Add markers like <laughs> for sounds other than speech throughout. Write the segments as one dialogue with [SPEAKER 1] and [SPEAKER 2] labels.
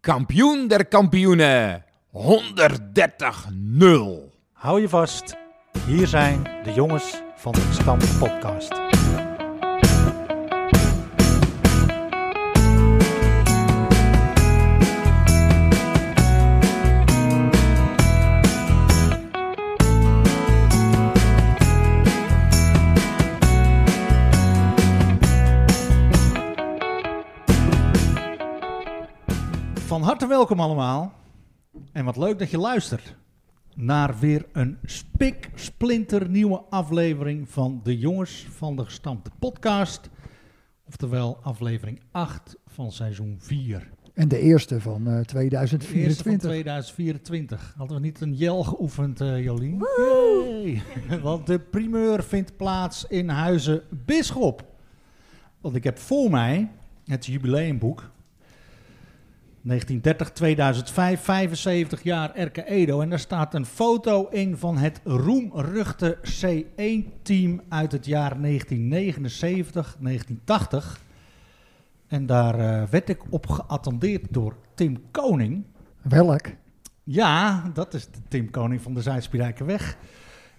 [SPEAKER 1] Kampioen der kampioenen. 130-0.
[SPEAKER 2] Hou je vast. Hier zijn de jongens van de Stam Podcast. Van harte welkom allemaal. En wat leuk dat je luistert naar weer een spiksplinternieuwe aflevering van de Jongens van de Gestampte Podcast. Oftewel aflevering 8 van seizoen 4.
[SPEAKER 3] En de eerste van eh,
[SPEAKER 2] De eerste van
[SPEAKER 3] 2024.
[SPEAKER 2] 2024. Hadden we niet een jel geoefend, eh, Jolien? Yay. Want de primeur vindt plaats in Huizen Bisschop. Want ik heb voor mij het jubileumboek. 1930, 2005, 75 jaar Erke Edo. En daar staat een foto in van het roemruchte C1-team uit het jaar 1979, 1980. En daar eh, werd ik op geattendeerd door Tim Koning.
[SPEAKER 3] Welk?
[SPEAKER 2] Ja, dat is de Tim Koning van de Zuidspierijkenweg.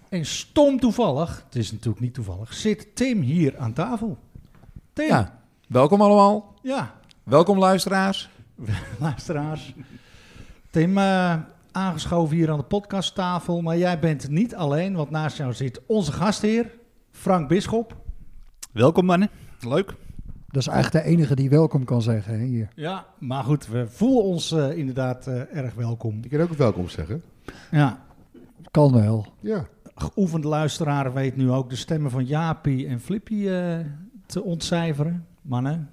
[SPEAKER 2] En stom toevallig, het is natuurlijk niet toevallig, zit Tim hier aan tafel. Tim, ja,
[SPEAKER 1] Ja, welkom allemaal. Welkom luisteraars.
[SPEAKER 2] luisteraars. Tim, eh, aangeschoven hier aan de podcasttafel, maar jij bent niet alleen, want naast jou zit onze gastheer, Frank Bisschop.
[SPEAKER 4] Welkom mannen. Leuk.
[SPEAKER 3] Dat is eigenlijk de enige die welkom kan zeggen hè, hier.
[SPEAKER 2] Ja, maar goed, we voelen ons eh, inderdaad eh, erg welkom.
[SPEAKER 5] Je kan ook welkom zeggen.
[SPEAKER 2] Ja,
[SPEAKER 3] Kan wel.
[SPEAKER 5] Ja.
[SPEAKER 2] geoefend luisteraar weet nu ook de stemmen van Jaapie en Flippy eh, te ontcijferen. Mannen,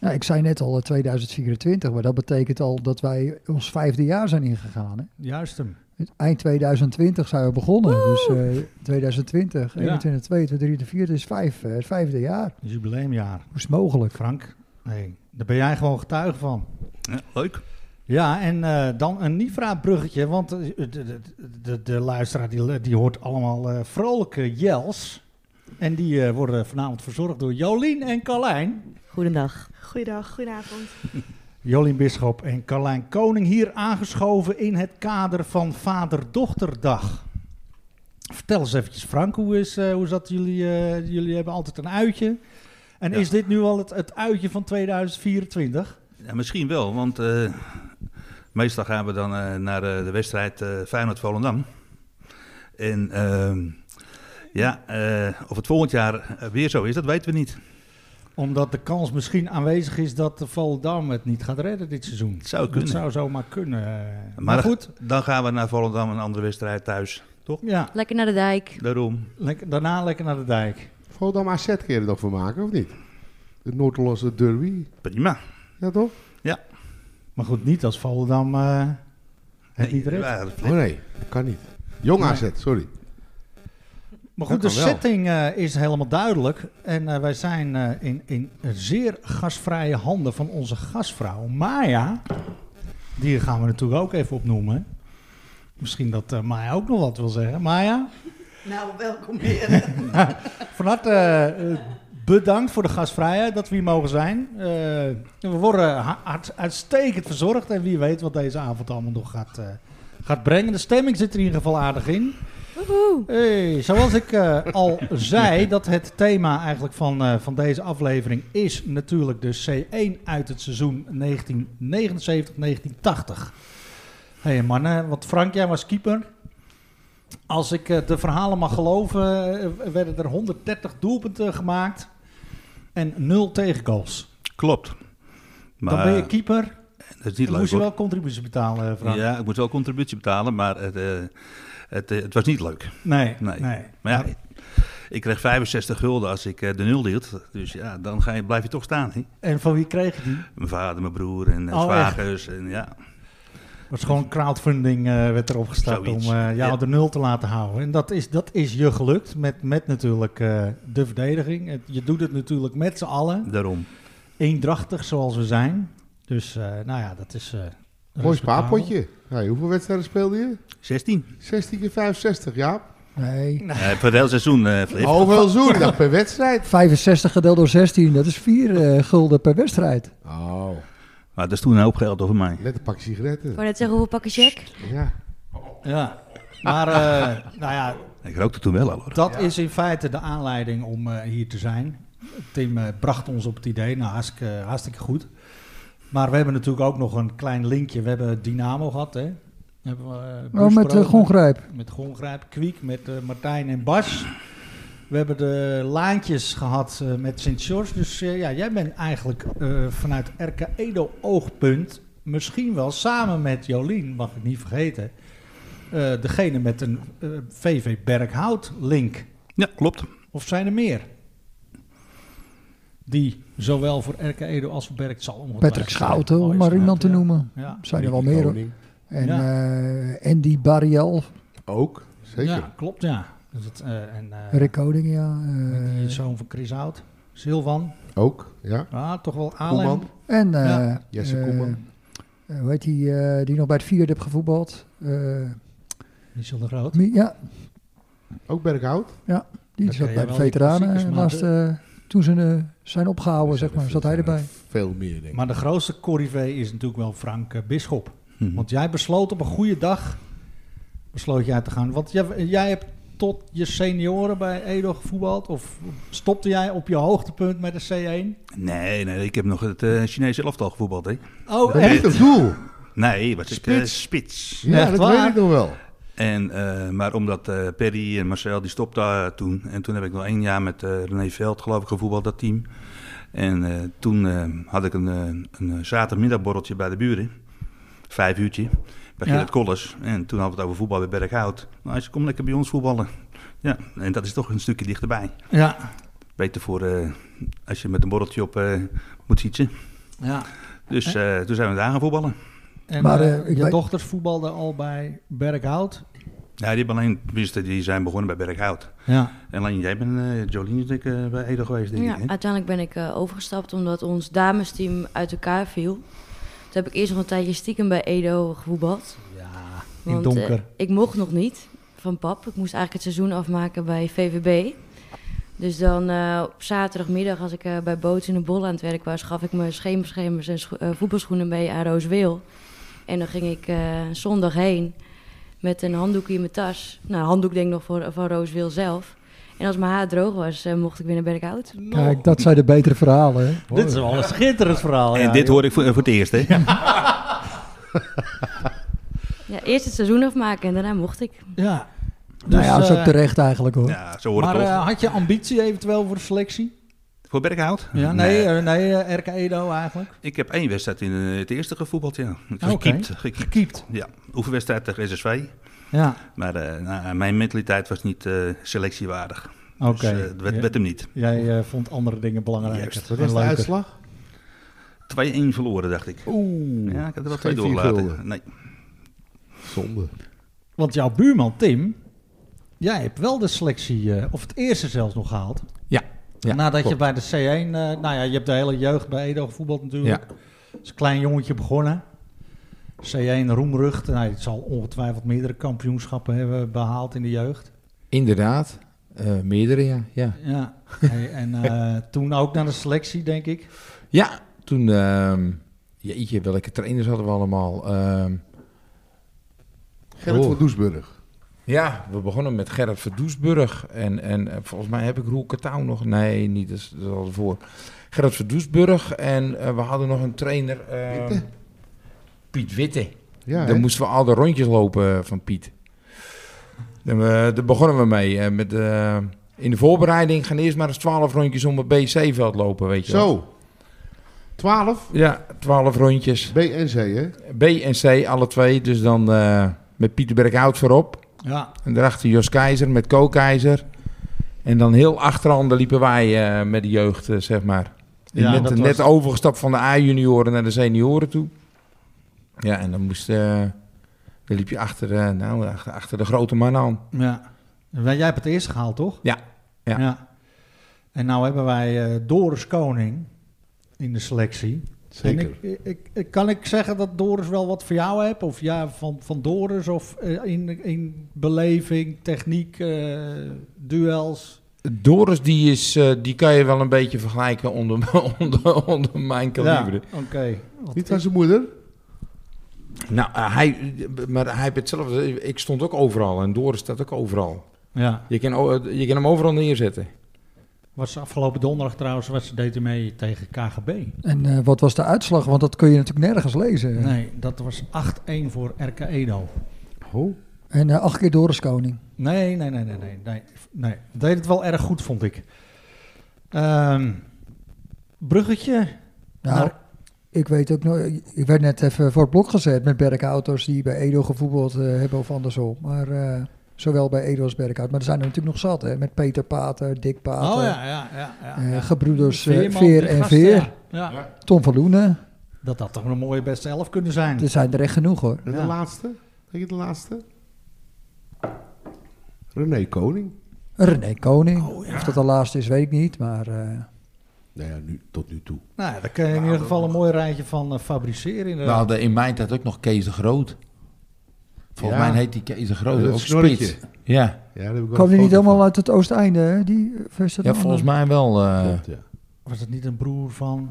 [SPEAKER 3] Ja, ik zei net al eh, 2024, maar dat betekent al dat wij ons vijfde jaar zijn ingegaan. Hè?
[SPEAKER 2] juist hem.
[SPEAKER 3] Het Eind 2020 zijn we begonnen. Dus eh, 2020,
[SPEAKER 2] Ja.
[SPEAKER 3] 21, 22, 23, 24 is vijf, eh, het vijfde jaar.
[SPEAKER 2] Jubileumjaar.
[SPEAKER 3] Hoe is het mogelijk?
[SPEAKER 2] Frank, nee, daar ben jij gewoon getuige van.
[SPEAKER 4] Ja, leuk.
[SPEAKER 2] Ja, en eh, dan een Nifra-bruggetje, want eh, de, de, de, de luisteraar die, die hoort allemaal eh, vrolijke jels. En die eh, worden vanavond verzorgd door Jolien en Carlijn.
[SPEAKER 6] Goedendag.
[SPEAKER 7] Goedendag, goedenavond.
[SPEAKER 2] Jolien Bisschop en Carlijn Koning hier aangeschoven in het kader van Vader-Dochterdag. Vertel eens eventjes, Frank, hoe is, eh, hoe is dat? Jullie, eh, jullie hebben altijd een uitje. En
[SPEAKER 4] Ja.
[SPEAKER 2] is dit nu al het, het uitje van 2024?
[SPEAKER 4] Ja, misschien wel, want eh, meestal gaan we dan eh, naar eh, de wedstrijd eh Feyenoord-Volendam. En ehm, ja, eh, of het volgend jaar eh, weer zo is, dat weten we niet.
[SPEAKER 2] Omdat de kans misschien aanwezig is dat de Volendam het niet gaat redden dit seizoen.
[SPEAKER 4] Het zou
[SPEAKER 2] Dat
[SPEAKER 4] kunnen.
[SPEAKER 2] zou zomaar kunnen. eh. Maar,
[SPEAKER 4] Maar-
[SPEAKER 2] goed,
[SPEAKER 4] Dan gaan we naar Volendam, een andere wedstrijd thuis.
[SPEAKER 2] ja,
[SPEAKER 6] Lekker naar de dijk.
[SPEAKER 4] Daarom.
[SPEAKER 2] lekker, daarna lekker naar de dijk.
[SPEAKER 5] Volendam AZ kun je er nog van maken, of niet? De Noord-Hollandse derby.
[SPEAKER 4] Prima.
[SPEAKER 5] Ja, toch?
[SPEAKER 2] Maar goed, niet als Volendam eh, het niet redt.
[SPEAKER 4] ja,
[SPEAKER 5] Oh nee, kan niet. Jong
[SPEAKER 2] Nee.
[SPEAKER 5] AZ, sorry.
[SPEAKER 2] Maar goed, de
[SPEAKER 5] Dat kan wel.
[SPEAKER 2] setting eh, is helemaal duidelijk. En eh, wij zijn eh, in, in zeer gasvrije handen van onze gastvrouw Maya. Die gaan we natuurlijk ook even opnoemen. Misschien dat eh, Maya ook nog wat wil zeggen. Maya,
[SPEAKER 8] Nou, welkom heren.
[SPEAKER 2] <laughs> van harte eh, eh, bedankt voor de gastvrijheid dat we hier mogen zijn. Eh, we worden ha- hart- uitstekend verzorgd. En wie weet wat deze avond allemaal nog gaat, eh, gaat brengen. De stemming zit er in ieder geval aardig in. Hey, zoals ik eh, al zei, dat het thema eigenlijk van, eh, van deze aflevering is natuurlijk de C1 uit het seizoen 1979-1980. Hé hey mannen, want Frank, jij was keeper. Als ik eh, de verhalen mag geloven, eh, werden er 130 doelpunten gemaakt en 0 tegengoals.
[SPEAKER 4] Klopt. Maar
[SPEAKER 2] Dan ben je keeper,
[SPEAKER 4] dat is
[SPEAKER 2] dan
[SPEAKER 4] niet leuk
[SPEAKER 2] moest je
[SPEAKER 4] hoor.
[SPEAKER 2] wel contributie betalen, eh, Frank.
[SPEAKER 4] Ja, ik moest wel contributie betalen, maar het, eh, het, eh, het was niet leuk.
[SPEAKER 2] Nee, nee.
[SPEAKER 4] Nee. Maar ja, ik kreeg 65 gulden als ik eh, de nul hield. Dus ja, dan ga je, blijf je toch staan. Hè?
[SPEAKER 2] En van wie kreeg je die?
[SPEAKER 4] Mijn vader, mijn broer en eh,
[SPEAKER 2] Oh, echt?
[SPEAKER 4] zwagers. En, ja.
[SPEAKER 2] was gewoon crowdfunding eh, werd erop gestart om
[SPEAKER 4] Zoiets,
[SPEAKER 2] eh, jou
[SPEAKER 4] ja.
[SPEAKER 2] de nul te laten houden. En dat is, dat is je gelukt met, met natuurlijk eh, de verdediging. Het- je doet het natuurlijk met z'n allen.
[SPEAKER 4] Daarom.
[SPEAKER 2] Eendrachtig zoals we zijn. Dus eh, nou ja, dat is... eh,
[SPEAKER 5] Mooi
[SPEAKER 2] respectabel.
[SPEAKER 5] spaarpotje. Hey, hoeveel wedstrijden speelde je?
[SPEAKER 4] 16.
[SPEAKER 5] 16 keer 65, ja.
[SPEAKER 3] Nee.
[SPEAKER 4] Eh, voor het hele seizoen, eh Flip.
[SPEAKER 2] Oh.
[SPEAKER 5] Hoeveel <laughs> zoen? Dat per wedstrijd.
[SPEAKER 3] eh, 65 gedeeld door 16, dat is 4 gulden per wedstrijd.
[SPEAKER 5] Oh.
[SPEAKER 4] Maar dat is toen een hoop geld over mij.
[SPEAKER 5] Net een pakje
[SPEAKER 6] Ik
[SPEAKER 5] sigaretten.
[SPEAKER 6] wou net zeggen, hoeveel pakken check?
[SPEAKER 5] Ja.
[SPEAKER 2] Ja. Maar eh,
[SPEAKER 5] <laughs>
[SPEAKER 2] nou ja,
[SPEAKER 4] Ik rookte toen wel al hoor.
[SPEAKER 2] dat is in feite de aanleiding om eh, hier te zijn. Tim eh, bracht ons op het idee, nou hartstikke, hartstikke goed. Maar we hebben natuurlijk ook nog een klein linkje. We hebben Dynamo gehad, hè? Hebben we, eh, Bruce
[SPEAKER 3] Oh, met uh,
[SPEAKER 2] Brood-
[SPEAKER 3] Gongrijp.
[SPEAKER 2] Met Gongrijp, Kwiek, met eh, Martijn en Bas. We hebben de laantjes gehad eh, met Sint-George. Dus eh, ja, jij bent eigenlijk eh, vanuit RK Edo oogpunt... misschien wel samen met Jolien, mag ik niet vergeten... eh, degene met een eh, VV Berkhout link.
[SPEAKER 4] Ja, klopt.
[SPEAKER 2] Of zijn er meer? Die zowel voor RK Edo als voor Berk zal ongetwijfeld
[SPEAKER 3] Patrick
[SPEAKER 2] zijn.
[SPEAKER 3] Schouten,
[SPEAKER 2] Oh,
[SPEAKER 3] om
[SPEAKER 2] is
[SPEAKER 3] maar
[SPEAKER 2] het
[SPEAKER 3] iemand te
[SPEAKER 2] ja.
[SPEAKER 3] noemen.
[SPEAKER 2] Ja,
[SPEAKER 3] Zijn er wel
[SPEAKER 5] Nicky
[SPEAKER 3] meer. hoor.
[SPEAKER 5] Koning.
[SPEAKER 3] En
[SPEAKER 2] Ja.
[SPEAKER 3] eh, Andy Barriel,
[SPEAKER 5] Ook, zeker.
[SPEAKER 2] ja klopt ja. Dus het, eh, en, eh,
[SPEAKER 3] Rick Koning, ja. eh,
[SPEAKER 2] die zoon van Chris Hout. Silvan.
[SPEAKER 5] Ook, ja.
[SPEAKER 2] Ah, toch wel
[SPEAKER 5] Koeman.
[SPEAKER 2] Alem.
[SPEAKER 3] en eh,
[SPEAKER 2] Ja.
[SPEAKER 5] Jesse
[SPEAKER 3] eh,
[SPEAKER 5] Koeman.
[SPEAKER 3] eh, hoe heet die, eh, die nog bij het vierde heb gevoetbald? Eh,
[SPEAKER 2] Michel de Groot.
[SPEAKER 3] Mi- ja,
[SPEAKER 5] Ook Berghout.
[SPEAKER 3] die
[SPEAKER 2] Dan
[SPEAKER 3] zat
[SPEAKER 2] ken
[SPEAKER 3] bij
[SPEAKER 2] jij wel
[SPEAKER 3] de
[SPEAKER 2] die
[SPEAKER 3] veteranen.
[SPEAKER 2] klassiekers,
[SPEAKER 3] eh,
[SPEAKER 2] maar
[SPEAKER 3] Naast, eh, toen ze eh, zijn opgehouden, zeg maar, zat hij erbij.
[SPEAKER 5] Veel meer, denk ik.
[SPEAKER 2] Maar de grootste corrivee is natuurlijk wel Frank eh, Bisschop.
[SPEAKER 3] Hm.
[SPEAKER 4] Mhm.
[SPEAKER 2] Want jij besloot op een goede dag besloot jij te gaan. Want jij, jij hebt tot je senioren bij Edo gevoetbald. Of stopte jij op je hoogtepunt met de C1?
[SPEAKER 4] Nee, nee, ik heb nog het eh, Chinese elftal gevoetbald, hè.
[SPEAKER 2] Oh,
[SPEAKER 5] Dat is
[SPEAKER 2] echt?
[SPEAKER 5] het doel.
[SPEAKER 4] Nee, wat is ik, eh,
[SPEAKER 2] Spits.
[SPEAKER 4] spits.
[SPEAKER 5] Ja,
[SPEAKER 2] Echt
[SPEAKER 5] dat
[SPEAKER 2] waar?
[SPEAKER 5] weet ik nog wel.
[SPEAKER 4] En, eh, maar omdat eh, Perry en Marcel, die stopten daar toen. En toen heb ik nog één jaar met eh, René Veld, geloof ik, gevoetbald, dat team. En eh, toen eh, had ik een, eh, een eh, zaterdagmiddagborreltje bij de buren. Vijf uurtje. Bij
[SPEAKER 2] Ja.
[SPEAKER 4] Gerrit Collers. En toen hadden we het over voetbal bij Berghout. Nou, hij zei, kom lekker bij ons voetballen. Ja, en dat is toch een stukje dichterbij.
[SPEAKER 2] Ja.
[SPEAKER 4] Beter voor eh, als je met een borreltje op eh, moet fietsen.
[SPEAKER 2] ja.
[SPEAKER 4] Dus eh, toen zijn we daar gaan voetballen.
[SPEAKER 2] En
[SPEAKER 3] Maar,
[SPEAKER 2] eh,
[SPEAKER 3] eh, ik
[SPEAKER 2] je
[SPEAKER 3] weet-
[SPEAKER 2] dochters voetbalden al bij Berkhout.
[SPEAKER 4] Ja, die, hebben alleen, tenminste, die zijn begonnen bij Berghout.
[SPEAKER 2] Ja.
[SPEAKER 4] En alleen jij bent, eh Jolien, is ik, eh, bij Edo geweest, denk
[SPEAKER 6] Ja,
[SPEAKER 4] ik. Hè?
[SPEAKER 6] uiteindelijk ben ik eh, overgestapt omdat ons damesteam uit elkaar viel. Toen heb ik eerst nog een tijdje stiekem bij Edo gevoetbald.
[SPEAKER 2] Ja, in
[SPEAKER 6] Want,
[SPEAKER 2] donker.
[SPEAKER 6] eh, ik mocht nog niet van pap. Ik moest eigenlijk het seizoen afmaken bij VVB. Dus dan eh, op zaterdagmiddag, als ik eh, bij Boots in de Bol aan het werk was, gaf ik mijn schemerschermers en scho- eh, voetbalschoenen mee aan Rooswil. En dan ging ik eh, zondag heen met een handdoek in mijn tas. Nou, handdoek denk ik nog voor, van Rooswil zelf. En als mijn haar droog was, eh, mocht ik weer naar Berkhout.
[SPEAKER 3] Kijk, Nou dat zijn de betere verhalen. Hè?
[SPEAKER 2] Dit is wel een schitterend verhaal.
[SPEAKER 4] en
[SPEAKER 2] ja,
[SPEAKER 4] dit
[SPEAKER 2] joh.
[SPEAKER 4] hoor ik voor, voor het eerst, hè?
[SPEAKER 6] Ja, eerst het seizoen afmaken en daarna mocht ik.
[SPEAKER 2] Ja.
[SPEAKER 3] nou ja, dat is
[SPEAKER 2] eh,
[SPEAKER 3] ook terecht eigenlijk hoor.
[SPEAKER 4] Ja, zo hoort
[SPEAKER 2] Maar
[SPEAKER 4] het toch.
[SPEAKER 2] eh, had je ambitie eventueel voor de selectie?
[SPEAKER 4] voor Berghout?
[SPEAKER 2] Ja, nee, eh, nee eh, RK Edo eigenlijk.
[SPEAKER 4] Ik heb één wedstrijd in eh, het eerste gevoetbald, ja.
[SPEAKER 2] Ah, oké.
[SPEAKER 4] Gekiept, gekiept.
[SPEAKER 2] Gekiept.
[SPEAKER 4] Ja, oefenwedstrijd tegen SSV.
[SPEAKER 2] Ja,
[SPEAKER 4] Maar eh, nou, mijn mentaliteit was niet eh, selectiewaardig.
[SPEAKER 2] oké.
[SPEAKER 4] Dus eh, dat werd,
[SPEAKER 2] Ja.
[SPEAKER 4] werd hem niet. 2-1
[SPEAKER 2] Jij eh, vond andere dingen belangrijker.
[SPEAKER 4] Juist.
[SPEAKER 5] Wat
[SPEAKER 2] en
[SPEAKER 5] was de
[SPEAKER 2] leuker.
[SPEAKER 5] uitslag?
[SPEAKER 4] verloren, dacht ik.
[SPEAKER 5] Oeh,
[SPEAKER 4] Ja, ik had er wel
[SPEAKER 5] Geen
[SPEAKER 4] twee
[SPEAKER 5] vier
[SPEAKER 4] doorgelaten.
[SPEAKER 5] gulden.
[SPEAKER 4] Nee.
[SPEAKER 5] zonde.
[SPEAKER 2] Want jouw buurman Tim, jij hebt wel de selectie, eh, of het eerste zelfs nog gehaald.
[SPEAKER 1] Ja, ja,
[SPEAKER 2] Nadat je
[SPEAKER 1] klopt.
[SPEAKER 2] bij de C1, eh, nou ja, je hebt de hele jeugd bij Edo gevoetbald natuurlijk. Als klein jongetje begonnen. C1 Roemrucht, nou, het zal ongetwijfeld meerdere kampioenschappen hebben behaald in de jeugd.
[SPEAKER 1] Inderdaad. Eh, meerdere, ja. ja.
[SPEAKER 2] Ja, Hey, en
[SPEAKER 1] <laughs>
[SPEAKER 2] eh, toen ook naar de selectie, denk ik.
[SPEAKER 1] Ja, toen... ehm jeetje, welke trainers hadden we allemaal? Ehm,
[SPEAKER 5] Gerrit
[SPEAKER 1] Oh.
[SPEAKER 5] van Doesburg.
[SPEAKER 1] ja, we begonnen met Gerrit Verdoesburg. En, en eh, volgens mij heb ik Roel Katouw nog... Nee, niet, dat is, dat is al ervoor. Gerrit Verdoesburg. En eh, we hadden nog een trainer... ehm,
[SPEAKER 5] Witte?
[SPEAKER 1] Piet Witte.
[SPEAKER 5] Ja,
[SPEAKER 1] dan
[SPEAKER 5] hè?
[SPEAKER 1] moesten we al de rondjes lopen eh, van Piet. En we, daar begonnen we mee. eh, met, eh, in de voorbereiding gaan eerst maar eens 12 rondjes om het BC-veld lopen, weet je wel.
[SPEAKER 5] Zo. 12
[SPEAKER 1] Ja, 12 rondjes.
[SPEAKER 5] B en C, hè?
[SPEAKER 1] B en C, alle twee. Dus dan eh, met Pieter Berghout voorop.
[SPEAKER 2] Ja,
[SPEAKER 1] En daarachter Jos Keizer met Co Keizer. En dan heel achterhand liepen wij eh, met de jeugd, eh, zeg maar. En
[SPEAKER 2] Ja,
[SPEAKER 1] net,
[SPEAKER 2] dat
[SPEAKER 1] net
[SPEAKER 2] was-
[SPEAKER 1] overgestapt van de A-junioren naar de senioren toe. Ja, en dan moest... eh, dan liep je achter, eh, nou, achter, achter de grote man aan.
[SPEAKER 2] ja. Wij- Jij hebt het eerst gehaald, toch?
[SPEAKER 1] Ja, ja.
[SPEAKER 2] En nou hebben wij eh, Doris Koning in de selectie.
[SPEAKER 5] Zeker.
[SPEAKER 2] En ik, ik, ik- kan ik zeggen dat Doris wel wat voor jou heeft? Of ja, van, van Doris? Of eh, in, in beleving, techniek, eh, duels?
[SPEAKER 1] Doris, die, is, eh, die kan je wel een beetje vergelijken onder, <laughs> onder, onder mijn kaliber.
[SPEAKER 2] oké.
[SPEAKER 5] Niet van zijn moeder?
[SPEAKER 1] Nou, eh, hij, maar hij heeft hetzelfde. Ik stond ook overal en Doris staat ook overal.
[SPEAKER 2] Ja.
[SPEAKER 1] Je kan, o- eh, je kan hem overal neerzetten.
[SPEAKER 2] Was afgelopen donderdag trouwens, was, deed hij mee tegen KGB.
[SPEAKER 3] En eh, wat was de uitslag? Want dat kun je natuurlijk nergens lezen.
[SPEAKER 2] Nee, dat was 8-1 voor RK Edo.
[SPEAKER 5] Oh.
[SPEAKER 3] En eh, acht keer Doris Koning.
[SPEAKER 2] Nee, nee, nee, nee, nee, nee, nee. Deed het wel erg goed, vond ik. Ehm, bruggetje.
[SPEAKER 3] Nou,
[SPEAKER 2] naar-
[SPEAKER 3] ik weet ook nooit. Ik werd net even voor het blok gezet met Berkhouters die bij Edo gevoetbald eh, hebben of andersom. Maar eh, zowel bij Edo als Berkhout. Maar er zijn er natuurlijk nog zat, hè? Met Peter Pater, Dick Pater,
[SPEAKER 2] Oh ja, ja, ja. ja,
[SPEAKER 3] eh,
[SPEAKER 2] ja.
[SPEAKER 3] gebroeders eh,
[SPEAKER 2] Veerman,
[SPEAKER 3] Veer
[SPEAKER 2] die
[SPEAKER 3] en
[SPEAKER 2] gasten,
[SPEAKER 3] Veer.
[SPEAKER 2] ja. Ja.
[SPEAKER 3] Tom van Loenen.
[SPEAKER 2] Dat had toch een mooie beste elf kunnen zijn.
[SPEAKER 3] Er zijn er echt genoeg hoor.
[SPEAKER 5] En
[SPEAKER 2] Ja.
[SPEAKER 5] de laatste? Denk je de laatste? René Koning.
[SPEAKER 3] René Koning.
[SPEAKER 2] Oh,
[SPEAKER 3] Of dat de laatste is, weet ik niet. Maar eh,
[SPEAKER 5] Nou ja, nu, tot nu toe.
[SPEAKER 2] Nou, ja, daar kun je in ieder geval een mooi rijtje van eh, fabriceren.
[SPEAKER 1] We
[SPEAKER 5] Nou,
[SPEAKER 2] Inderdaad.
[SPEAKER 1] hadden in mijn tijd ook nog Kees de Groot. Volgens
[SPEAKER 5] Ja.
[SPEAKER 1] mij heet die Kees de Groot.
[SPEAKER 5] Dat
[SPEAKER 1] ook
[SPEAKER 5] snorretje.
[SPEAKER 1] spits. Ja.
[SPEAKER 5] Ja, daar heb ik wel
[SPEAKER 3] kwam die
[SPEAKER 5] een
[SPEAKER 3] niet
[SPEAKER 5] foto
[SPEAKER 3] helemaal
[SPEAKER 5] van.
[SPEAKER 3] uit het oosteinde? Hè? Die, eh, of is dat
[SPEAKER 1] ja,
[SPEAKER 3] een
[SPEAKER 1] volgens
[SPEAKER 3] ander?
[SPEAKER 1] mij wel. eh.
[SPEAKER 5] Klopt, ja.
[SPEAKER 2] Was het niet een broer van.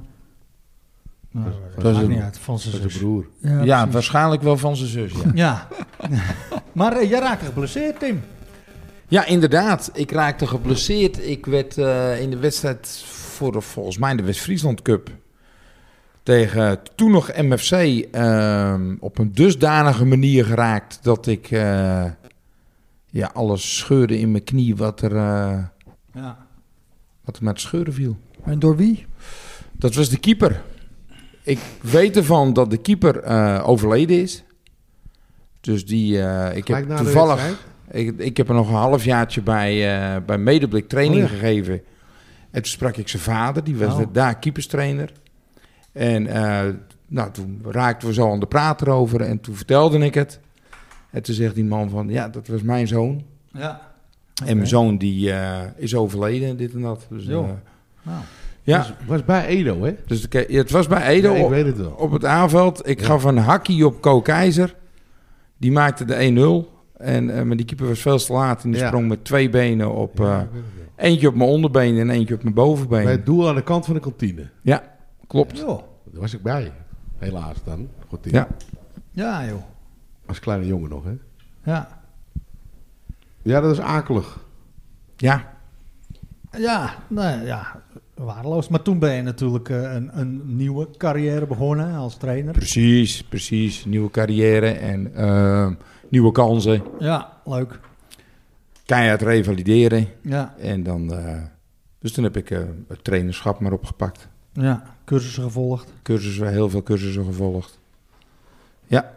[SPEAKER 2] Nou, dat
[SPEAKER 1] was
[SPEAKER 2] maakt
[SPEAKER 1] een-
[SPEAKER 2] niet uit, van zijn
[SPEAKER 5] Dat is
[SPEAKER 2] zus.
[SPEAKER 5] de broer.
[SPEAKER 1] ja,
[SPEAKER 3] precies.
[SPEAKER 1] waarschijnlijk wel van zijn zus. Ja.
[SPEAKER 2] Ja. <laughs> maar eh, jij raakte geblesseerd, Tim.
[SPEAKER 1] ja, inderdaad. Ik raakte geblesseerd. Ik werd eh, in de wedstrijd voor de, volgens mij de West-Friesland Cup tegen toen nog MFC ehm, op een dusdanige manier geraakt dat ik eh, ja, alles scheurde in mijn knie wat er, eh,
[SPEAKER 2] Ja.
[SPEAKER 1] wat er met scheuren viel.
[SPEAKER 3] En door wie?
[SPEAKER 1] Dat was de keeper. Ik weet ervan dat de keeper eh, overleden is. Dus die, eh, ik
[SPEAKER 5] Gelijk
[SPEAKER 1] heb
[SPEAKER 5] na de
[SPEAKER 1] toevallig,
[SPEAKER 5] wedstrijd.
[SPEAKER 1] ik, ik heb er nog een halfjaartje bij, eh, bij Medeblik training
[SPEAKER 5] Oh ja.
[SPEAKER 1] gegeven. En toen sprak ik zijn vader, die was
[SPEAKER 2] Oh.
[SPEAKER 1] daar keeperstrainer. En eh, nou, toen raakten we zo aan de praat erover en toen vertelde ik het. En toen zegt die man van, ja, dat was mijn zoon.
[SPEAKER 2] Ja.
[SPEAKER 1] En mijn zoon die eh, is overleden en dit en dat. Dus,
[SPEAKER 2] Joh.
[SPEAKER 1] eh,
[SPEAKER 2] Nou.
[SPEAKER 1] ja,
[SPEAKER 5] Was, was bij Edo, hè?
[SPEAKER 1] dus ik- het was bij Edo.
[SPEAKER 5] Ja, ik weet het wel.
[SPEAKER 1] op het aanveld. Ik gaf een hakkie op Ko Keizer. Die maakte de 1-0. En, eh, maar die keeper was veel te laat. En die
[SPEAKER 5] Ja.
[SPEAKER 1] sprong met twee benen op.
[SPEAKER 5] Ja,
[SPEAKER 1] eh,
[SPEAKER 5] ik weet het wel.
[SPEAKER 1] eentje op mijn onderbeen en eentje op mijn bovenbeen.
[SPEAKER 5] Bij het doel aan de kant van de kantine.
[SPEAKER 1] Ja, klopt.
[SPEAKER 2] Joh.
[SPEAKER 5] Daar was ik bij. Helaas dan. Goed,
[SPEAKER 1] Ja.
[SPEAKER 2] Ja, joh.
[SPEAKER 5] Als kleine jongen nog, hè?
[SPEAKER 2] Ja.
[SPEAKER 5] Ja, dat is akelig.
[SPEAKER 1] Ja.
[SPEAKER 2] Ja, nou ja, waardeloos. Maar toen ben je natuurlijk eh, een, een nieuwe carrière begonnen als trainer.
[SPEAKER 1] precies, precies. Nieuwe carrière en eh, nieuwe kansen.
[SPEAKER 2] Ja, leuk.
[SPEAKER 1] Keihard revalideren.
[SPEAKER 2] Ja,
[SPEAKER 1] En dan, eh, dus toen heb ik eh, het trainerschap maar opgepakt.
[SPEAKER 2] ja. cursussen gevolgd.
[SPEAKER 1] Cursussen, heel veel cursussen gevolgd. Ja,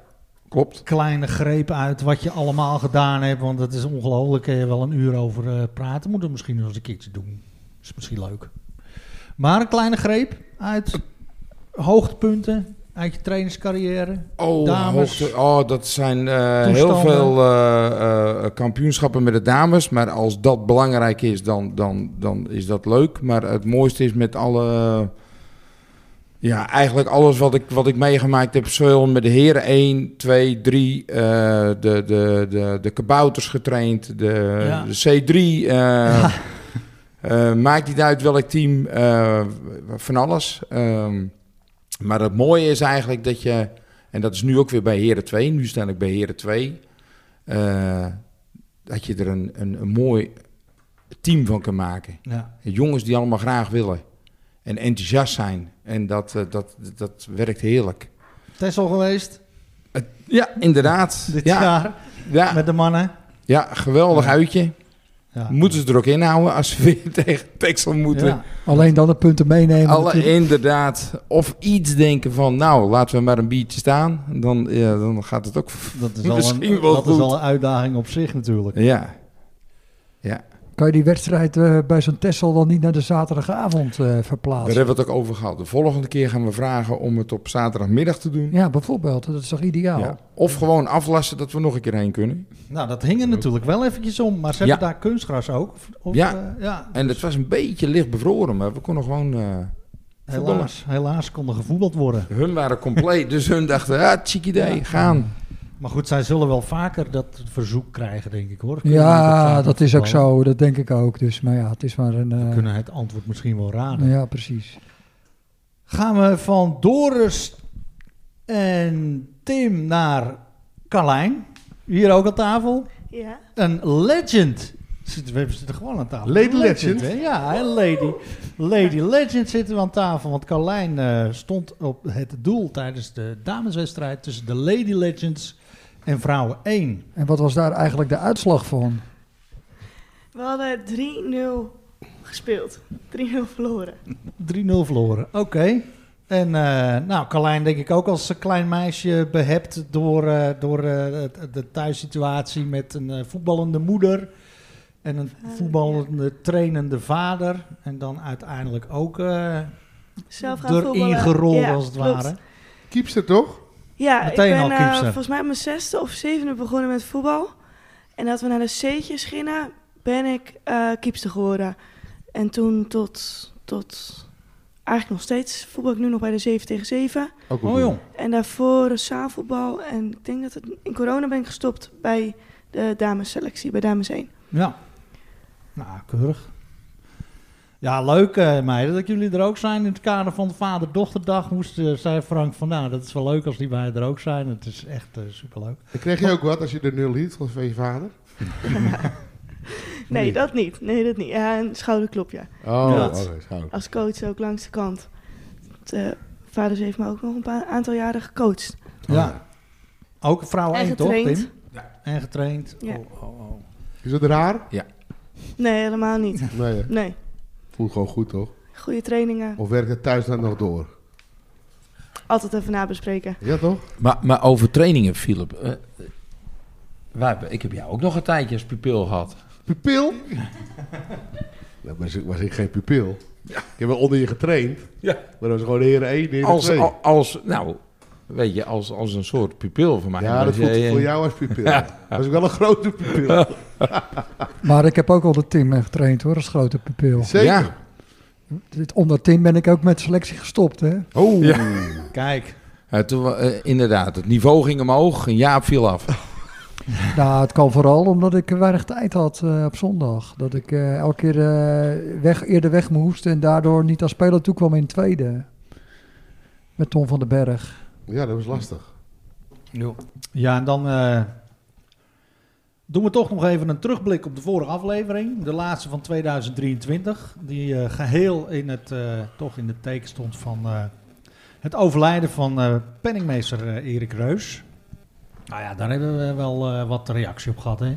[SPEAKER 1] klopt.
[SPEAKER 2] Kleine greep uit wat je allemaal gedaan hebt, want dat is ongelooflijk. Daar kun je wel een uur over eh, praten. Moeten we misschien nog eens een keertje doen. Is misschien leuk. Maar een kleine greep uit hoogtepunten uit je trainerscarrière.
[SPEAKER 1] Oh,
[SPEAKER 2] Dames.
[SPEAKER 1] hoogte- oh dat zijn eh, heel
[SPEAKER 2] Toestanden.
[SPEAKER 1] veel eh, eh, kampioenschappen met de dames. Maar als dat belangrijk is, dan, dan, dan is dat leuk. Maar het mooiste is met alle... ja, eigenlijk alles wat ik, wat ik meegemaakt heb. Zowel met de heren 1, 2, 3. eh, de, de, de, de kabouters getraind. De,
[SPEAKER 2] Ja.
[SPEAKER 1] de C3. eh, eh, maakt niet uit welk team. eh, van alles. Ehm, maar het mooie is eigenlijk dat je... En dat is nu ook weer bij Heren 2. Nu sta ik bij Heren 2. eh, dat je er een, een, een mooi team van kan maken.
[SPEAKER 2] Ja,
[SPEAKER 1] Jongens die allemaal graag willen. En enthousiast zijn. En dat, eh, dat, dat werkt heerlijk.
[SPEAKER 2] Tessel geweest
[SPEAKER 1] Het- ja, inderdaad.
[SPEAKER 2] dit
[SPEAKER 1] Ja,
[SPEAKER 2] jaar
[SPEAKER 1] ja,
[SPEAKER 2] met de mannen.
[SPEAKER 1] ja, geweldig
[SPEAKER 2] Ja.
[SPEAKER 1] uitje.
[SPEAKER 2] Ja.
[SPEAKER 1] Moeten ze er ook inhouden als ze <laughs> weer tegen Texel moeten.
[SPEAKER 2] Ja.
[SPEAKER 3] Alleen dan de punten meenemen.
[SPEAKER 1] Alle,
[SPEAKER 3] natuurlijk.
[SPEAKER 1] inderdaad. Of iets denken van, nou, laten we maar een biertje staan. Dan, ja, dan gaat het ook
[SPEAKER 2] Dat is, al
[SPEAKER 1] Misschien
[SPEAKER 2] een,
[SPEAKER 1] wel
[SPEAKER 2] dat is
[SPEAKER 1] goed.
[SPEAKER 2] al een uitdaging op zich natuurlijk.
[SPEAKER 1] Ja.
[SPEAKER 3] Kan je die wedstrijd eh, bij zo'n Tessel dan niet naar de zaterdagavond eh,
[SPEAKER 1] Daar
[SPEAKER 3] verplaatsen?
[SPEAKER 1] hebben we het ook over gehad. De volgende keer gaan we vragen om het op zaterdagmiddag te doen.
[SPEAKER 3] Ja, bijvoorbeeld. Dat is toch ideaal?
[SPEAKER 1] Ja. Of gewoon aflassen dat we nog een keer heen kunnen.
[SPEAKER 2] Nou, dat hing er natuurlijk wel eventjes om. Maar ze hebben daar kunstgras ook. Of, of,
[SPEAKER 1] Ja.
[SPEAKER 2] eh, ja.
[SPEAKER 1] En het was een beetje licht bevroren, maar we konden gewoon... eh,
[SPEAKER 2] Helaas, helaas konden gevoetbald worden.
[SPEAKER 1] hun waren compleet, dus hun dachten, ah, cheeky day, gaan.
[SPEAKER 2] Maar goed, zij zullen wel vaker dat verzoek krijgen, denk ik hoor. Kunnen we niet op
[SPEAKER 3] Ja,
[SPEAKER 2] zaterdag
[SPEAKER 3] dat is ook
[SPEAKER 2] voetballen?
[SPEAKER 3] zo. Dat denk ik ook. Dus, maar ja, het is maar een...
[SPEAKER 2] We
[SPEAKER 3] eh,
[SPEAKER 2] kunnen het antwoord misschien wel raden.
[SPEAKER 3] ja, precies.
[SPEAKER 2] Gaan we van Doris en Tim naar Carlijn. Hier ook aan tafel.
[SPEAKER 8] Ja.
[SPEAKER 2] Een legend. Zit- We zitten gewoon aan tafel.
[SPEAKER 5] Lady
[SPEAKER 2] Een
[SPEAKER 5] legend.
[SPEAKER 2] hè? Ja, een lady. Lady legend zitten we aan tafel. Want Carlijn eh, stond op het doel tijdens de dameswedstrijd tussen de lady legends en vrouwen 1.
[SPEAKER 3] En wat was daar eigenlijk de uitslag van?
[SPEAKER 8] We hadden 3-0 gespeeld. 3-0 verloren.
[SPEAKER 2] 3-0 verloren. Oké. En eh, nou, Carlijn denk ik ook als een klein meisje behept door, eh, door eh, de- de thuissituatie met een eh, voetballende moeder en een
[SPEAKER 8] Vader,
[SPEAKER 2] voetballende trainende vader. En dan uiteindelijk ook eh
[SPEAKER 8] Zelf gaan voetballen.
[SPEAKER 2] erin gerold
[SPEAKER 8] Ja,
[SPEAKER 2] als het
[SPEAKER 8] klopt.
[SPEAKER 2] ware.
[SPEAKER 5] Kiepster toch?
[SPEAKER 8] Ja,
[SPEAKER 2] Meteen
[SPEAKER 8] ik ben
[SPEAKER 2] al
[SPEAKER 8] eh,
[SPEAKER 2] kiepster.
[SPEAKER 8] volgens mij op mijn zesde of zevende begonnen met voetbal. En dat we naar de C'tjes gingen, ben ik eh kiepster geworden. En toen tot, tot eigenlijk nog steeds voetbal ik nu nog bij de 7 tegen 7.
[SPEAKER 5] Ook wel
[SPEAKER 2] Oh
[SPEAKER 5] goed.
[SPEAKER 2] jong.
[SPEAKER 8] En daarvoor eh, zaalvoetbal. En ik denk dat het in corona ben ik gestopt bij de damesselectie, bij dames 1.
[SPEAKER 2] Ja. Nou, keurig. Ja, leuk eh, meiden dat jullie er ook zijn. In het kader van de Vader-Dochterdag moest, eh, zei Frank van... Nou, dat is wel leuk als die beiden er ook zijn. Het is echt eh, superleuk.
[SPEAKER 5] Dan kreeg je ook wat als je de nul hield van van je vader.
[SPEAKER 8] Nee,
[SPEAKER 5] Niet.
[SPEAKER 8] dat niet. Nee, dat niet. Ja, een schouderklopje.
[SPEAKER 5] Oh,
[SPEAKER 2] Ja.
[SPEAKER 5] oh, dat is goud.
[SPEAKER 8] Als coach ook langs de kant. De vaders heeft me ook nog een paar aantal jaren gecoacht.
[SPEAKER 2] Ja. Ook vrouwen
[SPEAKER 8] En
[SPEAKER 2] één, toch,
[SPEAKER 8] getraind.
[SPEAKER 2] Tim? En getraind.
[SPEAKER 8] Ja.
[SPEAKER 2] Oh, oh, oh.
[SPEAKER 5] Is dat raar?
[SPEAKER 8] Nee, helemaal
[SPEAKER 3] <laughs>
[SPEAKER 8] niet.
[SPEAKER 5] Nee, hè?
[SPEAKER 8] Nee.
[SPEAKER 5] voelt gewoon goed toch?
[SPEAKER 8] Goede trainingen.
[SPEAKER 5] Of werkt het thuis dan nog door?
[SPEAKER 8] Altijd even nabespreken. <laughs>
[SPEAKER 5] Ja toch?
[SPEAKER 1] Maar, maar over trainingen, Philip. eh, wij hebben- ik heb jou ook nog een tijdje als pupil gehad.
[SPEAKER 5] Pupil? <laughs> Nou, Dat was, was ik geen pupil. Ik heb wel onder je getraind.
[SPEAKER 1] Ja.
[SPEAKER 5] Maar dat was gewoon de heren 1, de heren
[SPEAKER 1] Als,
[SPEAKER 5] 2.
[SPEAKER 1] al- als, nou, weet je, als, als een soort pupil voor mij.
[SPEAKER 5] ja, dat
[SPEAKER 1] Was
[SPEAKER 5] voelt
[SPEAKER 1] jij,
[SPEAKER 5] voor
[SPEAKER 1] eh,
[SPEAKER 5] jou als
[SPEAKER 1] <laughs>
[SPEAKER 5] pupil. Dat is ook wel een grote pupil.
[SPEAKER 3] Maar ik heb ook al de Tim eh, getraind hoor, als grote pupil.
[SPEAKER 5] Zeker.
[SPEAKER 1] Ja.
[SPEAKER 3] Dit- Onder Tim ben ik ook met selectie gestopt hè.
[SPEAKER 5] Oh,
[SPEAKER 1] Ja.
[SPEAKER 2] Kijk.
[SPEAKER 1] Ja, toen, wa- eh, inderdaad, het niveau ging omhoog en Jaap viel af.
[SPEAKER 3] Nou, het kwam vooral omdat ik weinig tijd had eh, op zondag. Dat ik eh, elke keer eh, weg, eerder weg moest en daardoor niet als speler toekwam in tweede. Met Tom van den Berg.
[SPEAKER 5] ja, dat was lastig.
[SPEAKER 2] Ja, en dan eh, doen we toch nog even een terugblik op de vorige aflevering. De laatste van 2023. Die eh, geheel in het, eh, toch in het teken stond van eh, het overlijden van eh, penningmeester eh, Erik Reus. Nou ja, daar hebben we wel eh, wat reactie op gehad. Hè?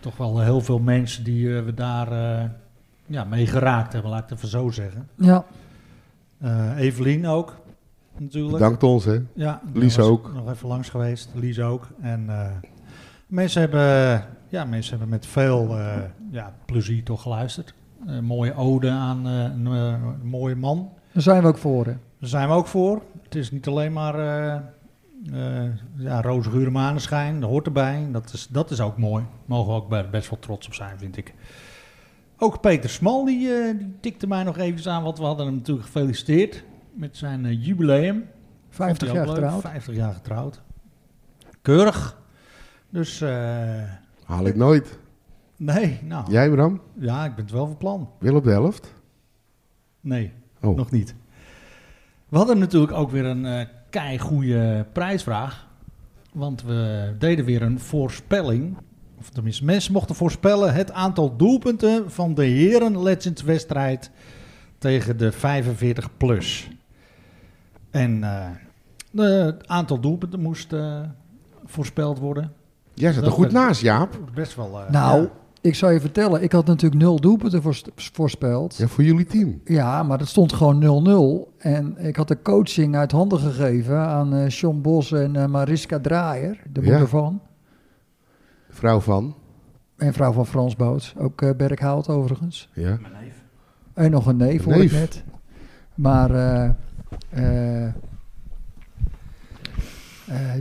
[SPEAKER 2] Toch wel heel veel mensen die eh, we daar eh, ja, mee geraakt hebben, laat ik het even zo zeggen.
[SPEAKER 3] Ja,
[SPEAKER 2] Eh, Evelien ook, natuurlijk.
[SPEAKER 5] Bedankt ons hè.
[SPEAKER 2] Ja, daar
[SPEAKER 5] Lies
[SPEAKER 2] was ik
[SPEAKER 5] ook.
[SPEAKER 2] Nog even langs geweest, Lies ook. En eh, mensen, hebben, ja, mensen hebben met veel eh, ja, plezier toch geluisterd. Een mooie ode aan eh, een, eh, een mooie man.
[SPEAKER 3] daar zijn we ook voor. hè.
[SPEAKER 2] Daar zijn we ook voor. Het is niet alleen maar eh eh ja, roze gure maneschijn. Dat hoort erbij. Dat is, dat is ook mooi. Mogen we ook be- best wel trots op zijn, vind ik. Ook Peter Smal, die, eh, die tikte mij nog even aan. Want we hadden hem natuurlijk gefeliciteerd met zijn eh, jubileum.
[SPEAKER 3] 50
[SPEAKER 2] Vond hij
[SPEAKER 3] jaar
[SPEAKER 2] ook leuk.
[SPEAKER 3] getrouwd.
[SPEAKER 2] 50 jaar getrouwd. Keurig. Dus eh,
[SPEAKER 5] Haal ik nooit.
[SPEAKER 2] nee, nou. Ja.
[SPEAKER 5] Jij Bram?
[SPEAKER 2] ik ben het wel van plan.
[SPEAKER 5] Wil op de helft?
[SPEAKER 2] Nee,
[SPEAKER 5] Oh.
[SPEAKER 2] nog niet. We hadden natuurlijk ook weer een eh kei goede prijsvraag. Want we deden weer een voorspelling. Of tenminste, mensen mochten voorspellen het aantal doelpunten van de Heren Legends wedstrijd tegen de 45 plus. En eh, de- het aantal doelpunten moest eh, voorspeld worden.
[SPEAKER 5] Jij zat er
[SPEAKER 2] Dat
[SPEAKER 5] goed
[SPEAKER 2] ben-
[SPEAKER 5] naast Jaap.
[SPEAKER 2] Best wel. eh,
[SPEAKER 3] Nou,
[SPEAKER 2] ja.
[SPEAKER 3] ik zou je vertellen, ik had natuurlijk nul doelpunten voors- voorspeld.
[SPEAKER 5] Ja, voor jullie team.
[SPEAKER 3] Ja, maar dat stond gewoon 0-0. En ik had de coaching uit handen gegeven aan eh Sean Bos en eh, Mariska Draaier, de
[SPEAKER 5] Ja.
[SPEAKER 3] moeder van.
[SPEAKER 5] Vrouw van.
[SPEAKER 3] En vrouw van Frans Boots, ook eh Berkhout overigens.
[SPEAKER 5] Ja.
[SPEAKER 3] En nog een neef,
[SPEAKER 5] Een
[SPEAKER 3] hoor ik
[SPEAKER 5] neef.
[SPEAKER 3] net. Maar eh, eh, eh,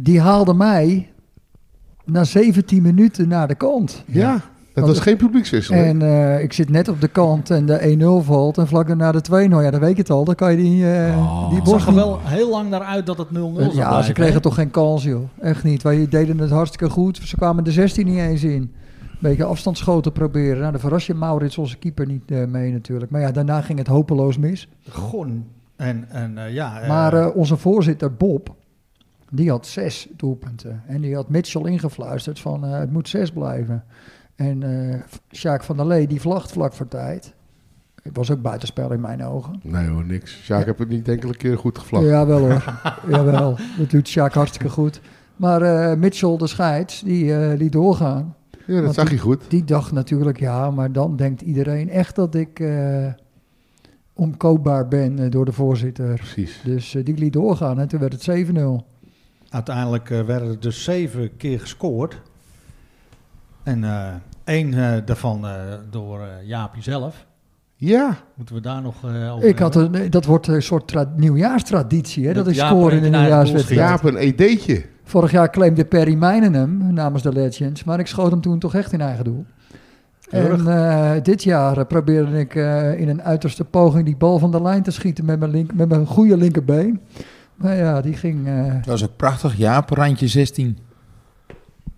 [SPEAKER 3] die haalde mij na 17 minuten naar de kant.
[SPEAKER 5] Ja, Dat
[SPEAKER 3] Want-
[SPEAKER 5] was geen publiekswisseling.
[SPEAKER 3] En eh, ik zit net op de kant en de 1-0 valt en vlak daarna de 2-0. Ja, dan weet ik het al. Dan kan je die, eh
[SPEAKER 7] Oh.
[SPEAKER 3] die
[SPEAKER 2] Het zag
[SPEAKER 3] borst
[SPEAKER 2] er
[SPEAKER 3] niet...
[SPEAKER 2] wel heel lang naar uit dat het 0-0 zou
[SPEAKER 3] Ja, ze
[SPEAKER 2] blijven,
[SPEAKER 3] kregen
[SPEAKER 2] hè?
[SPEAKER 3] toch geen kans, joh. Echt niet. Wij deden het hartstikke goed. Ze kwamen de 16 niet eens in. Een beetje afstandsschoten proberen. Nou, dan verras je Maurits, onze keeper, niet eh, mee natuurlijk. Maar ja, daarna ging het hopeloos mis.
[SPEAKER 2] Gon. En, en eh, ja... eh,
[SPEAKER 3] Maar eh, onze voorzitter Bob, die had zes doelpunten. En die had Mitchell ingefluisterd van eh, het moet zes blijven. En eh Sjaak van der Lee, die vlacht vlak voor tijd. Het was ook buitenspel in mijn ogen.
[SPEAKER 5] Nee hoor, niks. Sjaak heb het niet enkele keer goed gevlakt.
[SPEAKER 3] Ja, wel hoor. Jawel, dat doet Sjaak hartstikke goed. Maar eh, Mitchell, de scheids, die eh, liet doorgaan.
[SPEAKER 5] Ja, dat
[SPEAKER 3] Want
[SPEAKER 5] zag je goed.
[SPEAKER 3] Die dacht natuurlijk, ja, maar dan denkt iedereen echt dat ik eh, omkoopbaar ben eh, door de voorzitter.
[SPEAKER 5] Precies.
[SPEAKER 3] Dus eh, die liet doorgaan en toen werd het 7-0.
[SPEAKER 2] Uiteindelijk eh, werden er dus zeven keer gescoord. En eh, één eh, daarvan eh, door eh, Jaapie zelf.
[SPEAKER 5] Ja,
[SPEAKER 2] Moeten we daar nog eh, over
[SPEAKER 3] Ik had
[SPEAKER 2] hebben?
[SPEAKER 3] een, dat wordt een soort tra- nieuwjaarstraditie, hè?
[SPEAKER 2] Dat
[SPEAKER 3] Dat is
[SPEAKER 2] Jaap
[SPEAKER 3] scoren
[SPEAKER 2] en
[SPEAKER 3] in de
[SPEAKER 2] naar het doel
[SPEAKER 3] nieuwjaarswedstrijd.
[SPEAKER 5] Jaap een E ED'tje.
[SPEAKER 3] Vorig jaar claimde Perry Mijnen hem namens de Legends, maar ik schoot hem toen toch echt in eigen doel. En eh, dit jaar eh, probeerde ik eh, in een uiterste poging die bal van de lijn te schieten met mijn, link, met mijn goede linkerbeen. Maar ja, die ging eh,
[SPEAKER 1] Dat was ook prachtig. Jaap, randje 16.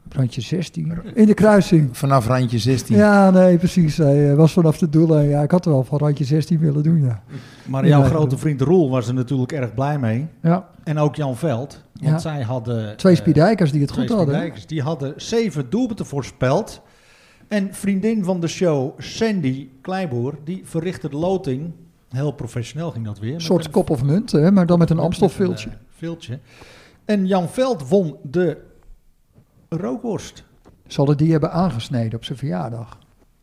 [SPEAKER 3] randje 16 in de kruising.
[SPEAKER 1] Vanaf randje 16.
[SPEAKER 3] Ja, nee, precies. Hij eh, was vanaf de doellijn. Ja, ik had er wel van randje 16 willen doen, ja.
[SPEAKER 2] Maar jouw
[SPEAKER 3] Ja,
[SPEAKER 2] grote
[SPEAKER 3] ik-
[SPEAKER 2] vriend Roel was er natuurlijk erg blij mee.
[SPEAKER 3] ja.
[SPEAKER 2] En ook Jan Veld. Want
[SPEAKER 3] Ja.
[SPEAKER 2] zij hadden...
[SPEAKER 3] Twee
[SPEAKER 2] eh,
[SPEAKER 3] spiedijkers die het
[SPEAKER 2] twee
[SPEAKER 3] goed hadden.
[SPEAKER 2] Spierdijkers. Die hadden zeven doelpunten voorspeld. En vriendin van de show, Sandy Kleiboer, die verrichtte de loting. Heel professioneel ging dat weer.
[SPEAKER 3] Een
[SPEAKER 2] Met
[SPEAKER 3] soort kop of munt, hè, maar dan met een Amstelviltje.
[SPEAKER 2] Met een, eh, viltje. En Jan Veld won de rookworst.
[SPEAKER 3] Zal hij die hebben aangesneden op zijn verjaardag?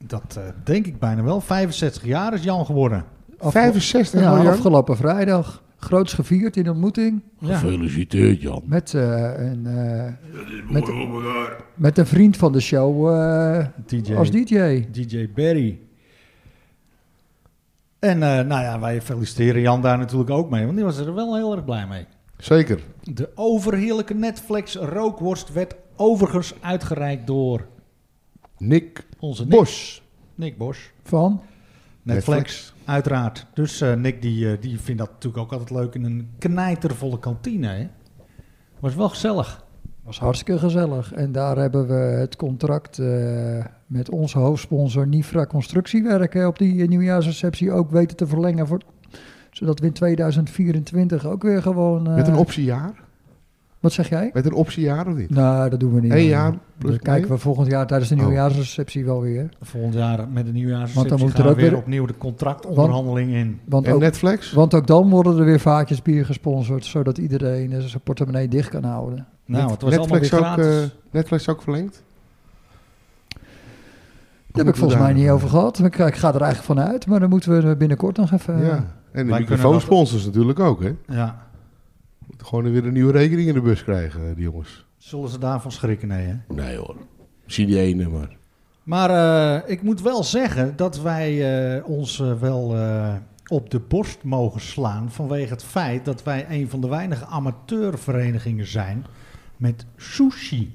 [SPEAKER 2] Dat eh, denk ik bijna wel. 65 jaar is Jan geworden.
[SPEAKER 3] Afge-
[SPEAKER 5] 65
[SPEAKER 3] ja,
[SPEAKER 5] miljoen.
[SPEAKER 3] afgelopen vrijdag. Groots gevierd in de ontmoeting.
[SPEAKER 2] Ja.
[SPEAKER 7] Gefeliciteerd, Jan.
[SPEAKER 3] Met, eh, een, eh, met, met een vriend van de show eh,
[SPEAKER 2] DJ,
[SPEAKER 3] als DJ.
[SPEAKER 2] DJ Barry. En eh, nou ja, wij feliciteren Jan daar natuurlijk ook mee, want die was er wel heel erg blij mee.
[SPEAKER 5] Zeker.
[SPEAKER 2] De overheerlijke Netflix rookworst werd overigens uitgereikt door
[SPEAKER 5] Nick
[SPEAKER 2] onze Nick,
[SPEAKER 5] Bos.
[SPEAKER 2] Nick Bos.
[SPEAKER 3] Van?
[SPEAKER 2] Netflix, uiteraard. Dus eh, Nick die, eh, die vindt dat natuurlijk ook altijd leuk in een knijtervolle kantine. Hè? Was wel gezellig.
[SPEAKER 3] Was hartstikke gezellig. En daar hebben we het contract eh, met onze hoofdsponsor Nifra Constructiewerken op die eh, nieuwjaarsreceptie ook weten te verlengen. Voor, zodat we in 2024 ook weer gewoon. eh,
[SPEAKER 5] Met een optiejaar?
[SPEAKER 3] Wat zeg jij?
[SPEAKER 5] Met een optiejaar of niet?
[SPEAKER 3] Nou, dat doen we niet.
[SPEAKER 5] Eén jaar plus
[SPEAKER 3] Dan kijken we volgend jaar tijdens de
[SPEAKER 5] Oh.
[SPEAKER 3] nieuwjaarsreceptie wel weer.
[SPEAKER 2] Volgend jaar met de
[SPEAKER 3] Want dan
[SPEAKER 2] nieuwjaarsreceptie
[SPEAKER 3] moet
[SPEAKER 2] gaan
[SPEAKER 3] er
[SPEAKER 2] we
[SPEAKER 3] ook
[SPEAKER 2] weer
[SPEAKER 3] weer-
[SPEAKER 2] opnieuw de contractonderhandeling in.
[SPEAKER 3] Want
[SPEAKER 5] En
[SPEAKER 3] ook,
[SPEAKER 5] Netflix?
[SPEAKER 3] want ook dan worden er weer vaatjes bier gesponsord, zodat iedereen eh, zijn portemonnee dicht kan houden.
[SPEAKER 2] Nou, het was
[SPEAKER 5] Netflix ook,
[SPEAKER 2] allemaal weer gratis.
[SPEAKER 5] eh, Netflix ook verlengd?
[SPEAKER 3] Daar heb ik volgens mij niet over gehad. Ik, ik ga er eigenlijk vanuit, maar dan moeten we er binnenkort nog even...
[SPEAKER 5] Ja. En de
[SPEAKER 2] Wij
[SPEAKER 5] microfoonsponsors natuurlijk ook, hè?
[SPEAKER 3] eh,
[SPEAKER 2] ja.
[SPEAKER 5] Moeten gewoon weer een nieuwe rekening in de bus krijgen, eh, die jongens.
[SPEAKER 2] Zullen ze daarvan schrikken? Nee, hè?
[SPEAKER 7] Nee hoor. Misschien die ene, maar...
[SPEAKER 2] Maar eh, ik moet wel zeggen dat wij eh, ons eh, wel eh, op de borst mogen slaan vanwege het feit dat wij een van de weinige amateurverenigingen zijn met sushi.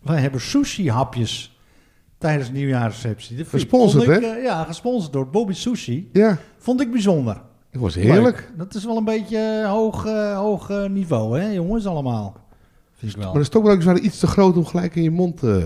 [SPEAKER 2] Wij hebben sushi-hapjes tijdens de nieuwjaarsreceptie. Dat vind ik-
[SPEAKER 5] Gesponsord,
[SPEAKER 2] vond ik,
[SPEAKER 5] hè?
[SPEAKER 2] eh, ja, gesponsord door Bobby Sushi.
[SPEAKER 5] Ja,
[SPEAKER 2] Vond ik bijzonder.
[SPEAKER 5] het was heerlijk.
[SPEAKER 2] Leuk. Dat is wel een beetje eh, hoog, eh, hoog eh, niveau, hè, jongens, allemaal. Vind ik wel.
[SPEAKER 5] Maar de stokbroodjes waren iets te groot om gelijk in je mond eh,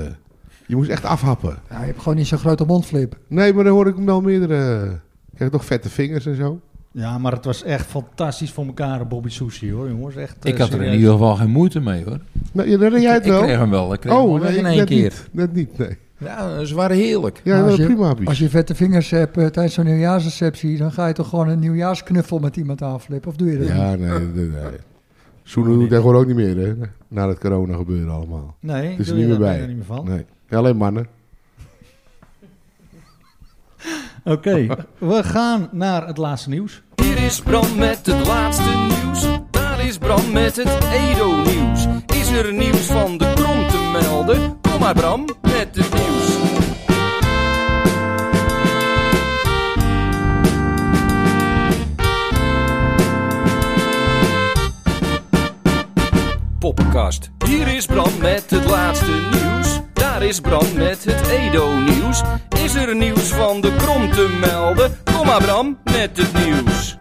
[SPEAKER 5] Je moest echt afhappen.
[SPEAKER 3] Ja, je hebt gewoon niet zo'n grote mondflip.
[SPEAKER 5] Nee, maar dan hoor ik wel meerdere... Ik krijg toch vette vingers en zo.
[SPEAKER 2] Ja, maar het was echt fantastisch voor elkaar, Bobby Sushi, hoor, jongens. Echt, eh,
[SPEAKER 1] Ik had er in
[SPEAKER 2] serieus.
[SPEAKER 1] ieder geval geen moeite mee hoor.
[SPEAKER 5] Nou, ja, dan red
[SPEAKER 1] Ik,
[SPEAKER 5] jij het wel. Oh,
[SPEAKER 1] ik kreeg hem wel. Ik kreeg hem wel
[SPEAKER 5] nee,
[SPEAKER 1] weg
[SPEAKER 5] ik
[SPEAKER 1] in één
[SPEAKER 5] net
[SPEAKER 1] keer.
[SPEAKER 5] Niet, net niet, nee.
[SPEAKER 1] Ja, ze waren heerlijk.
[SPEAKER 5] Ja,
[SPEAKER 3] Maar
[SPEAKER 5] dat
[SPEAKER 3] als
[SPEAKER 5] was
[SPEAKER 3] je-
[SPEAKER 5] prima, Abies.
[SPEAKER 3] Als je vette vingers hebt eh, tijdens zo'n nieuwjaarsreceptie, dan ga je toch gewoon een nieuwjaarsknuffel met iemand aanflippen? Of doe je dat niet?
[SPEAKER 5] Ja, nee, nee, nee. Zoenen doe ik tegenwoordig ook niet meer, hè. Na dat corona gebeuren allemaal.
[SPEAKER 2] Nee,
[SPEAKER 5] Het is
[SPEAKER 2] doe
[SPEAKER 5] er
[SPEAKER 2] je
[SPEAKER 5] niet
[SPEAKER 2] daar
[SPEAKER 5] meer
[SPEAKER 2] bijna
[SPEAKER 5] bij.
[SPEAKER 2] niet meer van.
[SPEAKER 5] Nee, alleen mannen.
[SPEAKER 2] Oké,
[SPEAKER 5] <laughs>
[SPEAKER 2] we gaan naar het laatste nieuws.
[SPEAKER 9] Hier is Bram met het laatste nieuws. Daar is Bram met het Edo-nieuws. Is er nieuws van de krom te melden? Kom maar Bram met het nieuws. Poppenkast. Hier is Bram met het laatste nieuws. Daar Daar is Bram met het Edo-nieuws. Is er nieuws van de krom te melden? Kom maar Bram met het nieuws.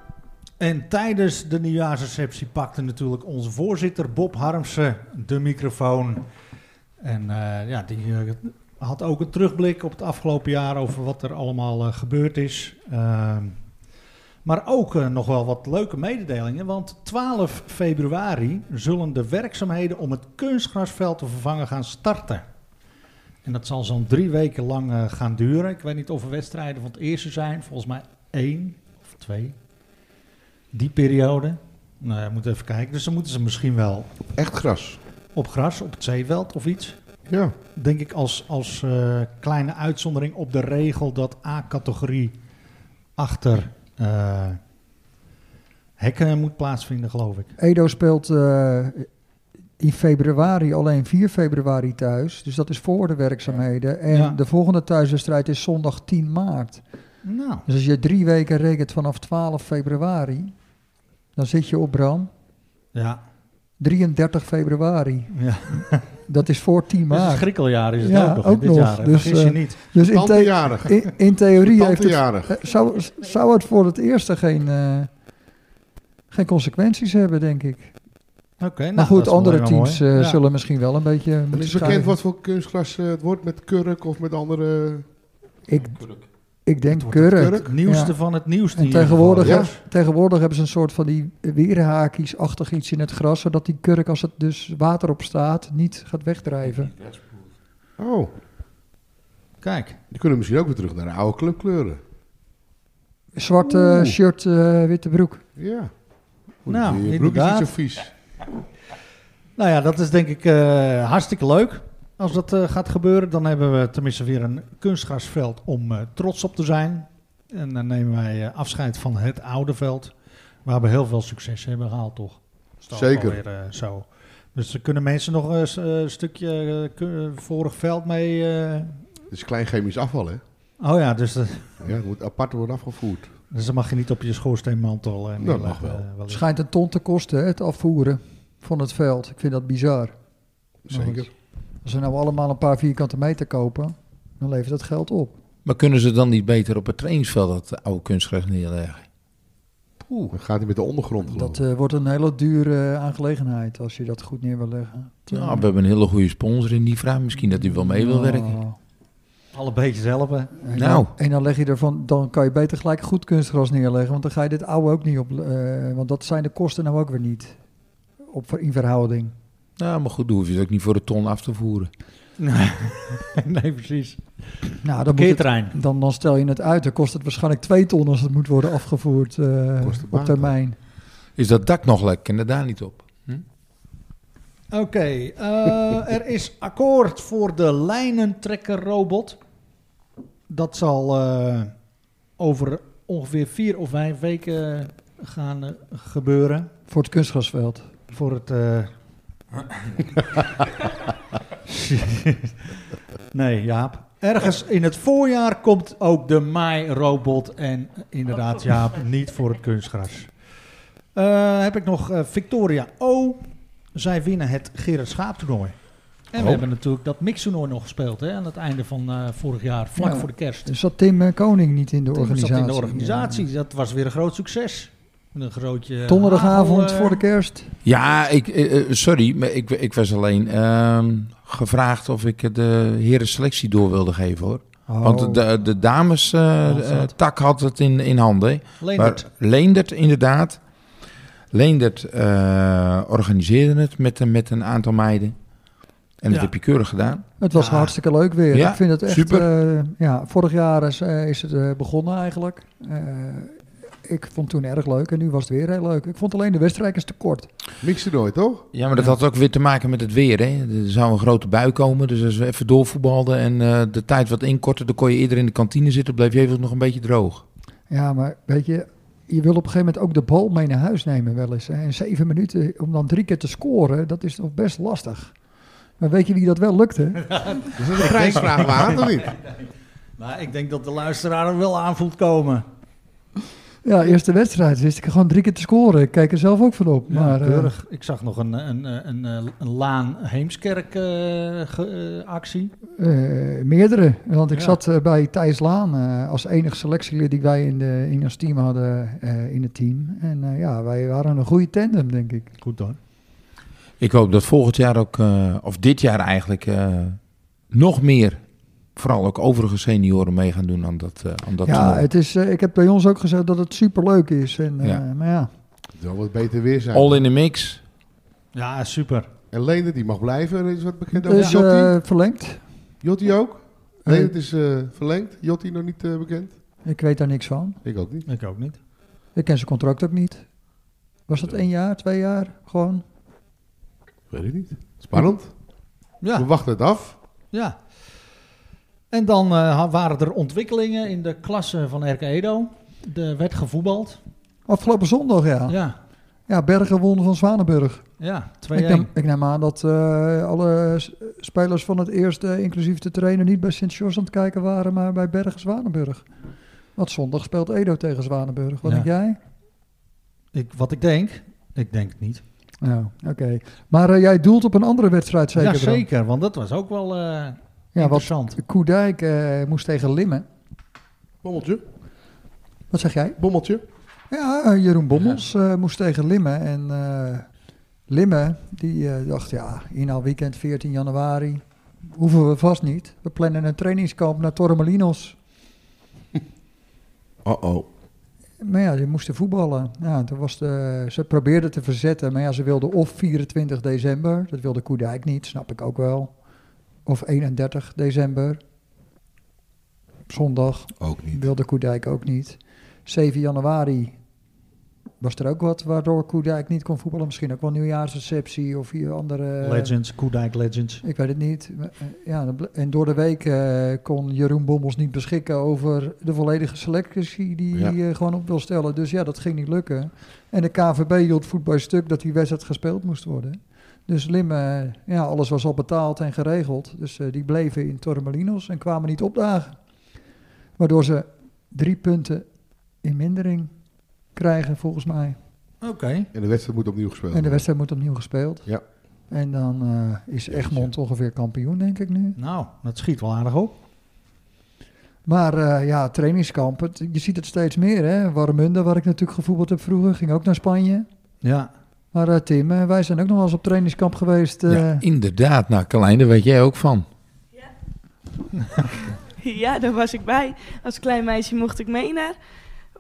[SPEAKER 2] En tijdens de nieuwjaarsreceptie pakte natuurlijk onze voorzitter Bob Harmsen de microfoon. En eh, ja, die eh, had ook een terugblik op het afgelopen jaar over wat er allemaal eh, gebeurd is. Ehm, maar ook eh, nog wel wat leuke mededelingen, want 12 februari zullen de werkzaamheden om het kunstgrasveld te vervangen gaan starten. En dat zal zo'n drie weken lang eh, gaan duren. Ik weet niet of er wedstrijden van het eerste zijn, volgens mij één of twee. Die periode. Nou ja, moet even kijken. Dus dan moeten ze misschien wel
[SPEAKER 5] Echt gras.
[SPEAKER 2] op gras, op het zeeveld of iets.
[SPEAKER 5] Ja.
[SPEAKER 2] Denk ik als, als eh, kleine uitzondering op de regel dat A-categorie achter eh, hekken moet plaatsvinden, geloof ik.
[SPEAKER 3] Edo speelt eh, in februari, alleen 4 februari thuis. Dus dat is voor de werkzaamheden. En
[SPEAKER 2] Ja.
[SPEAKER 3] de volgende thuiswedstrijd is zondag 10 maart.
[SPEAKER 2] Nou,
[SPEAKER 3] Dus als je drie weken rekent vanaf 12 februari, dan zit je op Bram.
[SPEAKER 2] ja.
[SPEAKER 3] 33 februari.
[SPEAKER 2] ja.
[SPEAKER 3] Dat is voor 10
[SPEAKER 2] Dus het
[SPEAKER 3] maart.
[SPEAKER 2] schrikkeljaar is het
[SPEAKER 3] Ja,
[SPEAKER 2] ook nog.
[SPEAKER 3] ook
[SPEAKER 2] dit
[SPEAKER 3] nog.
[SPEAKER 2] jaar, hè.
[SPEAKER 3] Dus,
[SPEAKER 2] vergis je
[SPEAKER 3] eh,
[SPEAKER 2] niet.
[SPEAKER 3] Dus in, the-
[SPEAKER 5] Tantejarig.
[SPEAKER 3] in, in theorie heeft het,
[SPEAKER 5] Tantejarig.
[SPEAKER 3] eh, zou, zou het voor het eerste geen, eh, geen consequenties hebben, denk ik.
[SPEAKER 2] Oké, nou,
[SPEAKER 3] maar
[SPEAKER 2] dat
[SPEAKER 3] goed,
[SPEAKER 2] is wel
[SPEAKER 3] andere
[SPEAKER 2] weer mooi.
[SPEAKER 3] teams eh,
[SPEAKER 2] Ja.
[SPEAKER 3] zullen misschien wel een beetje...
[SPEAKER 5] En is
[SPEAKER 3] moeten
[SPEAKER 5] bekend
[SPEAKER 3] schuiven.
[SPEAKER 5] wat voor kunstgras eh, het wordt met kurk of met andere...
[SPEAKER 3] Ik, ik denk
[SPEAKER 2] wordt het
[SPEAKER 3] keurig.
[SPEAKER 5] kurk.
[SPEAKER 2] Het nieuwste
[SPEAKER 3] Ja.
[SPEAKER 2] van het nieuwste.
[SPEAKER 3] En
[SPEAKER 2] in ieder
[SPEAKER 3] tegenwoordig,
[SPEAKER 2] geval.
[SPEAKER 5] ja.
[SPEAKER 3] heb- tegenwoordig hebben ze een soort van die weerhaakjes-achtig iets in het gras, zodat die kurk, als het dus water op staat, niet gaat wegdrijven.
[SPEAKER 5] Oh,
[SPEAKER 2] Kijk,
[SPEAKER 5] die kunnen misschien ook weer terug naar de oude clubkleuren.
[SPEAKER 3] Zwarte
[SPEAKER 5] Oeh.
[SPEAKER 3] shirt, eh, witte broek.
[SPEAKER 5] Ja.
[SPEAKER 2] Nou,
[SPEAKER 5] je broek is
[SPEAKER 2] inderdaad.
[SPEAKER 5] niet zo vies.
[SPEAKER 2] Nou ja, dat is denk ik eh, hartstikke leuk. Als dat eh, gaat gebeuren, dan hebben we tenminste weer een kunstgrasveld om eh, trots op te zijn. En dan nemen wij eh, afscheid van het oude veld, waar we heel veel succes hebben gehaald, toch? Is dat
[SPEAKER 5] Zeker.
[SPEAKER 2] alweer, eh, zo. Dus er kunnen mensen nog eens, eh, een stukje eh, ku- vorig veld mee. eh,
[SPEAKER 5] Het is klein chemisch afval, hè?
[SPEAKER 2] Oh ja, dus, eh,
[SPEAKER 5] Ja, het moet apart worden afgevoerd.
[SPEAKER 2] dus dan mag je niet op je schoorsteenmantel. eh,
[SPEAKER 5] mag
[SPEAKER 2] neerleggen,
[SPEAKER 5] wel.
[SPEAKER 2] eh, wellicht.
[SPEAKER 3] Schijnt een ton te kosten, hè, het afvoeren van het veld. Ik vind dat bizar.
[SPEAKER 5] Zeker.
[SPEAKER 3] Als we nou allemaal een paar vierkante meter kopen, dan levert dat geld op.
[SPEAKER 1] Maar kunnen ze dan niet beter op het trainingsveld dat oude kunstgras neerleggen?
[SPEAKER 5] Dan gaat hij met de ondergrond, geloof
[SPEAKER 3] Dat
[SPEAKER 5] ik.
[SPEAKER 3] eh, wordt een hele dure eh, aangelegenheid als je dat goed neer wil leggen.
[SPEAKER 1] Nou, we hebben een hele goede sponsor in die vraag. Misschien dat hij wel mee wil werken.
[SPEAKER 3] Oh.
[SPEAKER 2] Alle beetjes helpen. <laughs>
[SPEAKER 3] En
[SPEAKER 1] Nou.
[SPEAKER 3] Dan, en dan leg je ervan, dan kan je beter gelijk goed kunstgras neerleggen, want dan ga je dit oude ook niet op, eh, want dat zijn de kosten nou ook weer niet op ver- in verhouding.
[SPEAKER 1] Nou, maar goed, dan hoef je het ook niet voor de ton af te voeren.
[SPEAKER 2] Nee, nee precies.
[SPEAKER 3] Nou, dan, moet het-
[SPEAKER 2] Keertrein.
[SPEAKER 3] dan, dan stel je het uit, dan kost het waarschijnlijk twee ton als het moet worden afgevoerd eh,
[SPEAKER 5] Kost de baan
[SPEAKER 3] op termijn.
[SPEAKER 1] Is dat dak nog lek? Ken je daar niet op?
[SPEAKER 2] Oké, eh, er is akkoord voor de lijnentrekkerrobot. Dat zal eh, over ongeveer vier of vijf weken gaan eh, gebeuren.
[SPEAKER 3] Voor het kunstgrasveld.
[SPEAKER 2] Voor het. eh, nee, Jaap. Ergens in het voorjaar komt ook de Mai-robot. En inderdaad, Jaap, niet voor het kunstgras. Eh, heb ik nog eh, Victoria O. Zij winnen het Gerard Schaap-toernooi. En we
[SPEAKER 1] Oh.
[SPEAKER 2] hebben natuurlijk dat mix-toernooi nog gespeeld hè, aan het einde van eh, vorig jaar, vlak
[SPEAKER 3] Ja.
[SPEAKER 2] voor de kerst.
[SPEAKER 3] Dus zat Tim eh, Koning niet in de
[SPEAKER 2] Toen
[SPEAKER 3] organisatie?
[SPEAKER 2] zat in de organisatie. Dat was weer een groot succes. Met een grootje. eh,
[SPEAKER 3] Donderdagavond
[SPEAKER 2] hagel, eh,
[SPEAKER 3] voor de kerst.
[SPEAKER 1] Ja, ik, eh, eh, sorry, maar ik, ik was alleen ehm, gevraagd of ik de herenselectie door wilde geven hoor.
[SPEAKER 3] Oh.
[SPEAKER 1] Want de, de dames eh,
[SPEAKER 2] Wat
[SPEAKER 1] eh,
[SPEAKER 2] zat?
[SPEAKER 1] tak had het in, in handen. hè.
[SPEAKER 2] Leendert.
[SPEAKER 1] Maar Leendert, inderdaad. Leendert eh, organiseerde het met, een- met een aantal meiden. En dat
[SPEAKER 2] Ja.
[SPEAKER 1] heb je keurig gedaan.
[SPEAKER 3] Het was
[SPEAKER 2] Ja.
[SPEAKER 3] hartstikke leuk weer.
[SPEAKER 1] Ja,
[SPEAKER 3] ik vind het echt.
[SPEAKER 1] super.
[SPEAKER 3] eh, ja, vorig jaar is, eh, is het eh, begonnen eigenlijk. Eh, ik vond het toen erg leuk en nu was het weer heel leuk. Ik vond alleen de wedstrijders te kort.
[SPEAKER 5] Mixen nooit, toch?
[SPEAKER 1] Ja, maar dat had ook weer te maken met het weer. Hè? Er zou een grote bui komen. Dus als we even doorvoetbalden en eh, de tijd wat inkorten, dan kon je eerder in de kantine zitten. Bleef je even nog een beetje droog.
[SPEAKER 3] Ja, maar weet je, je wil op een gegeven moment ook de bal mee naar huis nemen wel eens. Hè. En zeven minuten om dan drie keer te scoren, dat is nog best lastig. Maar weet je wie dat wel lukte?
[SPEAKER 2] <laughs>
[SPEAKER 5] Is Dus dat een prijsvraag waard of niet?
[SPEAKER 2] Maar ik denk dat de luisteraar hem wel aan voelt komen.
[SPEAKER 3] Ja, eerste wedstrijd wist ik gewoon drie keer te scoren. Ik kijk er zelf ook van op. maar, eh,
[SPEAKER 2] keurig. Ik zag nog een, een, een, een, eh, een Laan Heemskerk eh, ge- eh, actie.
[SPEAKER 3] eh, meerdere. Want ik
[SPEAKER 2] Ja.
[SPEAKER 3] zat eh, bij Thijs Laan eh, als enige selectielid die wij in, de, in ons team hadden eh, in het team. En eh, ja, wij waren een goede tandem, denk ik.
[SPEAKER 2] Goed hoor.
[SPEAKER 1] Ik hoop dat volgend jaar ook, eh, of dit jaar eigenlijk, eh, nog meer, vooral ook overige senioren mee gaan doen aan dat, eh aan dat
[SPEAKER 3] ja,
[SPEAKER 1] toernooi.
[SPEAKER 3] het is, eh, ik heb bij ons ook gezegd dat het superleuk is. En, eh,
[SPEAKER 1] Ja.
[SPEAKER 3] Maar ja,
[SPEAKER 5] Het zal wat beter weer zijn.
[SPEAKER 1] All in the mix.
[SPEAKER 2] Ja, super.
[SPEAKER 5] En Lene, die mag blijven. Is wat bekend over
[SPEAKER 3] dus
[SPEAKER 5] Jotti.
[SPEAKER 3] eh, verlengd.
[SPEAKER 5] Jotti ook? Nee,
[SPEAKER 3] Nee.
[SPEAKER 5] het is eh, verlengd. Jotti nog niet eh, bekend?
[SPEAKER 3] Ik weet daar niks van.
[SPEAKER 5] Ik ook niet.
[SPEAKER 2] Ik ook niet.
[SPEAKER 3] Ik ken zijn contract ook niet. Was dat één jaar, twee jaar? Gewoon.
[SPEAKER 5] Weet ik niet. Spannend. We
[SPEAKER 3] Ah.
[SPEAKER 2] Ja,
[SPEAKER 5] wachten het af.
[SPEAKER 2] ja. En dan eh, ha- waren er ontwikkelingen in de klasse van RK Edo. Er werd gevoetbald.
[SPEAKER 3] Afgelopen zondag, ja. Ja,
[SPEAKER 2] Ja,
[SPEAKER 3] Bergen won van Zwanenburg.
[SPEAKER 2] ja. 2-1.
[SPEAKER 3] Ik neem, ik neem aan dat eh, alle s- spelers van het eerste, inclusief de trainer, niet bij Sint-George aan het kijken waren, maar bij Bergen Zwanenburg. Want zondag speelt Edo tegen Zwanenburg. Wat
[SPEAKER 2] Ja.
[SPEAKER 3] denk jij?
[SPEAKER 2] Ik, wat ik denk, ik denk het niet.
[SPEAKER 3] Nou, oké. Maar eh, jij doelt op een andere wedstrijd zeker?
[SPEAKER 2] ja,
[SPEAKER 3] Bram?
[SPEAKER 2] zeker. Want dat was ook wel eh,
[SPEAKER 3] Ja, wat
[SPEAKER 2] interessant.
[SPEAKER 3] Koedijk eh, moest tegen Limmen.
[SPEAKER 5] Bommeltje.
[SPEAKER 3] Wat zeg jij?
[SPEAKER 5] Bommeltje.
[SPEAKER 3] Ja, eh, Jeroen Bommels eh, moest tegen Limmen. En eh Limmen, die eh, dacht, ja, inhaalweekend 14 januari. Hoeven we vast niet. We plannen een trainingskamp naar Torremolinos.
[SPEAKER 7] Uh-oh.
[SPEAKER 3] Maar ja, die moesten voetballen. Ja, toen was de, ze probeerden te verzetten, maar ja, ze wilden of 24 december. Dat wilde Koedijk niet, snap ik ook wel. Of 31 december. Zondag.
[SPEAKER 7] Ook niet.
[SPEAKER 3] Wilde Koedijk ook niet. 7 januari was er ook wat waardoor Koedijk niet kon voetballen. Misschien ook wel nieuwjaarsreceptie of hier
[SPEAKER 2] eh,
[SPEAKER 3] andere...
[SPEAKER 2] Legends, Koedijk Legends.
[SPEAKER 3] Ik weet het niet. Maar, eh, Ja, dan ble- en door de week eh, kon Jeroen Bommels niet beschikken over de volledige selectie die
[SPEAKER 7] Ja.
[SPEAKER 3] hij eh, gewoon op wil stellen. Dus ja, dat ging niet lukken. En de KVB hield voet bij stuk dat die wedstrijd gespeeld moest worden. Dus Limme, eh, ja, alles was al betaald en geregeld. Dus eh, die bleven in Torremolinos en kwamen niet opdagen. Waardoor ze drie punten in mindering krijgen, volgens mij.
[SPEAKER 2] Oké.
[SPEAKER 5] En de wedstrijd moet opnieuw gespeeld
[SPEAKER 3] En de
[SPEAKER 5] worden.
[SPEAKER 3] wedstrijd moet opnieuw gespeeld.
[SPEAKER 5] Ja.
[SPEAKER 3] En dan eh, is Egmond ongeveer kampioen, denk ik nu.
[SPEAKER 2] Nou, dat schiet wel aardig op.
[SPEAKER 3] Maar eh, ja, trainingskamp, het- je ziet het steeds meer. Hè? Warmunde, waar ik natuurlijk gevoetbald heb vroeger, ging ook naar Spanje.
[SPEAKER 2] Ja.
[SPEAKER 3] Maar eh, Tim, eh, wij zijn ook nog wel eens op trainingskamp geweest. eh,
[SPEAKER 1] ja, inderdaad. Nou, Klein, daar weet jij ook van.
[SPEAKER 8] Ja, daar was ik bij. Als klein meisje mocht ik mee naar.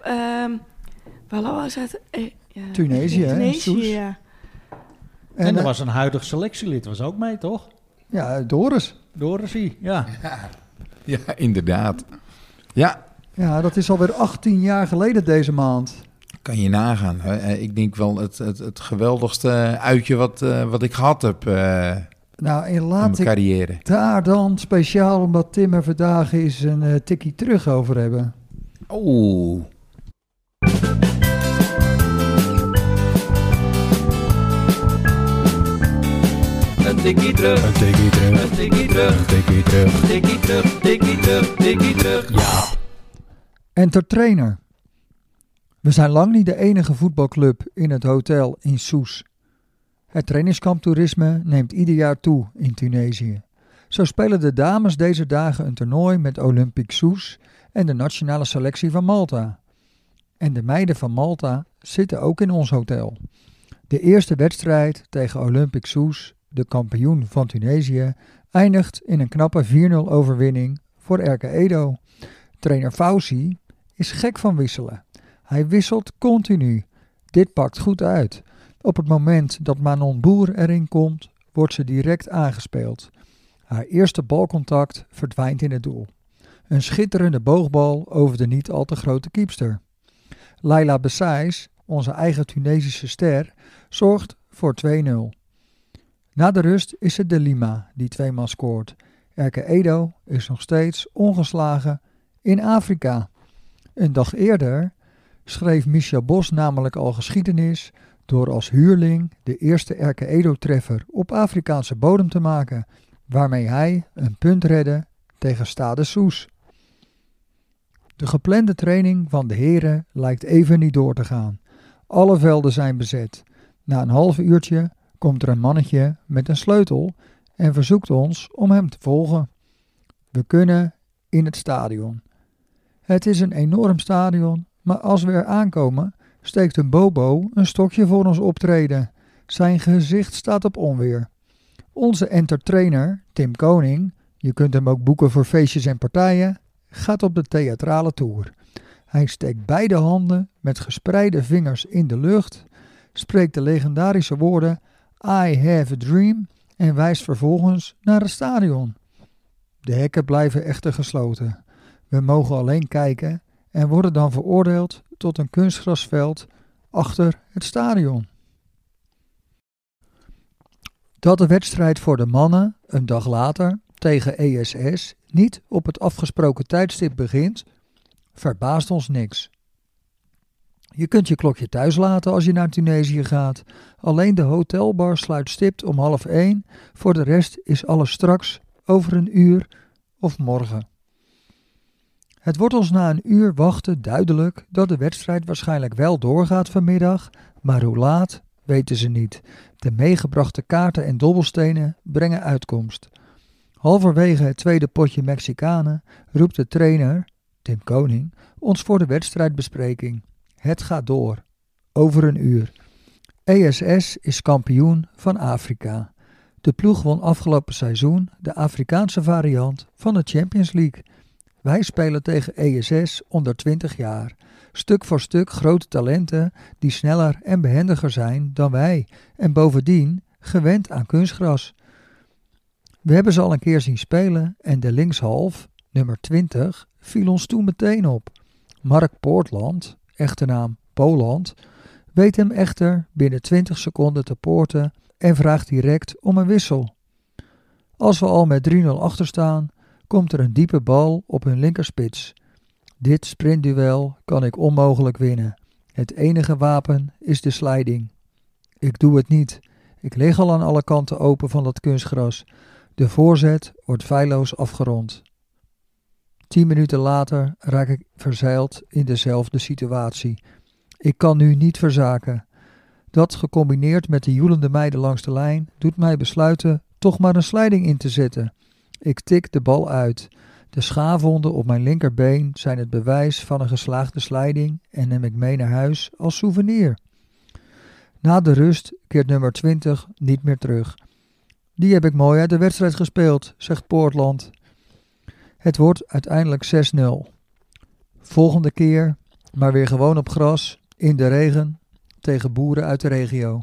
[SPEAKER 8] ehm waar was het? Eh, ja.
[SPEAKER 3] Tunesië, hè, Soes.
[SPEAKER 8] Tunesië, ja.
[SPEAKER 2] En,
[SPEAKER 3] en,
[SPEAKER 2] er
[SPEAKER 3] eh,
[SPEAKER 2] was een huidig selectielid, was ook mee, toch?
[SPEAKER 3] Ja, Doris.
[SPEAKER 2] Dorothee, ja.
[SPEAKER 1] Ja, inderdaad. Ja,
[SPEAKER 3] Ja, dat is alweer 18 jaar geleden deze maand.
[SPEAKER 1] kan je nagaan. hè. Eh, Ik denk wel het, het, het geweldigste uitje wat, eh, wat ik gehad heb eh in
[SPEAKER 3] Nou, en
[SPEAKER 1] mijn
[SPEAKER 3] laat ik
[SPEAKER 1] carrière.
[SPEAKER 3] daar dan speciaal, omdat Tim er vandaag is, een eh, tikkie terug over hebben.
[SPEAKER 1] Oeh.
[SPEAKER 9] Een tikkie terug,
[SPEAKER 7] Een tikkie terug,
[SPEAKER 9] een tikkie terug,
[SPEAKER 7] een tikkie terug.
[SPEAKER 9] tikkie terug, tikkie terug, tikkie terug. Ja.
[SPEAKER 3] En ter trainer. We zijn lang niet de enige voetbalclub in het hotel in Soes. Het trainingskamptoerisme neemt ieder jaar toe in Tunesië. Zo spelen de dames deze dagen een toernooi met Olympique Soes en de nationale selectie van Malta. En de meiden van Malta zitten ook in ons hotel. De eerste wedstrijd tegen Olympique Soes, de kampioen van Tunesië, eindigt in een knappe 4-0 overwinning voor RK Edo. Trainer Fauci is gek van wisselen. Hij wisselt continu. Dit pakt goed uit. Op het moment dat Manon Boer erin komt, wordt ze direct aangespeeld. Haar eerste balcontact verdwijnt in het doel. Een schitterende boogbal over de niet al te grote kiepster. Laila Bessais, onze eigen Tunesische ster, zorgt voor 2-0. Na de rust is het de Lima die tweemaal scoort. Erke Edo is nog steeds ongeslagen in Afrika. Een dag eerder schreef Michel Bos namelijk al geschiedenis door als huurling de eerste Erke Edo-treffer op Afrikaanse bodem te maken, waarmee hij een punt redde tegen Stade Soes. De geplande training van de heren lijkt even niet door te gaan. Alle velden zijn bezet. Na een half uurtje komt er een mannetje met een sleutel en verzoekt ons om hem te volgen. We kunnen in het stadion. Het is een enorm stadion, maar als we er aankomen, steekt een bobo een stokje voor ons optreden. Zijn gezicht staat op onweer. Onze entertainer, Tim Koning, je kunt hem ook boeken voor feestjes en partijen, gaat op de theatrale tour. Hij steekt beide handen met gespreide vingers in de lucht, spreekt de legendarische woorden I have a dream en wijst vervolgens naar het stadion. De hekken blijven echter gesloten. We mogen alleen kijken en worden dan veroordeeld tot een kunstgrasveld achter het stadion. Dat de wedstrijd voor de mannen een dag later tegen ESS niet op het afgesproken tijdstip begint, verbaast ons niks. Je kunt je klokje thuis laten als je naar Tunesië gaat. Alleen de hotelbar sluit stipt om half één. Voor de rest is alles straks, over een uur of morgen. Het wordt ons na een uur wachten duidelijk dat de wedstrijd waarschijnlijk wel doorgaat vanmiddag, maar hoe laat weten ze niet. De meegebrachte kaarten en dobbelstenen brengen uitkomst. Halverwege het tweede potje Mexicanen roept de trainer, Tim Koning, ons voor de wedstrijdbespreking. Het gaat door. Over een uur. ESS is kampioen van Afrika. De ploeg won afgelopen seizoen de Afrikaanse variant van de Champions League. Wij spelen tegen ESS onder 20 jaar. Stuk voor stuk grote talenten die sneller en behendiger zijn dan wij en bovendien gewend aan kunstgras. We hebben ze al een keer zien spelen en de linkshalf, nummer 20, viel ons toen meteen op. Mark Poortland, echte naam Poland, weet hem echter binnen 20 seconden te poorten en vraagt direct om een wissel. Als we al met 3-0 achter staan, komt er een diepe bal op hun linkerspits. Dit sprintduel kan ik onmogelijk winnen. Het enige wapen is de sliding. Ik doe het niet. Ik lig al aan alle kanten open van dat kunstgras. De voorzet wordt feilloos afgerond. Tien minuten later raak ik verzeild in dezelfde situatie. Ik kan nu niet verzaken. Dat gecombineerd met de joelende meiden langs de lijn doet mij besluiten toch maar een slijding in te zetten. Ik tik de bal uit. De schaafwonden op mijn linkerbeen zijn het bewijs van een geslaagde slijding en neem ik mee naar huis als souvenir. Na de rust keert nummer 20 niet meer terug. Die heb ik mooi uit de wedstrijd gespeeld, zegt Poortland. Het wordt uiteindelijk 6-0. Volgende keer, maar weer gewoon op gras, in de regen, tegen boeren uit de regio.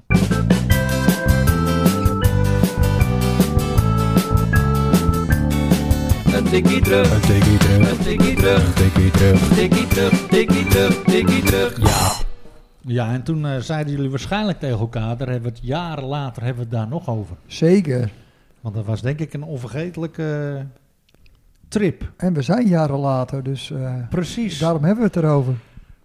[SPEAKER 9] Een tikkie terug,
[SPEAKER 7] Een tikkie terug,
[SPEAKER 9] een tikkie terug,
[SPEAKER 7] een tikkie terug.
[SPEAKER 9] tikkie terug, tikkie terug, tikkie terug. Ja.
[SPEAKER 2] Ja, en toen eh, zeiden jullie waarschijnlijk tegen elkaar, daar hebben we het jaren later hebben we het daar nog over.
[SPEAKER 3] Zeker.
[SPEAKER 2] Want dat was denk ik een onvergetelijke eh, trip.
[SPEAKER 3] En we zijn jaren later, dus eh,
[SPEAKER 2] Precies.
[SPEAKER 3] daarom hebben we het erover.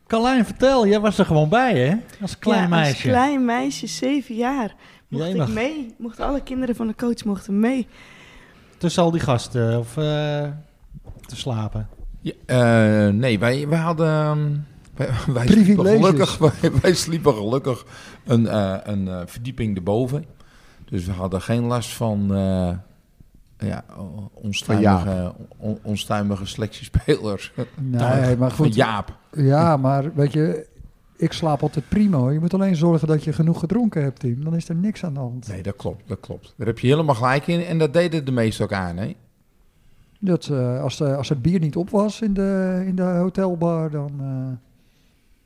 [SPEAKER 2] Carlijn, vertel, jij was er gewoon bij, hè? Als klein
[SPEAKER 8] Ja,
[SPEAKER 2] meisje.
[SPEAKER 8] Als klein meisje, zeven jaar, mocht
[SPEAKER 2] Jij
[SPEAKER 8] ik
[SPEAKER 2] mag.
[SPEAKER 8] mee. Mocht alle kinderen van de coach mochten mee.
[SPEAKER 2] Tussen al die gasten of eh, te slapen.
[SPEAKER 1] Ja, eh, nee, wij, wij hadden. ehm, Wij, <laughs> wij sliepen
[SPEAKER 3] Privileges.
[SPEAKER 1] gelukkig, <laughs> wij, wij sliepen gelukkig een, eh, een eh, verdieping erboven. Dus we hadden geen last van. eh ja, o- onstuimige, on- onstuimige selectiespelers.
[SPEAKER 3] Nee, maar
[SPEAKER 1] Van
[SPEAKER 3] goed.
[SPEAKER 1] Jaap.
[SPEAKER 3] Ja, maar weet je, ik slaap altijd primo. Je moet alleen zorgen dat je genoeg gedronken hebt, Tim. Dan is er niks aan de hand.
[SPEAKER 1] Nee, dat klopt, dat klopt. Daar heb je helemaal gelijk in. En dat deden de meesten ook aan, hè?
[SPEAKER 3] Dat, eh, als, de, als het bier niet op was in de, in de hotelbar, dan... eh,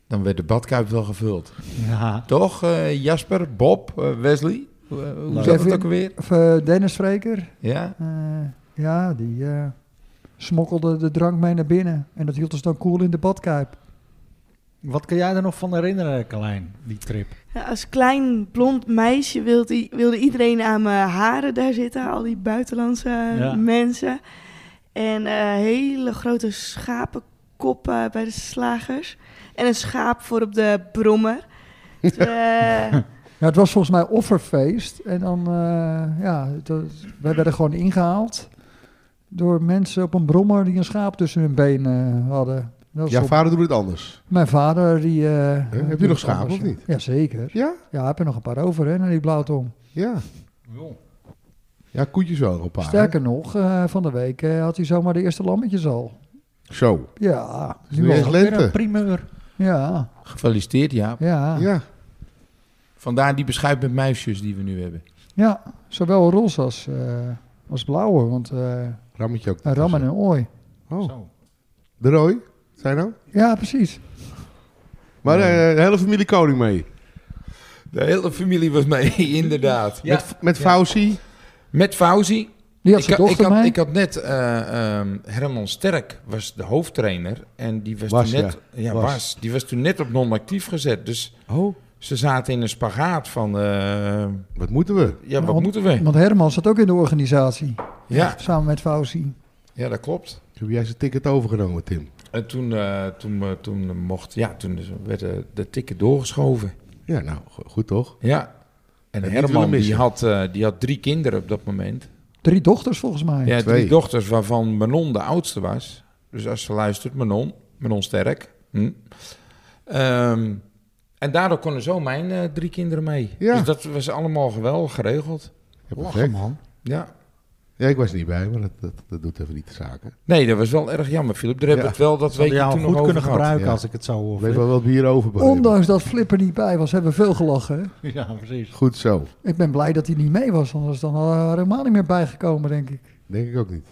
[SPEAKER 1] Dan werd de badkuip wel gevuld.
[SPEAKER 2] Ja.
[SPEAKER 1] Toch, eh, Jasper, Bob, eh, Wesley? Eh, hoe zat het
[SPEAKER 3] Kevin.
[SPEAKER 1] ook alweer?
[SPEAKER 3] of, eh, Dennis Vreker,
[SPEAKER 1] Ja?
[SPEAKER 3] eh, ja, die eh, smokkelde de drank mee naar binnen. En dat hield ons dan koel in de badkuip.
[SPEAKER 2] Wat kan jij er nog van herinneren, Carlijn, die trip?
[SPEAKER 8] Ja, als klein blond meisje wilde, i- wilde iedereen aan mijn haren daar zitten. Al die buitenlandse
[SPEAKER 2] Ja.
[SPEAKER 8] mensen. En eh, hele grote schapenkoppen bij de slagers. En een schaap voor op de brommer. Dus, eh,
[SPEAKER 3] Ja, het was volgens mij offerfeest. En dan, eh, ja, dat, wij werden gewoon ingehaald door mensen op een brommer die een schaap tussen hun benen hadden. Dat is
[SPEAKER 5] Jouw
[SPEAKER 3] op-
[SPEAKER 5] vader doet het anders.
[SPEAKER 3] Mijn vader, die... eh,
[SPEAKER 5] Heb je
[SPEAKER 3] doet
[SPEAKER 5] nog
[SPEAKER 3] het
[SPEAKER 5] schapen
[SPEAKER 3] anders,
[SPEAKER 5] of
[SPEAKER 3] ja.
[SPEAKER 5] niet?
[SPEAKER 3] Jazeker.
[SPEAKER 5] Ja?
[SPEAKER 3] Ja, heb er nog een paar over, hè, naar die blauwtong.
[SPEAKER 5] Ja. Ja, koetjes wel nog een paar. hè?
[SPEAKER 3] Sterker nog, eh, van de week eh, had hij zomaar de eerste lammetjes al.
[SPEAKER 5] Zo.
[SPEAKER 3] Ja,
[SPEAKER 5] Is Dus nu
[SPEAKER 3] al.
[SPEAKER 5] echt
[SPEAKER 2] Weer een
[SPEAKER 5] lente.
[SPEAKER 2] primeur.
[SPEAKER 3] Ja,
[SPEAKER 1] Gefeliciteerd, Jaap.
[SPEAKER 3] ja, ja.
[SPEAKER 5] Ja.
[SPEAKER 1] Vandaar die beschuit met muisjes die we nu hebben.
[SPEAKER 3] Zowel roze als, eh, als blauwe, want eh,
[SPEAKER 5] Rammetje ook.
[SPEAKER 3] een ram en een ooi.
[SPEAKER 5] Oh.
[SPEAKER 2] Zo.
[SPEAKER 5] De rooi, zijn nou?
[SPEAKER 3] Ja, precies.
[SPEAKER 5] Maar eh, de hele familie koning mee.
[SPEAKER 1] De hele familie was mee, <laughs> inderdaad.
[SPEAKER 2] Ja.
[SPEAKER 5] Met, met Fauci.
[SPEAKER 1] Met Fauzi.
[SPEAKER 3] Die had
[SPEAKER 1] ik,
[SPEAKER 3] zijn
[SPEAKER 1] had, ik,
[SPEAKER 3] dochter
[SPEAKER 1] had,
[SPEAKER 3] mee.
[SPEAKER 1] ik had net eh, ehm, Herman Sterk was de hoofdtrainer en die was,
[SPEAKER 5] Was,
[SPEAKER 1] toen net, ja.
[SPEAKER 5] Was.
[SPEAKER 1] was. die was toen net op non-actief gezet. Dus
[SPEAKER 5] Oh.
[SPEAKER 1] ze zaten in een spagaat van, eh,
[SPEAKER 5] Wat moeten we?
[SPEAKER 1] ja, wat
[SPEAKER 3] want-
[SPEAKER 1] moeten we?
[SPEAKER 3] Want Herman zat ook in de organisatie,
[SPEAKER 1] Ja,
[SPEAKER 3] samen met Fauci.
[SPEAKER 1] ja, dat klopt.
[SPEAKER 5] Heb jij zijn ticket overgenomen, Tim?
[SPEAKER 1] En toen, eh, toen, eh, toen mocht, ja, toen werd eh, de ticket doorgeschoven.
[SPEAKER 5] Ja, nou, go- goed toch?
[SPEAKER 1] Ja. En
[SPEAKER 5] niet willen
[SPEAKER 1] Herman
[SPEAKER 5] missen.
[SPEAKER 1] die had, eh, die had drie kinderen op dat moment.
[SPEAKER 3] Drie dochters volgens mij.
[SPEAKER 1] Ja,
[SPEAKER 5] Twee.
[SPEAKER 1] drie dochters waarvan Manon de oudste was. Dus als ze luistert, Manon, Manon Sterk. Hm. Ehm, en daardoor konden zo mijn eh, drie kinderen mee.
[SPEAKER 5] Ja.
[SPEAKER 1] Dus dat was allemaal geweldig geregeld.
[SPEAKER 5] Ja,
[SPEAKER 2] Lachen,
[SPEAKER 5] perfect.
[SPEAKER 2] man.
[SPEAKER 1] Ja.
[SPEAKER 5] Ja, ik was er niet bij, maar dat, dat, dat doet even niet de zaken.
[SPEAKER 1] Nee, dat was wel erg jammer, Philip. Daar heb
[SPEAKER 5] Ja.
[SPEAKER 1] ik wel dat
[SPEAKER 2] Ze hadden
[SPEAKER 1] weekje
[SPEAKER 2] jou
[SPEAKER 1] toen nog
[SPEAKER 2] goed
[SPEAKER 1] over
[SPEAKER 2] kunnen
[SPEAKER 1] gehad.
[SPEAKER 2] gebruiken
[SPEAKER 5] ja.
[SPEAKER 2] als ik het zo
[SPEAKER 5] Er
[SPEAKER 2] hoor.
[SPEAKER 5] bleef
[SPEAKER 2] Flip.
[SPEAKER 5] wel wat bier over. bij hem.
[SPEAKER 3] Ondanks dat Flipper niet bij was, hebben we veel gelachen. hè?
[SPEAKER 2] <laughs> Ja, precies.
[SPEAKER 5] Goed zo.
[SPEAKER 3] Ik ben blij dat hij niet mee was, anders dan had er helemaal niet meer bijgekomen, denk ik.
[SPEAKER 5] Denk ik ook niet.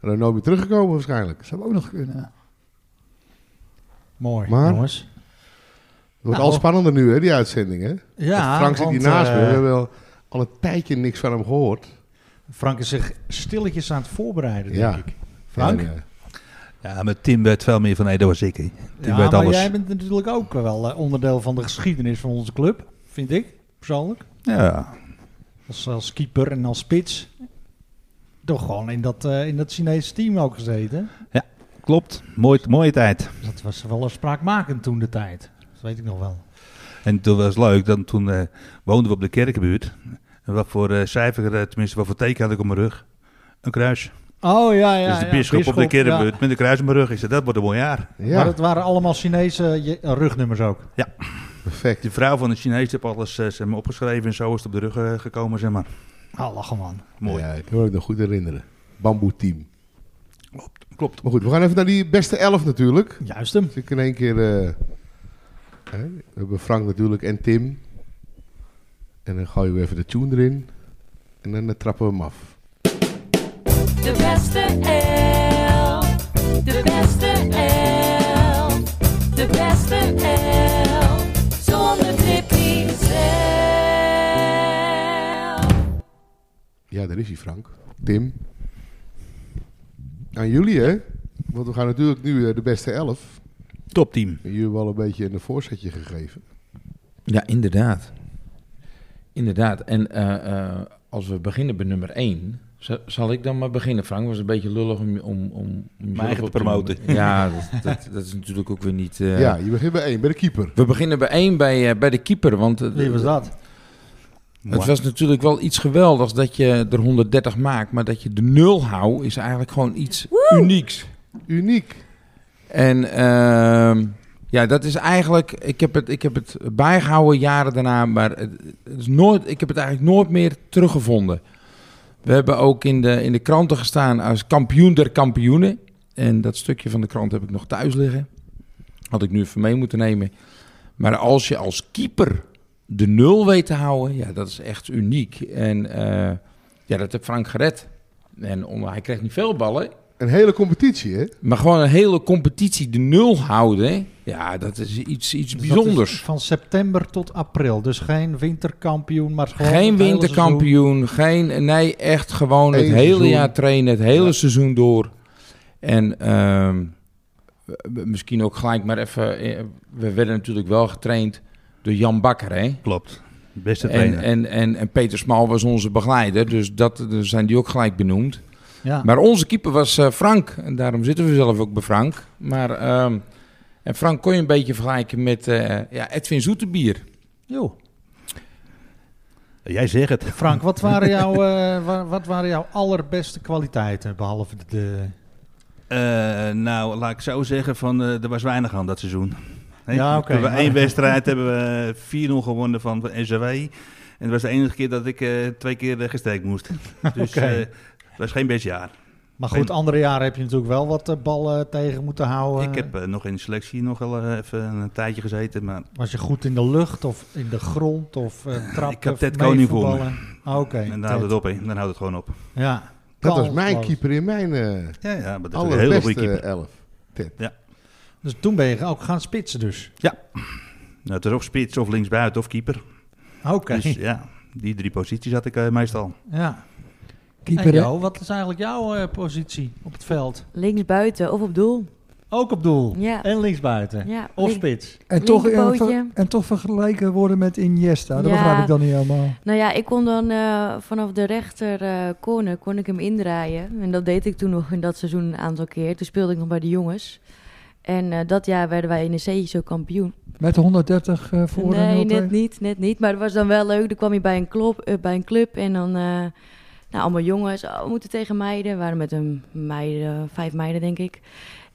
[SPEAKER 5] En dan nooit meer teruggekomen waarschijnlijk.
[SPEAKER 3] Dat zou ook nog kunnen.
[SPEAKER 2] Mooi,
[SPEAKER 5] Maar-
[SPEAKER 2] jongens.
[SPEAKER 5] Het wordt
[SPEAKER 2] Nou.
[SPEAKER 5] al spannender nu, hè, die uitzending, hè? Want Frank zit hier
[SPEAKER 2] want,
[SPEAKER 5] naast me.
[SPEAKER 2] eh,
[SPEAKER 5] We hebben al, al een tijdje niks van hem gehoord.
[SPEAKER 2] Frank is zich stilletjes aan het voorbereiden, denk
[SPEAKER 5] Ja.
[SPEAKER 2] ik. Frank?
[SPEAKER 5] En, eh,
[SPEAKER 4] Ja, maar Tim weet veel meer van Edo als ik. hè. Tim
[SPEAKER 2] Ja,
[SPEAKER 4] weet
[SPEAKER 2] maar
[SPEAKER 4] alles.
[SPEAKER 2] jij bent natuurlijk ook wel eh, onderdeel van de geschiedenis van onze club, vind ik, persoonlijk.
[SPEAKER 4] Ja.
[SPEAKER 2] Als, als keeper en als spits. Toch gewoon in dat, eh, in dat Chinese team ook gezeten.
[SPEAKER 4] Klopt, Mooi, mooie tijd.
[SPEAKER 2] Dat was wel een spraakmakend toen de tijd. Dat weet ik nog wel.
[SPEAKER 4] En toen was het leuk, dan, toen eh, woonden we op de kerkenbuurt. En wat voor eh, cijfer, eh, tenminste wat voor teken had ik op mijn rug? Een kruis.
[SPEAKER 2] Oh ja, ja.
[SPEAKER 4] dus de
[SPEAKER 2] ja,
[SPEAKER 4] bisschop op de
[SPEAKER 2] bisschop,
[SPEAKER 4] kerkenbuurt
[SPEAKER 2] ja.
[SPEAKER 4] met een kruis op mijn rug. Ik zei, dat wordt een mooi jaar.
[SPEAKER 5] ja,
[SPEAKER 2] Maar het waren allemaal Chinese eh, je- rugnummers ook.
[SPEAKER 5] perfect.
[SPEAKER 4] Die vrouw van de Chinees heeft alles eh, zeg maar, opgeschreven en zo is het op de rug eh, gekomen, zeg maar.
[SPEAKER 2] Ah, lachen man.
[SPEAKER 4] Mooi.
[SPEAKER 5] Ja, ik kan me ook nog goed herinneren. Bamboe team.
[SPEAKER 4] Klopt.
[SPEAKER 5] Maar goed, we gaan even naar die beste elf natuurlijk.
[SPEAKER 2] Juist hem.
[SPEAKER 5] Dus ik in één keer... eh, hè, we hebben Frank natuurlijk en Tim. En dan gooien we even de tune erin. En dan eh, trappen we hem af.
[SPEAKER 10] De beste elf. De beste elf. De beste elf. Zonder Tippy zelf.
[SPEAKER 5] Ja, daar is hij Frank. Tim. Aan jullie hè. Want we gaan natuurlijk nu eh, de beste elf.
[SPEAKER 4] Topteam.
[SPEAKER 5] En Jullie hebben al een beetje een voorzetje gegeven.
[SPEAKER 1] Ja, inderdaad. Inderdaad. En eh, eh, als we beginnen bij nummer 1. Zal ik dan maar beginnen, Frank? Was een beetje lullig om, om, om, om jezelf
[SPEAKER 4] eigen
[SPEAKER 1] op
[SPEAKER 4] te promoten.
[SPEAKER 1] noemen. <laughs> Ja,
[SPEAKER 4] <laughs>
[SPEAKER 1] dat, dat, dat is natuurlijk ook weer niet...
[SPEAKER 5] Ja,
[SPEAKER 1] eh,
[SPEAKER 5] je begint bij één, bij de keeper.
[SPEAKER 1] We beginnen bij één bij, eh, bij de keeper. Want eh,
[SPEAKER 2] Wie was dat?
[SPEAKER 1] het was natuurlijk wel iets geweldigs dat je er 130 maakt. Maar dat je de nul houdt is eigenlijk gewoon iets unieks.
[SPEAKER 5] Uniek.
[SPEAKER 1] En ehm, ja, dat is eigenlijk. Ik heb het, ik heb het bijgehouden jaren daarna. Maar het, het is nooit, ik heb het eigenlijk nooit meer teruggevonden. We hebben ook in de, in de kranten gestaan als kampioen der kampioenen. En dat stukje van de krant heb ik nog thuis liggen. Had ik nu even mee moeten nemen. Maar als je als keeper de nul weet te houden, ja, dat is echt uniek. En eh, ja, dat heeft Frank gered. En onder, hij kreeg niet veel ballen.
[SPEAKER 5] Een hele competitie, hè?
[SPEAKER 1] Maar gewoon een hele competitie de nul houden, hè? ja, dat is iets, iets
[SPEAKER 2] Dus dat is
[SPEAKER 1] bijzonders.
[SPEAKER 2] van september tot april. Dus geen winterkampioen, maar gewoon.
[SPEAKER 1] Geen
[SPEAKER 2] het hele
[SPEAKER 1] winterkampioen, geen, nee, echt gewoon het
[SPEAKER 5] Eén
[SPEAKER 1] hele
[SPEAKER 5] seizoen.
[SPEAKER 1] jaar trainen, het hele seizoen door. En ehm, we- we- misschien ook gelijk maar even, eh, we werden natuurlijk wel getraind door Jan Bakker, hè?
[SPEAKER 4] Klopt. Beste
[SPEAKER 1] En,
[SPEAKER 4] trainer.
[SPEAKER 1] en, en, en Peter Smal was onze begeleider, dus dat daar zijn die ook gelijk benoemd.
[SPEAKER 2] seizoen. Ja.
[SPEAKER 1] Ah. Maar onze keeper was eh, Frank. En daarom zitten we zelf ook bij Frank. Maar ehm, en Frank kon je een beetje vergelijken met eh, ja, Edwin Zoetebier.
[SPEAKER 2] Joh.
[SPEAKER 4] Jij zegt het.
[SPEAKER 2] Frank, wat waren, jouw, eh, wa- wat waren jouw allerbeste kwaliteiten? Behalve de,
[SPEAKER 4] Eh, nou, laat ik zo zeggen, van, eh, er was weinig aan dat seizoen. Hè?
[SPEAKER 2] Ja, oké.
[SPEAKER 4] We hebben één wedstrijd <laughs> hebben we 4-0 gewonnen van SW. En dat was de enige keer dat ik eh, twee keer eh, gesteekt
[SPEAKER 2] <laughs>
[SPEAKER 4] moest. Dus
[SPEAKER 2] Oké.
[SPEAKER 4] eh, dat was geen best jaar.
[SPEAKER 2] Maar goed, andere jaren heb je natuurlijk wel wat eh, ballen tegen moeten houden.
[SPEAKER 4] Ik heb eh, nog in de selectie nog wel eh, even een tijdje gezeten. Maar
[SPEAKER 2] Was je goed in de lucht of in de grond of eh trappen?
[SPEAKER 4] ik heb
[SPEAKER 2] of
[SPEAKER 4] Ted Koning voor me.
[SPEAKER 2] meevoetballen? Ah, Oké.
[SPEAKER 4] En dan
[SPEAKER 2] Ted.
[SPEAKER 4] houdt het op, hè. Dan houdt het gewoon op.
[SPEAKER 2] Ja.
[SPEAKER 5] Dat was
[SPEAKER 2] Kalf,
[SPEAKER 5] mijn
[SPEAKER 2] geloof ik.
[SPEAKER 5] keeper in mijn eh
[SPEAKER 4] Ja, ja maar dat is een hele
[SPEAKER 2] eh.
[SPEAKER 4] goede
[SPEAKER 5] allerbeste
[SPEAKER 4] keeper.
[SPEAKER 5] elf.
[SPEAKER 2] Dus toen ben je ook gaan spitsen dus.
[SPEAKER 4] Nou, het is of spits, of linksbuiten, of keeper.
[SPEAKER 2] Oké.
[SPEAKER 4] Dus ja, die drie posities had ik eh, meestal.
[SPEAKER 2] ja. En
[SPEAKER 3] Keeper, hè?
[SPEAKER 2] Jo, wat is eigenlijk jouw eh, positie op het veld?
[SPEAKER 6] Linksbuiten of op doel.
[SPEAKER 2] Ook op doel.
[SPEAKER 6] Ja.
[SPEAKER 2] En linksbuiten.
[SPEAKER 6] Ja,
[SPEAKER 2] Of
[SPEAKER 6] link-
[SPEAKER 2] spits.
[SPEAKER 3] En toch, eh,
[SPEAKER 6] linkerpootje.
[SPEAKER 3] ver- en toch vergeleken worden met Iniesta. Dat
[SPEAKER 6] Ja.
[SPEAKER 3] begrijp ik dan niet helemaal.
[SPEAKER 6] Nou ja, ik kon dan eh, vanaf de rechter eh, corner kon ik hem indraaien. En dat deed ik toen nog in dat seizoen een aantal keer. Toen speelde ik nog bij de jongens. En eh, dat jaar werden wij in de C'tjes ook kampioen.
[SPEAKER 3] Met 130 eh, voor en
[SPEAKER 6] nee,
[SPEAKER 3] nul tegen.
[SPEAKER 6] net niet, net niet. Maar het was dan wel leuk. Dan kwam je bij een, klop, eh, bij een club en dan... eh, nou, allemaal jongens. Oh, we moeten tegen meiden. We waren met een meiden, vijf meiden, denk ik.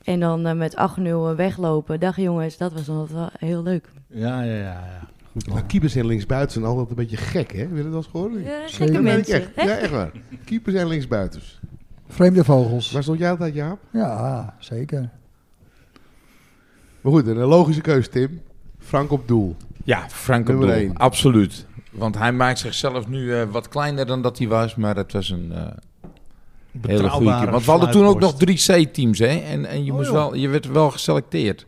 [SPEAKER 6] En dan eh, met 8-0 weglopen. Dag jongens, dat was dan altijd wel heel leuk.
[SPEAKER 2] Ja, ja, ja. ja. Goed.
[SPEAKER 5] Maar Nou, keepers en linksbuiten zijn altijd een beetje gek, hè? Wil je dat wel eens gehoord?
[SPEAKER 6] Ja,
[SPEAKER 3] Zeker.
[SPEAKER 6] Eh, gekke
[SPEAKER 5] Dat meen ik
[SPEAKER 6] mensen.
[SPEAKER 5] echt. Ja, echt waar. Keepers en linksbuitens.
[SPEAKER 3] Vreemde vogels.
[SPEAKER 5] Waar stond jij altijd, Jaap?
[SPEAKER 3] Ja, zeker.
[SPEAKER 5] Maar goed, een logische keuze, Tim. Frank op doel.
[SPEAKER 1] Ja, Frank op
[SPEAKER 5] Nummer
[SPEAKER 1] doel,
[SPEAKER 5] één.
[SPEAKER 1] absoluut. Want hij maakt zichzelf nu eh, wat kleiner dan dat hij was, maar het was een eh, hele goede
[SPEAKER 2] Betrouwbare
[SPEAKER 1] keeper. Want we hadden toen ook nog
[SPEAKER 2] sluitpost.
[SPEAKER 1] 3C-teams, hè? En, en je,
[SPEAKER 2] Oh,
[SPEAKER 1] moest
[SPEAKER 2] joh.
[SPEAKER 1] wel, je werd wel geselecteerd.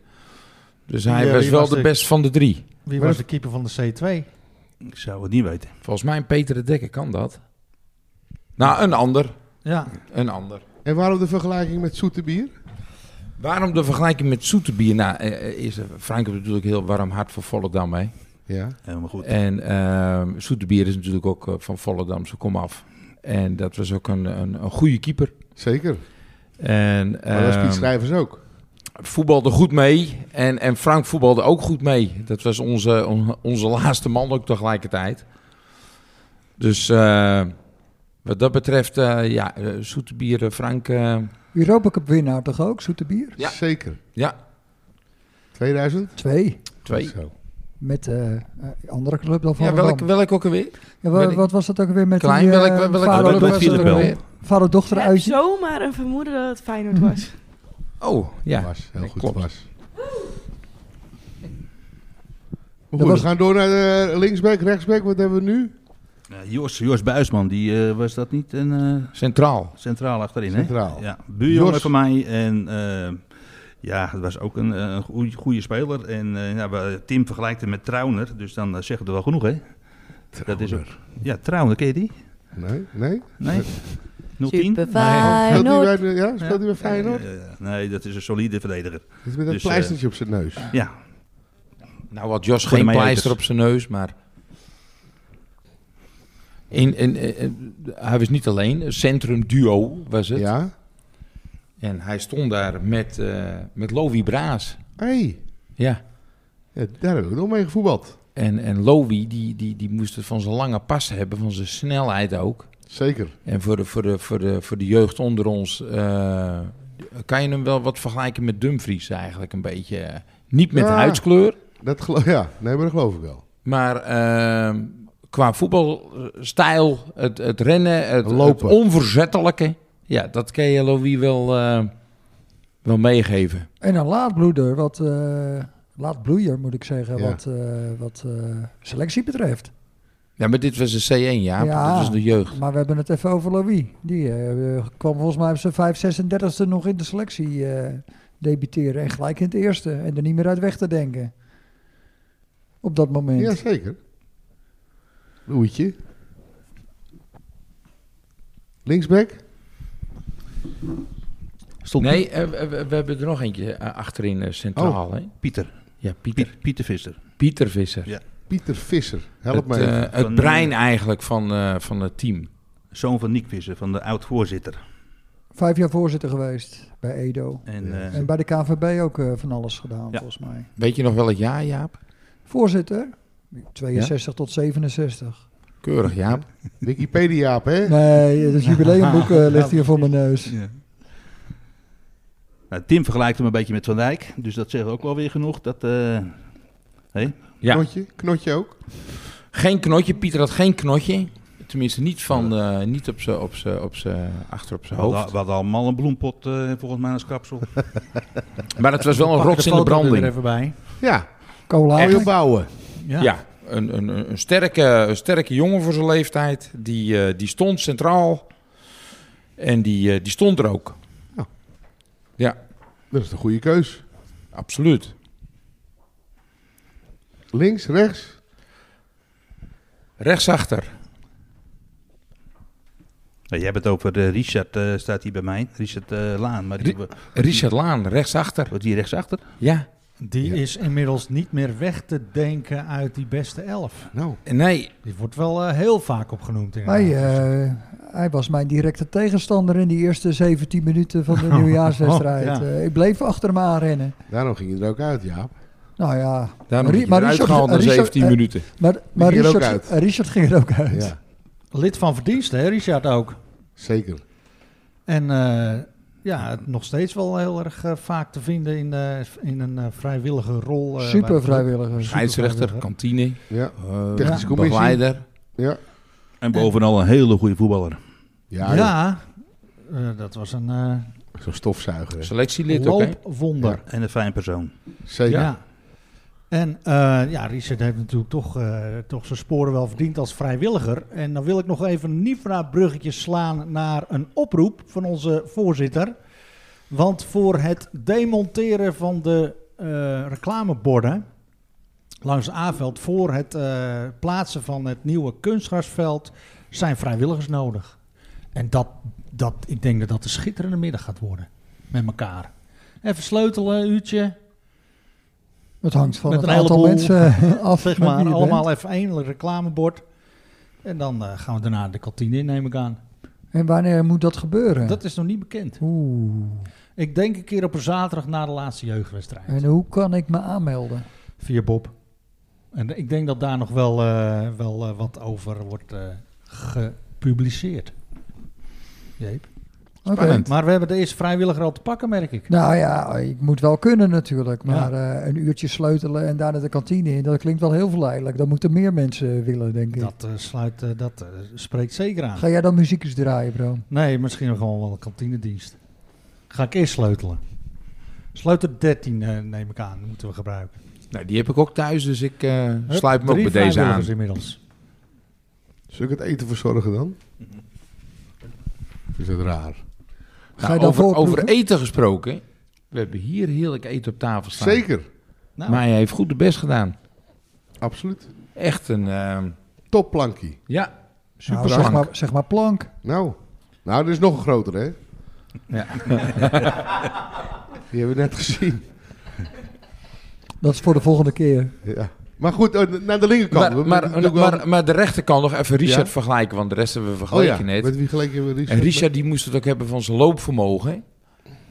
[SPEAKER 1] Dus hij
[SPEAKER 2] eh,
[SPEAKER 1] was
[SPEAKER 2] wie
[SPEAKER 1] wel
[SPEAKER 2] was
[SPEAKER 1] de
[SPEAKER 2] ik?
[SPEAKER 1] best van de drie.
[SPEAKER 2] Wie was de keeper van de C2?
[SPEAKER 4] Ik zou het niet weten.
[SPEAKER 1] Volgens mij Peter de Dekker kan dat. Nou, een ander.
[SPEAKER 2] Ja.
[SPEAKER 1] Een ander.
[SPEAKER 5] En waarom de vergelijking met Soeterbier?
[SPEAKER 1] Waarom de vergelijking met Soeterbier? Nou, eh, eh, is, eh, Frank heeft natuurlijk een heel warm hart voor Volendam, hè?
[SPEAKER 5] Ja.
[SPEAKER 4] Helemaal goed.
[SPEAKER 1] En ehm Soeterbier is natuurlijk ook eh, van Volendam, ze kom af. En dat was ook een, een, een goede keeper.
[SPEAKER 5] Zeker.
[SPEAKER 1] En,
[SPEAKER 5] Maar dat is Piet
[SPEAKER 1] ehm,
[SPEAKER 5] Schrijvers ook.
[SPEAKER 1] voetbalde goed mee. En, en Frank voetbalde ook goed mee. Dat was onze, on- onze <laughs> laatste man ook tegelijkertijd. Dus eh, wat dat betreft, eh, ja, eh, Soeterbier, eh, Frank. eh,
[SPEAKER 3] Europa Cup winnaar toch ook? Soeterbier?
[SPEAKER 1] Ja.
[SPEAKER 5] Zeker.
[SPEAKER 1] ja,
[SPEAKER 5] 2000?
[SPEAKER 3] Twee.
[SPEAKER 1] twee.
[SPEAKER 5] Zo.
[SPEAKER 3] Met eh, eh, andere club dan van
[SPEAKER 1] Ja, welke, welke ook alweer?
[SPEAKER 3] wat,
[SPEAKER 1] welk-
[SPEAKER 3] wat was dat ook weer met
[SPEAKER 1] Klein,
[SPEAKER 3] die, eh,
[SPEAKER 1] welk- welk- welk-
[SPEAKER 3] vader,
[SPEAKER 4] welk-
[SPEAKER 3] dochter,
[SPEAKER 4] welk- welk-
[SPEAKER 3] eh, vader-dochter
[SPEAKER 8] Ik heb
[SPEAKER 3] uitje?
[SPEAKER 8] zomaar een vermoeden dat het Feyenoord was.
[SPEAKER 1] Oh, ja.
[SPEAKER 5] Bas, heel
[SPEAKER 1] nee,
[SPEAKER 5] goed,
[SPEAKER 1] klopt.
[SPEAKER 5] Bas. Maar
[SPEAKER 3] Dat
[SPEAKER 5] goed,
[SPEAKER 3] was-
[SPEAKER 5] we gaan door naar de linksback, rechtsback. Wat hebben we nu?
[SPEAKER 4] Eh, Jos, Jos Buisman, die eh, was dat niet een eh,
[SPEAKER 1] Centraal.
[SPEAKER 4] centraal achterin,
[SPEAKER 5] Centraal.
[SPEAKER 4] hè? Ja, buurjongen
[SPEAKER 5] Jos.
[SPEAKER 4] van mij. En eh, ja, het was ook een, eh, een goeie- goede speler. En eh, ja, we- Tim vergelijkt hem met Trauner, dus dan eh, zegt het wel genoeg, hè? Dat is ook, ja, Trauner, ken je die?
[SPEAKER 5] Nee, nee.
[SPEAKER 4] Nee? 010?
[SPEAKER 6] Super
[SPEAKER 5] Speelt hij
[SPEAKER 6] Feyenoord.
[SPEAKER 5] bij, de- ja, speelt hij bij Feyenoord?
[SPEAKER 4] Ja, ja, ja. Nee, dat is een solide verdediger.
[SPEAKER 5] Het is met een
[SPEAKER 4] Dus, eh,
[SPEAKER 5] pleistertje op zijn neus.
[SPEAKER 4] Ja,
[SPEAKER 1] Nou had Jos
[SPEAKER 4] Voor de
[SPEAKER 1] geen
[SPEAKER 4] mijnheer
[SPEAKER 1] pleister
[SPEAKER 4] Euters.
[SPEAKER 1] op zijn neus, maar... In, in, in- hij was niet alleen, een centrumduo was het.
[SPEAKER 5] Ja.
[SPEAKER 1] En hij stond daar met, eh met Lowie Braas.
[SPEAKER 5] Hey,
[SPEAKER 1] Ja.
[SPEAKER 5] ja, daar heb ik nog mee gevoetbald.
[SPEAKER 1] En, en Lowie, die, die, die moest het van zijn lange pas hebben, van zijn snelheid ook.
[SPEAKER 5] Zeker.
[SPEAKER 1] En voor de, voor de, voor de, voor de jeugd onder ons... eh, kan je hem wel wat vergelijken met Dumfries eigenlijk een beetje? Niet met
[SPEAKER 5] Ja.
[SPEAKER 1] huidskleur,
[SPEAKER 5] Dat gelo- ja, nee, maar dat geloof ik wel.
[SPEAKER 1] Maar ehm, qua voetbalstijl, het, het rennen, het,
[SPEAKER 5] Lopen.
[SPEAKER 1] het onverzettelijke. Ja, dat kan je Louis wel, eh, wel meegeven.
[SPEAKER 3] En een laadbloeder, wat, eh, laadbloeier moet ik zeggen,
[SPEAKER 5] Ja.
[SPEAKER 3] wat, eh, wat eh, selectie betreft.
[SPEAKER 1] Ja, maar dit was de C1, ja.
[SPEAKER 3] Ja.
[SPEAKER 1] Dat was de jeugd.
[SPEAKER 3] Maar we hebben het even over Louis. Die eh, kwam volgens mij op zijn 5, 36e nog in de selectie eh, debuteren. En gelijk in het eerste. En er niet meer uit weg te denken. Op dat moment.
[SPEAKER 5] Ja, zeker. Loeitje. Linksback?
[SPEAKER 4] stond
[SPEAKER 1] Nee, eh, we, we- we hebben er nog eentje eh, achterin eh, centraal, hè?
[SPEAKER 4] Pieter.
[SPEAKER 1] Ja, Pieter,
[SPEAKER 4] Pieter, Pieter Visser.
[SPEAKER 1] Pieter Visser.
[SPEAKER 4] Ja,
[SPEAKER 5] Pieter Visser. Help
[SPEAKER 1] het,
[SPEAKER 5] mij. even.
[SPEAKER 1] eh, het
[SPEAKER 4] Van,
[SPEAKER 1] brein eigenlijk van, eh, van het team.
[SPEAKER 4] Zoon van Nick Visser, van de oud-voorzitter.
[SPEAKER 3] Vijf jaar voorzitter geweest bij Edo.
[SPEAKER 4] En
[SPEAKER 5] Ja.
[SPEAKER 4] eh,
[SPEAKER 3] En bij de KVB ook eh, van alles gedaan,
[SPEAKER 4] Ja.
[SPEAKER 3] volgens mij.
[SPEAKER 1] Weet je nog wel het jaar, Jaap?
[SPEAKER 3] Voorzitter, 62 tot 67.
[SPEAKER 1] Keurig, Jaap.
[SPEAKER 5] Wikipedia, hè?
[SPEAKER 3] Nee, het jubileumboek eh, ligt hier voor mijn neus.
[SPEAKER 4] Nou, Tim vergelijkt hem een beetje met Van Dijk. Dus dat zegt ook wel weer genoeg. Dat, eh, hé?
[SPEAKER 1] Ja.
[SPEAKER 5] Knotje? Knotje ook?
[SPEAKER 1] Geen knotje. Pieter had geen knotje. Tenminste, niet, van, eh, niet op zijn op z'n- op z'n- achter op
[SPEAKER 4] We
[SPEAKER 1] zijn
[SPEAKER 4] hadden,
[SPEAKER 1] hoofd.
[SPEAKER 4] we hadden allemaal een bloempot eh, volgens mij als kapsel.
[SPEAKER 1] Maar het was wel een
[SPEAKER 2] Pak
[SPEAKER 1] rots in Oh, de
[SPEAKER 2] foto er weer
[SPEAKER 1] branding.
[SPEAKER 2] even bij.
[SPEAKER 5] Ja,
[SPEAKER 3] Cola.
[SPEAKER 5] Echt? bouwen.
[SPEAKER 2] Ja.
[SPEAKER 1] Ja, een, een, een, een sterke, een sterke jongen voor zijn leeftijd. Die, eh, die stond centraal. En die, eh, die stond er ook.
[SPEAKER 5] Dat is de goede keus.
[SPEAKER 1] Absoluut.
[SPEAKER 5] Links, rechts.
[SPEAKER 1] Rechtsachter.
[SPEAKER 4] Nou, jij hebt het over de Richard, eh, staat hier bij mij. Richard eh, Laan. Maar die
[SPEAKER 1] Ri- Richard Laan, rechtsachter.
[SPEAKER 4] wordt hier rechtsachter.
[SPEAKER 1] Ja.
[SPEAKER 2] Die is inmiddels niet meer weg te denken uit die beste elf.
[SPEAKER 5] Nou,
[SPEAKER 1] Nee,
[SPEAKER 2] Die wordt wel eh, heel vaak opgenoemd.
[SPEAKER 3] Hij,
[SPEAKER 2] inderdaad.
[SPEAKER 3] eh, hij was mijn directe tegenstander in die eerste 17 minuten van
[SPEAKER 5] <laughs> Oh,
[SPEAKER 3] de nieuwjaarswedstrijd.
[SPEAKER 2] Ja.
[SPEAKER 3] Eh, ik bleef achter hem aanrennen.
[SPEAKER 5] daarom ging je er ook uit, Jaap.
[SPEAKER 3] Nou ja,
[SPEAKER 1] daarom
[SPEAKER 3] Ri-
[SPEAKER 1] heb je
[SPEAKER 3] maar
[SPEAKER 1] eruit
[SPEAKER 3] Richard-
[SPEAKER 1] gehaald na
[SPEAKER 3] Richard-
[SPEAKER 1] 17
[SPEAKER 3] eh,
[SPEAKER 1] minuten.
[SPEAKER 3] maar, maar
[SPEAKER 5] ging er ook
[SPEAKER 3] Richard,
[SPEAKER 5] uit.
[SPEAKER 3] eh, Richard ging er ook uit.
[SPEAKER 5] Ja,
[SPEAKER 1] eh.
[SPEAKER 2] Lid van verdienst, hè, Richard ook.
[SPEAKER 5] zeker.
[SPEAKER 2] En eh, ja, nog steeds wel heel erg eh, vaak te vinden in, eh, in een eh, vrijwillige rol. eh, bij de
[SPEAKER 3] Super
[SPEAKER 2] club.
[SPEAKER 3] vrijwilliger.
[SPEAKER 1] Scheidsrechter, kantine,
[SPEAKER 5] Ja,
[SPEAKER 1] eh,
[SPEAKER 5] Technische
[SPEAKER 1] ja,
[SPEAKER 5] commissie.
[SPEAKER 1] begeleider.
[SPEAKER 5] ja.
[SPEAKER 4] En bovenal een hele goede voetballer.
[SPEAKER 5] Ja,
[SPEAKER 2] Ja, eh, dat was een eh,
[SPEAKER 5] joh. zo'n stofzuiger. hè.
[SPEAKER 1] Selectielid ook, hè?
[SPEAKER 2] loopwonder.
[SPEAKER 4] En een fijn persoon.
[SPEAKER 5] Zeker.
[SPEAKER 2] Ja. En eh, ja, Richard heeft natuurlijk toch, eh, toch zijn sporen wel verdiend als vrijwilliger. En dan wil ik nog even een Nifra bruggetje slaan naar een oproep van onze voorzitter. Want voor het demonteren van de eh, reclameborden langs Aveld voor het eh, plaatsen van het nieuwe kunstgrasveld zijn vrijwilligers nodig. En dat, dat, ik denk dat dat een schitterende middag gaat worden met elkaar. Even sleutelen, een uurtje.
[SPEAKER 3] Het hangt van
[SPEAKER 2] Met
[SPEAKER 3] het
[SPEAKER 2] een
[SPEAKER 3] aantal
[SPEAKER 2] heleboel, <laughs>
[SPEAKER 3] mensen eh, af.
[SPEAKER 2] Zeg
[SPEAKER 3] met wie
[SPEAKER 2] maar,
[SPEAKER 3] je
[SPEAKER 2] allemaal even één reclamebord. En dan eh, gaan we daarna de kantine in, neem ik aan.
[SPEAKER 3] bent. En wanneer moet dat gebeuren?
[SPEAKER 2] Dat is nog niet bekend.
[SPEAKER 3] Oeh.
[SPEAKER 2] Ik denk een keer op een zaterdag na de laatste jeugdwedstrijd.
[SPEAKER 3] En hoe kan ik me aanmelden?
[SPEAKER 2] Via Bob. En ik denk dat daar nog wel, eh, wel eh, wat over wordt eh, gepubliceerd. Jeep.
[SPEAKER 3] Oké.
[SPEAKER 1] Spannend.
[SPEAKER 2] Maar we hebben deze vrijwilliger al te pakken, merk ik.
[SPEAKER 3] Nou ja, ik moet wel kunnen natuurlijk.
[SPEAKER 2] Ja.
[SPEAKER 3] Maar eh, een uurtje sleutelen en daarna de kantine in, dat klinkt wel heel verleidelijk. Dat moeten meer mensen willen, denk ik.
[SPEAKER 2] Dat, eh, sluit, eh, dat eh, spreekt zeker aan.
[SPEAKER 3] Ga jij dan muziekjes draaien, bro?
[SPEAKER 2] Nee, misschien gewoon wel een kantinedienst. Ga ik eerst sleutelen. Sleutel 13 eh, neem ik aan, moeten we gebruiken.
[SPEAKER 1] Nou, die heb ik ook thuis, dus ik eh,
[SPEAKER 2] Hup,
[SPEAKER 1] sluit me ook
[SPEAKER 2] drie
[SPEAKER 1] bij deze aan.
[SPEAKER 2] vrijwilligers inmiddels.
[SPEAKER 5] Zul ik het eten verzorgen dan? Is dat raar?
[SPEAKER 3] Ga
[SPEAKER 1] Nou,
[SPEAKER 3] je dan
[SPEAKER 1] over,
[SPEAKER 3] voorproeven?
[SPEAKER 1] over eten gesproken. We hebben hier heerlijk eten op tafel staan.
[SPEAKER 5] Zeker.
[SPEAKER 2] Nou,
[SPEAKER 1] Maar hij heeft goed de best gedaan.
[SPEAKER 5] Absoluut.
[SPEAKER 1] Echt een, ehm,
[SPEAKER 5] Topplankie.
[SPEAKER 1] ja, super
[SPEAKER 3] nou, zeg, maar, zeg maar plank.
[SPEAKER 5] Nou. Nou, er is nog een grotere, hè?
[SPEAKER 1] Ja.
[SPEAKER 5] <laughs> Die hebben we net gezien.
[SPEAKER 3] Dat is voor de volgende keer.
[SPEAKER 5] Ja. Maar goed, eh, naar de linkerkant.
[SPEAKER 1] Maar,
[SPEAKER 5] We-
[SPEAKER 1] maar,
[SPEAKER 5] we- we-
[SPEAKER 1] maar, maar, de rechterkant nog even Richard
[SPEAKER 5] Ja?
[SPEAKER 1] vergelijken, want de rest hebben we
[SPEAKER 5] oh
[SPEAKER 1] vergeleken
[SPEAKER 5] ja,
[SPEAKER 1] net.
[SPEAKER 5] met wie geleken we Richard?
[SPEAKER 1] En Richard die moest het ook hebben van zijn loopvermogen.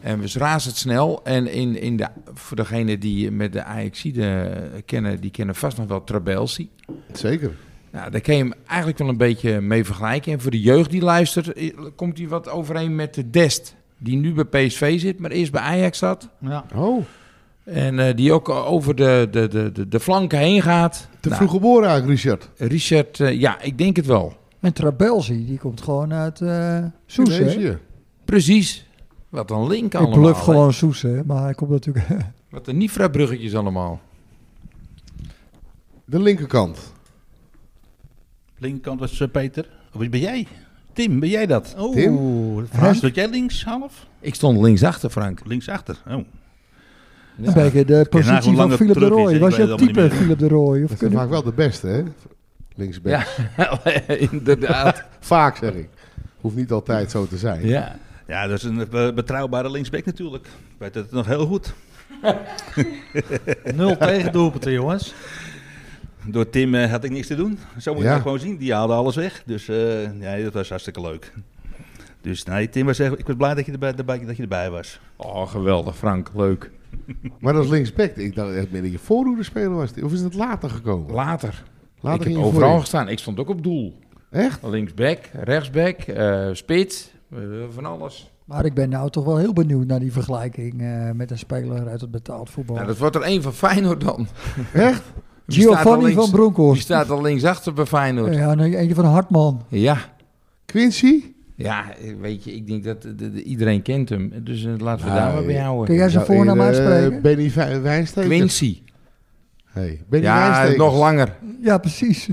[SPEAKER 1] En we razen het snel. En in, in de, voor degene die met de Ajaxide eh, kennen, die kennen vast nog wel Trabelsi.
[SPEAKER 5] Zeker.
[SPEAKER 1] Nou, daar kan je hem eigenlijk wel een beetje mee vergelijken. En voor de jeugd die luistert, eh, komt hij wat overeen met de Dest. Die nu bij PSV zit, maar eerst bij Ajax zat.
[SPEAKER 2] ja.
[SPEAKER 5] Oh,
[SPEAKER 1] En eh, die ook over de, de, de, de, de flanken heen gaat.
[SPEAKER 5] te
[SPEAKER 1] Nou,
[SPEAKER 5] vroeg geboren eigenlijk, Richard.
[SPEAKER 1] Richard, eh, ja, ik denk het wel.
[SPEAKER 3] En Trabelsi, die komt gewoon uit eh Soes, hè?
[SPEAKER 5] Indonesië.
[SPEAKER 1] Precies. Wat een link
[SPEAKER 3] Ik
[SPEAKER 1] allemaal.
[SPEAKER 3] bluf
[SPEAKER 1] hè.
[SPEAKER 3] gewoon Soes, hè? Maar hij komt natuurlijk... <laughs>
[SPEAKER 1] Wat een Nifra-bruggetjes allemaal.
[SPEAKER 5] De linkerkant.
[SPEAKER 4] Linkerkant was eh, Peter. Of ben jij? Tim, ben jij dat?
[SPEAKER 2] Oeh,
[SPEAKER 4] Frans, doet jij links half?
[SPEAKER 1] Ik stond linksachter, Frank.
[SPEAKER 4] Linksachter. Oh.
[SPEAKER 3] Een beetje de
[SPEAKER 4] eigenlijk hoe
[SPEAKER 3] positie
[SPEAKER 4] lang
[SPEAKER 3] van
[SPEAKER 4] dat
[SPEAKER 3] Philip de
[SPEAKER 4] terug is,
[SPEAKER 3] Roy.
[SPEAKER 4] ik
[SPEAKER 3] Was
[SPEAKER 4] weet
[SPEAKER 3] je
[SPEAKER 4] het allemaal
[SPEAKER 3] type
[SPEAKER 4] niet meer.
[SPEAKER 3] Philip de Roy? Of
[SPEAKER 5] Dat is
[SPEAKER 3] kunnen...
[SPEAKER 5] vaak wel de beste, hè? Linksback.
[SPEAKER 1] Ja, <laughs> inderdaad.
[SPEAKER 5] Vaak, zeg ik. Hoeft niet altijd zo te zijn.
[SPEAKER 1] ja.
[SPEAKER 4] Ja, dat is een eh, betrouwbare linksback natuurlijk. Ik weet het nog heel goed.
[SPEAKER 2] nul tegendoelpunten, jongens.
[SPEAKER 4] Door Tim eh, had ik niks te doen. Zo moet je
[SPEAKER 5] Ja.
[SPEAKER 4] dat gewoon zien. Die haalde alles weg. Dus eh, nee, dat was hartstikke leuk. Dus nee, Tim was echt, ik was blij dat je erbij, erbij- dat je erbij was.
[SPEAKER 1] Oh, geweldig, Frank. Leuk.
[SPEAKER 5] Maar als linksback, ik dacht echt meer dat je voorhoede speler was. Of is het later gekomen?
[SPEAKER 1] Later.
[SPEAKER 5] Later
[SPEAKER 1] ik
[SPEAKER 5] ging
[SPEAKER 1] heb
[SPEAKER 5] je
[SPEAKER 1] overal
[SPEAKER 5] voorin.
[SPEAKER 1] gestaan. Ik stond ook op doel.
[SPEAKER 5] Echt?
[SPEAKER 1] Linksback, rechtsback, eh spits, eh, van alles.
[SPEAKER 3] Maar ik ben nou toch wel heel benieuwd naar die vergelijking eh, met een speler uit het betaald voetbal.
[SPEAKER 1] Nou, dat wordt er één van Feyenoord dan.
[SPEAKER 3] Echt?
[SPEAKER 1] Wie staat er
[SPEAKER 3] Giovanni
[SPEAKER 1] links-
[SPEAKER 3] van Bronckhorst.
[SPEAKER 1] Die staat al linksachter bij Feyenoord.
[SPEAKER 3] Ja, nee, eentje van Hartman.
[SPEAKER 1] Ja.
[SPEAKER 5] Quincy?
[SPEAKER 1] Ja, weet je, ik denk dat eh, de- de- iedereen kent hem. Dus eh, laten we
[SPEAKER 5] Nou,
[SPEAKER 1] daar maar bij
[SPEAKER 5] eh,
[SPEAKER 1] houden.
[SPEAKER 3] Kun jij zijn voornaam
[SPEAKER 5] Eh,
[SPEAKER 3] uitspreken?
[SPEAKER 5] Benny Wij- Wijnstekers.
[SPEAKER 1] Quincy.
[SPEAKER 5] Hey, Benny
[SPEAKER 1] Ja,
[SPEAKER 5] Wijnstekers.
[SPEAKER 1] nog langer.
[SPEAKER 3] Ja, precies. <laughs>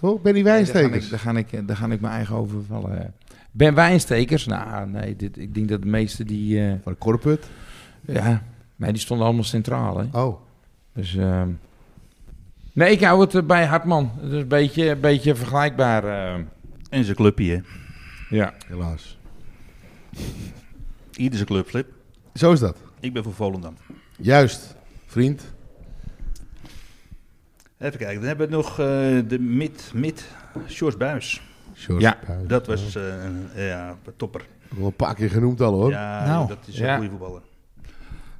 [SPEAKER 5] Toch? Benny
[SPEAKER 1] Nee, Daar ga, ik,
[SPEAKER 5] Wijnstekers.
[SPEAKER 1] daar, ga ik, daar ga ik mijn eigen over vallen. Ben Wijnstekers? Nou, nee, dit, ik denk dat de meesten die... eh,
[SPEAKER 5] Van de Korput.
[SPEAKER 1] ja, maar die stonden allemaal centraal, hè.
[SPEAKER 5] Oh.
[SPEAKER 1] Dus, ehm, nee, ik hou het eh, bij Hartman. Dat is een beetje, een beetje vergelijkbaar. ehm.
[SPEAKER 4] En zijn clubje, hè.
[SPEAKER 1] ja.
[SPEAKER 5] Helaas.
[SPEAKER 4] Ieder zijn club, Flip.
[SPEAKER 5] Zo is dat.
[SPEAKER 4] Ik ben voor Volendam.
[SPEAKER 5] Juist, vriend.
[SPEAKER 4] Even kijken, dan hebben we nog eh, de mid, mid, George Buis.
[SPEAKER 5] George
[SPEAKER 1] Ja,
[SPEAKER 5] Buijs.
[SPEAKER 4] Dat was eh, een ja, topper.
[SPEAKER 5] Wel een paar keer genoemd al hoor.
[SPEAKER 4] Ja,
[SPEAKER 2] Nou,
[SPEAKER 4] dat is
[SPEAKER 1] ja.
[SPEAKER 4] een goede voetballer.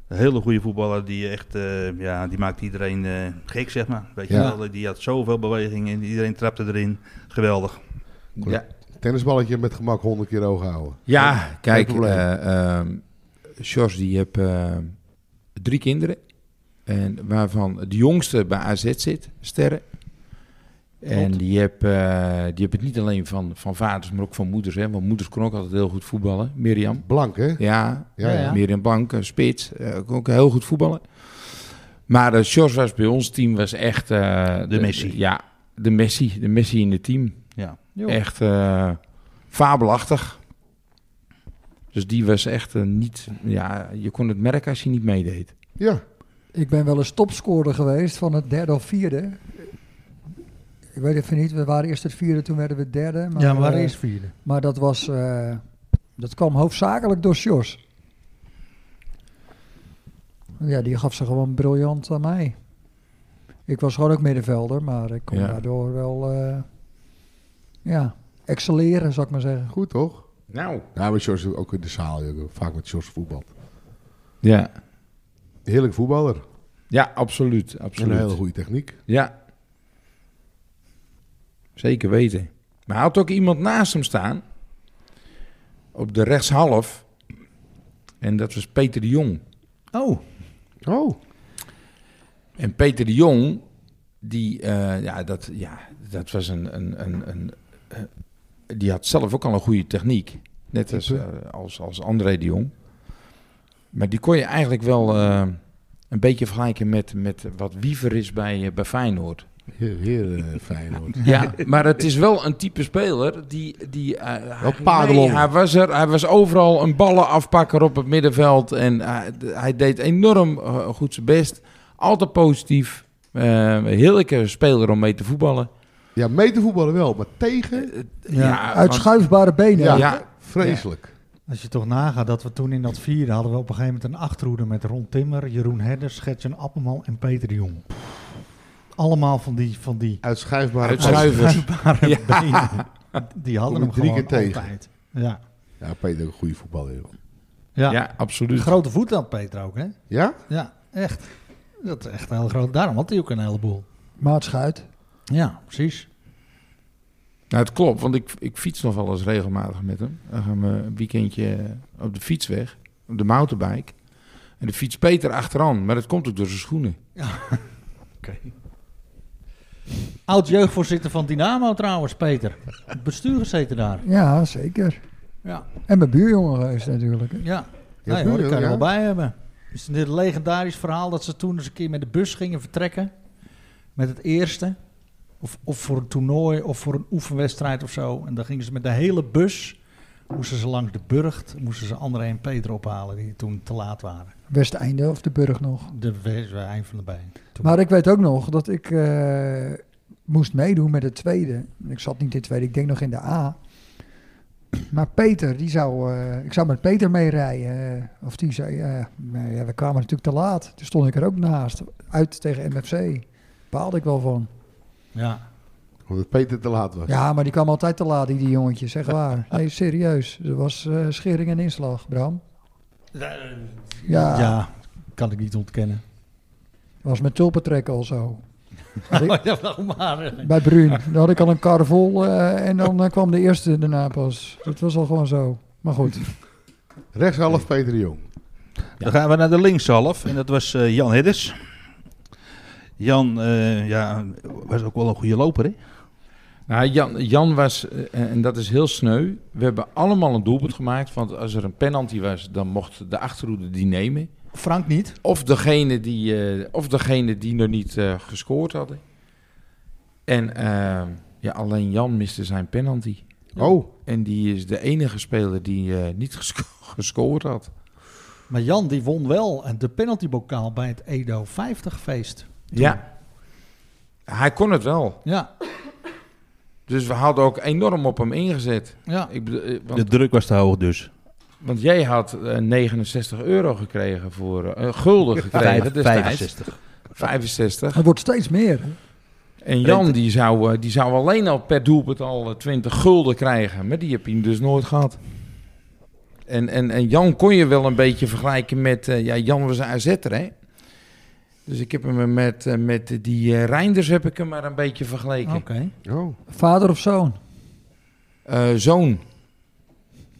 [SPEAKER 4] Een hele goede voetballer die echt, eh, ja, die maakt iedereen eh, gek, zeg maar. Weet
[SPEAKER 5] Ja.
[SPEAKER 4] je wel, die had zoveel beweging en iedereen trapte erin. Geweldig.
[SPEAKER 1] Ja,
[SPEAKER 5] Tennisballetje met gemak 100 keer hoog houden.
[SPEAKER 1] ja kijk,
[SPEAKER 5] probleem.
[SPEAKER 1] eh ehm Sjors die heeft eh, drie kinderen. En waarvan de jongste bij AZ zit, Sterren. En die heeft, eh, die heeft het niet alleen van, van vaders, maar ook van moeders. Hè? Want moeders kon ook altijd heel goed voetballen. Mirjam.
[SPEAKER 5] Blank hè?
[SPEAKER 1] Ja,
[SPEAKER 5] Ja, ja.
[SPEAKER 1] meer in bank, eh, spits. eh, kon ook heel goed voetballen. Maar eh Sjors was bij ons team was echt... eh, de,
[SPEAKER 4] Messi.
[SPEAKER 1] ja, de Messi. De Messi in het team.
[SPEAKER 4] Ja.
[SPEAKER 1] Echt eh, fabelachtig. Dus die was echt eh, niet... Ja, je kon het merken als je niet meedeed.
[SPEAKER 5] Ja.
[SPEAKER 3] Ik ben wel eens topscorer geweest van het derde of vierde. Ik weet even niet, we waren eerst het vierde, toen werden we het derde. Maar,
[SPEAKER 2] Ja, maar
[SPEAKER 3] eh,
[SPEAKER 2] eerst vierde.
[SPEAKER 3] maar dat was, eh, dat kwam hoofdzakelijk door Sjors. Ja, die gaf ze gewoon briljant aan mij. Ik was gewoon ook middenvelder, maar ik kon
[SPEAKER 1] Ja.
[SPEAKER 3] daardoor wel, eh, ja, excelleren, zou ik maar zeggen.
[SPEAKER 5] Goed toch?
[SPEAKER 1] Nou.
[SPEAKER 5] Ja, maar George ook in de zaal. joh. Vaak met George voetbal.
[SPEAKER 1] Ja,
[SPEAKER 5] Heerlijk voetballer.
[SPEAKER 1] ja absoluut.
[SPEAKER 5] En een hele
[SPEAKER 1] absoluut.
[SPEAKER 5] goede techniek.
[SPEAKER 1] Ja. Zeker weten. Maar hij had ook iemand naast hem staan. Op de rechtshalf. En dat was Peter de Jong.
[SPEAKER 2] Oh,
[SPEAKER 5] Oh.
[SPEAKER 1] En Peter de Jong, die, eh, ja, dat, ja, dat was een. een, een, een eh, die had zelf ook al een goede techniek. Net als, eh, als, als André de Jong. Maar die kon je eigenlijk wel eh, een beetje vergelijken met, met wat Wiever is bij, eh, bij Feyenoord.
[SPEAKER 5] Weer, weer eh Feyenoord.
[SPEAKER 1] Ja, maar het is wel een type speler die... die eh,
[SPEAKER 5] Wel
[SPEAKER 1] hij-
[SPEAKER 5] parelong.
[SPEAKER 1] nee, hij was er, hij was overal een ballenafpakker op het middenveld. En hij, d- hij deed enorm eh, goed zijn best. Altijd positief. Eh heerlijke speler om mee te voetballen. Eh,
[SPEAKER 5] Ja, mee te voetballen wel, maar tegen
[SPEAKER 1] Ja, want-
[SPEAKER 3] Uitschuifbare benen.
[SPEAKER 5] Ja.
[SPEAKER 1] ja,
[SPEAKER 5] vreselijk.
[SPEAKER 2] als je toch nagaat dat we toen in dat vierde hadden we op een gegeven moment een achterhoede met Ron Timmer, Jeroen Herders, Gertjan Appelman en Peter de Jong. Allemaal van die, van
[SPEAKER 5] <laughs>
[SPEAKER 2] die
[SPEAKER 5] Uitschuifbare
[SPEAKER 1] Uitschuif- Schuivers.
[SPEAKER 2] schuifbare benen. Die hadden
[SPEAKER 5] Kom
[SPEAKER 2] hem
[SPEAKER 5] je drie
[SPEAKER 2] gewoon
[SPEAKER 5] keer tegen.
[SPEAKER 2] altijd. Ja.
[SPEAKER 5] kanten. Ja, Peter ook een goede voetballer. joh.
[SPEAKER 2] Ja.
[SPEAKER 1] ja, absoluut.
[SPEAKER 2] Grote voet had Peter ook, hè?
[SPEAKER 5] Ja?
[SPEAKER 2] Ja, echt. Dat is echt heel groot. Daarom had hij ook een heleboel.
[SPEAKER 3] Maat Schuit.
[SPEAKER 2] Ja, precies.
[SPEAKER 1] Nou, het klopt, want ik, ik fiets nog wel eens regelmatig met hem. Dan gaan we een weekendje eh, op de fiets weg, op de mountainbike. En de fiets Peter achteraan, maar dat komt ook door zijn schoenen.
[SPEAKER 2] Oud jeugdvoorzitter van Dynamo trouwens, Peter. Het bestuur gezeten daar.
[SPEAKER 3] Ja, zeker.
[SPEAKER 2] Ja.
[SPEAKER 3] En mijn buurjongen geweest natuurlijk. hè.
[SPEAKER 2] Ja,
[SPEAKER 5] Ja,
[SPEAKER 2] nee, hoor,
[SPEAKER 5] buur,
[SPEAKER 2] dat kan je
[SPEAKER 5] ja.
[SPEAKER 2] wel bij hebben. Is het een legendarisch verhaal dat ze toen eens een keer met de bus gingen vertrekken? Met het eerste. Of, of voor een toernooi of voor een oefenwedstrijd of zo. En dan gingen ze met de hele bus. Moesten ze langs de Burgt. Moesten ze André en Peter ophalen die toen te laat waren.
[SPEAKER 3] Westeinde of de Burg nog.
[SPEAKER 2] De we- eind van de bijen.
[SPEAKER 3] Maar ik weet ook nog dat ik eh, moest meedoen met het tweede. Ik zat niet in het tweede, ik denk nog in de A. <clears throat> Maar Peter, die zou, eh, ik zou met Peter meerijden. eh, of die zei, eh, maar ja, we kwamen natuurlijk te laat. Toen stond ik er ook naast. Uit tegen MFC. Baalde ik wel van.
[SPEAKER 2] Ja.
[SPEAKER 5] Omdat Peter te laat was.
[SPEAKER 3] Ja, maar die kwam altijd te laat, die, die jongetjes. Zeg waar. Nee, serieus. Er was eh, schering en inslag, Bram. Ja,
[SPEAKER 2] ja. kan ik niet ontkennen.
[SPEAKER 3] was met tulpentrekken al zo.
[SPEAKER 2] Maar Oh, ja, wel maar, eh,
[SPEAKER 3] Bij Bruin. Daar had ik al een kar vol eh, en dan eh, kwam de eerste daarna pas. Dat was al gewoon zo. Maar goed.
[SPEAKER 5] Rechtshalf Peter de Jong.
[SPEAKER 4] Dan gaan we naar de linkshalf en dat was eh, Jan Hidders. Jan eh, ja, was ook wel een goede loper, hè?
[SPEAKER 1] Nou, Jan, Jan was, eh, en dat is heel sneu, we hebben allemaal een doelpunt gemaakt. Want als er een penalty was, dan mocht de achterhoede die nemen.
[SPEAKER 2] Frank niet.
[SPEAKER 1] Of degene die, eh, of degene die nog niet eh, gescoord hadden. En eh, ja, alleen Jan miste zijn penalty.
[SPEAKER 5] Oh,
[SPEAKER 1] En die is de enige speler die eh, niet <laughs> gesco- gescoord had.
[SPEAKER 2] Maar Jan die won wel de penaltybokaal bij het Edo 50 feest.
[SPEAKER 1] Ja. Hij kon het wel.
[SPEAKER 2] Ja,
[SPEAKER 1] Dus we hadden ook enorm op hem ingezet.
[SPEAKER 2] ja.
[SPEAKER 1] Ik bedoel, eh, want,
[SPEAKER 4] De druk was te hoog dus.
[SPEAKER 1] want jij had eh, 69 euro gekregen voor... eh, gulden gekregen destijds.
[SPEAKER 4] 65.
[SPEAKER 1] 65.
[SPEAKER 3] Het wordt steeds meer. hè?
[SPEAKER 1] En Jan die zou, eh, die zou alleen al per doelpunt al eh, 20 gulden krijgen. Maar die heb je dus nooit gehad. En, en, en Jan kon je wel een beetje vergelijken met... eh, ja, Jan was een AZ'er, hè? Dus ik heb hem met, eh, met die eh, Reinders heb ik hem maar een beetje vergeleken.
[SPEAKER 2] Oké.
[SPEAKER 5] oh.
[SPEAKER 3] Vader of zoon?
[SPEAKER 1] Eh, zoon.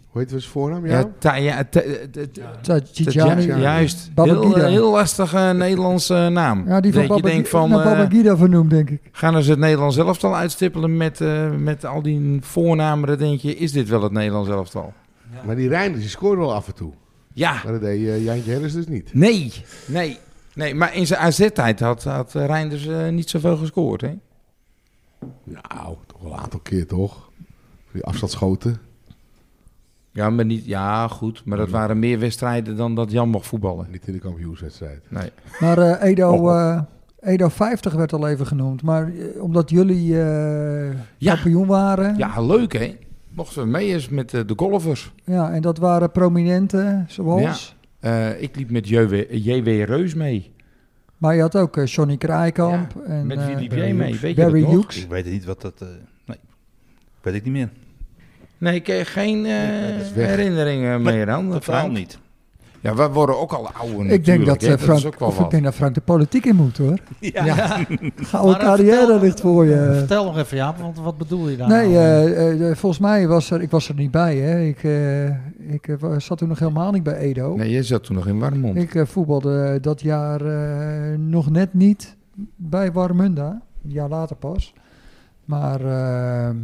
[SPEAKER 5] Hoe heet het voornaam?
[SPEAKER 1] Ja, eh,
[SPEAKER 5] Ja.
[SPEAKER 1] ta- ja, ta- ta- ta-
[SPEAKER 3] Tijani.
[SPEAKER 1] ja, juist. Heel,
[SPEAKER 3] Babangida.
[SPEAKER 1] eh, heel lastige Nederlandse eh, naam.
[SPEAKER 3] Ja, die van
[SPEAKER 1] Dat je
[SPEAKER 3] Baba,
[SPEAKER 1] denkt van...
[SPEAKER 3] naar
[SPEAKER 1] eh,
[SPEAKER 3] Baba Gida vernoemd, denk ik.
[SPEAKER 1] Gaan ze het Nederlands elftal uitstippelen met, eh, met al die voornamen? Dan denk je, is dit wel het Nederlands elftal?
[SPEAKER 5] Maar die Reinders, die scoorde wel af en toe.
[SPEAKER 1] Ja,
[SPEAKER 5] Maar dat deed eh, Jantje Harris dus niet.
[SPEAKER 1] nee, nee. Nee, maar in zijn AZ-tijd had, had Reinders eh, niet zoveel gescoord, hè?
[SPEAKER 5] Nou, toch wel een aantal keer toch? Die afstandsschoten.
[SPEAKER 1] Ja, maar niet, ja, goed. Maar dat waren meer wedstrijden dan dat Jan mocht voetballen.
[SPEAKER 5] Niet in de kampioenswedstrijd.
[SPEAKER 1] Nee.
[SPEAKER 3] Maar eh,
[SPEAKER 1] Oh,
[SPEAKER 3] Edo, eh, Edo 50 werd al even genoemd. Maar eh, omdat jullie eh,
[SPEAKER 1] Ja.
[SPEAKER 3] kampioen waren.
[SPEAKER 1] Ja, leuk, hè? Mochten we mee eens met eh, de golfers.
[SPEAKER 3] Ja, en dat waren prominenten zoals.
[SPEAKER 1] Eh, ik liep met JW, JW Reus mee.
[SPEAKER 3] Maar je had ook eh, Johnny Kraaikamp. en,
[SPEAKER 1] met wie
[SPEAKER 3] eh,
[SPEAKER 1] liep jij mee? Weet je
[SPEAKER 3] Barry
[SPEAKER 1] dat nog?
[SPEAKER 3] Hughes.
[SPEAKER 4] Ik weet niet wat dat... eh, nee, weet ik niet meer.
[SPEAKER 1] Nee, ik heb geen eh,
[SPEAKER 5] dat is weg.
[SPEAKER 1] herinneringen
[SPEAKER 4] Nee,
[SPEAKER 1] meer aan.
[SPEAKER 4] Totaal
[SPEAKER 1] Frank.
[SPEAKER 4] niet.
[SPEAKER 1] Ja, we worden ook al ouder
[SPEAKER 3] Ik denk dat, eh,
[SPEAKER 1] natuurlijk, hè.
[SPEAKER 3] Frank,
[SPEAKER 1] is ook wel
[SPEAKER 3] of ik
[SPEAKER 1] wat.
[SPEAKER 3] denk dat Frank de politiek in
[SPEAKER 2] <laughs>
[SPEAKER 3] moet hoor.
[SPEAKER 4] Ja.
[SPEAKER 3] Gouden
[SPEAKER 2] Maar, eh,
[SPEAKER 3] carrière
[SPEAKER 2] vertel-
[SPEAKER 3] ligt voor je.
[SPEAKER 2] Vertel nog even, Jaap, want wat bedoel je daar?
[SPEAKER 3] Nee,
[SPEAKER 2] nou?
[SPEAKER 3] eh, eh, eh, volgens mij was er, ik was er niet bij. Hè. Ik, eh, ik eh, wa- zat toen nog helemaal niet bij Edo.
[SPEAKER 1] Nee, jij zat toen nog in Warmond.
[SPEAKER 3] Ik eh, voetbalde eh, dat jaar eh, nog net niet bij Warmunda. Een jaar later pas. Maar eh,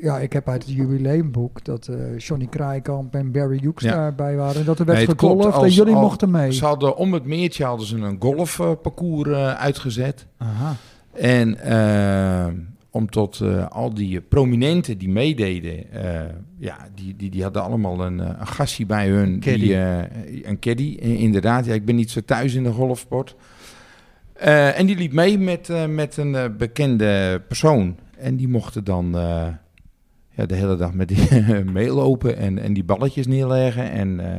[SPEAKER 3] ja, ik heb uit het jubileumboek dat eh, Johnny Kraaikamp en Barry Hughes
[SPEAKER 1] Ja.
[SPEAKER 3] daarbij waren. En dat er werd
[SPEAKER 1] Nee, het klopt.
[SPEAKER 3] gegolfd en
[SPEAKER 1] Als-
[SPEAKER 3] jullie
[SPEAKER 1] al-
[SPEAKER 3] mochten mee.
[SPEAKER 1] Ze hadden om het meertje hadden ze een golfparcours eh, uitgezet.
[SPEAKER 2] Aha.
[SPEAKER 1] En eh, om tot eh, al die prominenten die meededen, eh, ja, die, die, die hadden allemaal een, eh, een gastje bij hun.
[SPEAKER 2] Caddy.
[SPEAKER 1] Die, eh, een caddy, i- inderdaad. Ja, ik ben niet zo thuis in de golfsport. Eh, en die liep mee met, eh, met een eh, bekende persoon. En die mochten dan eh, ja, de hele dag met die <laughs> meelopen en, en die balletjes neerleggen. En eh,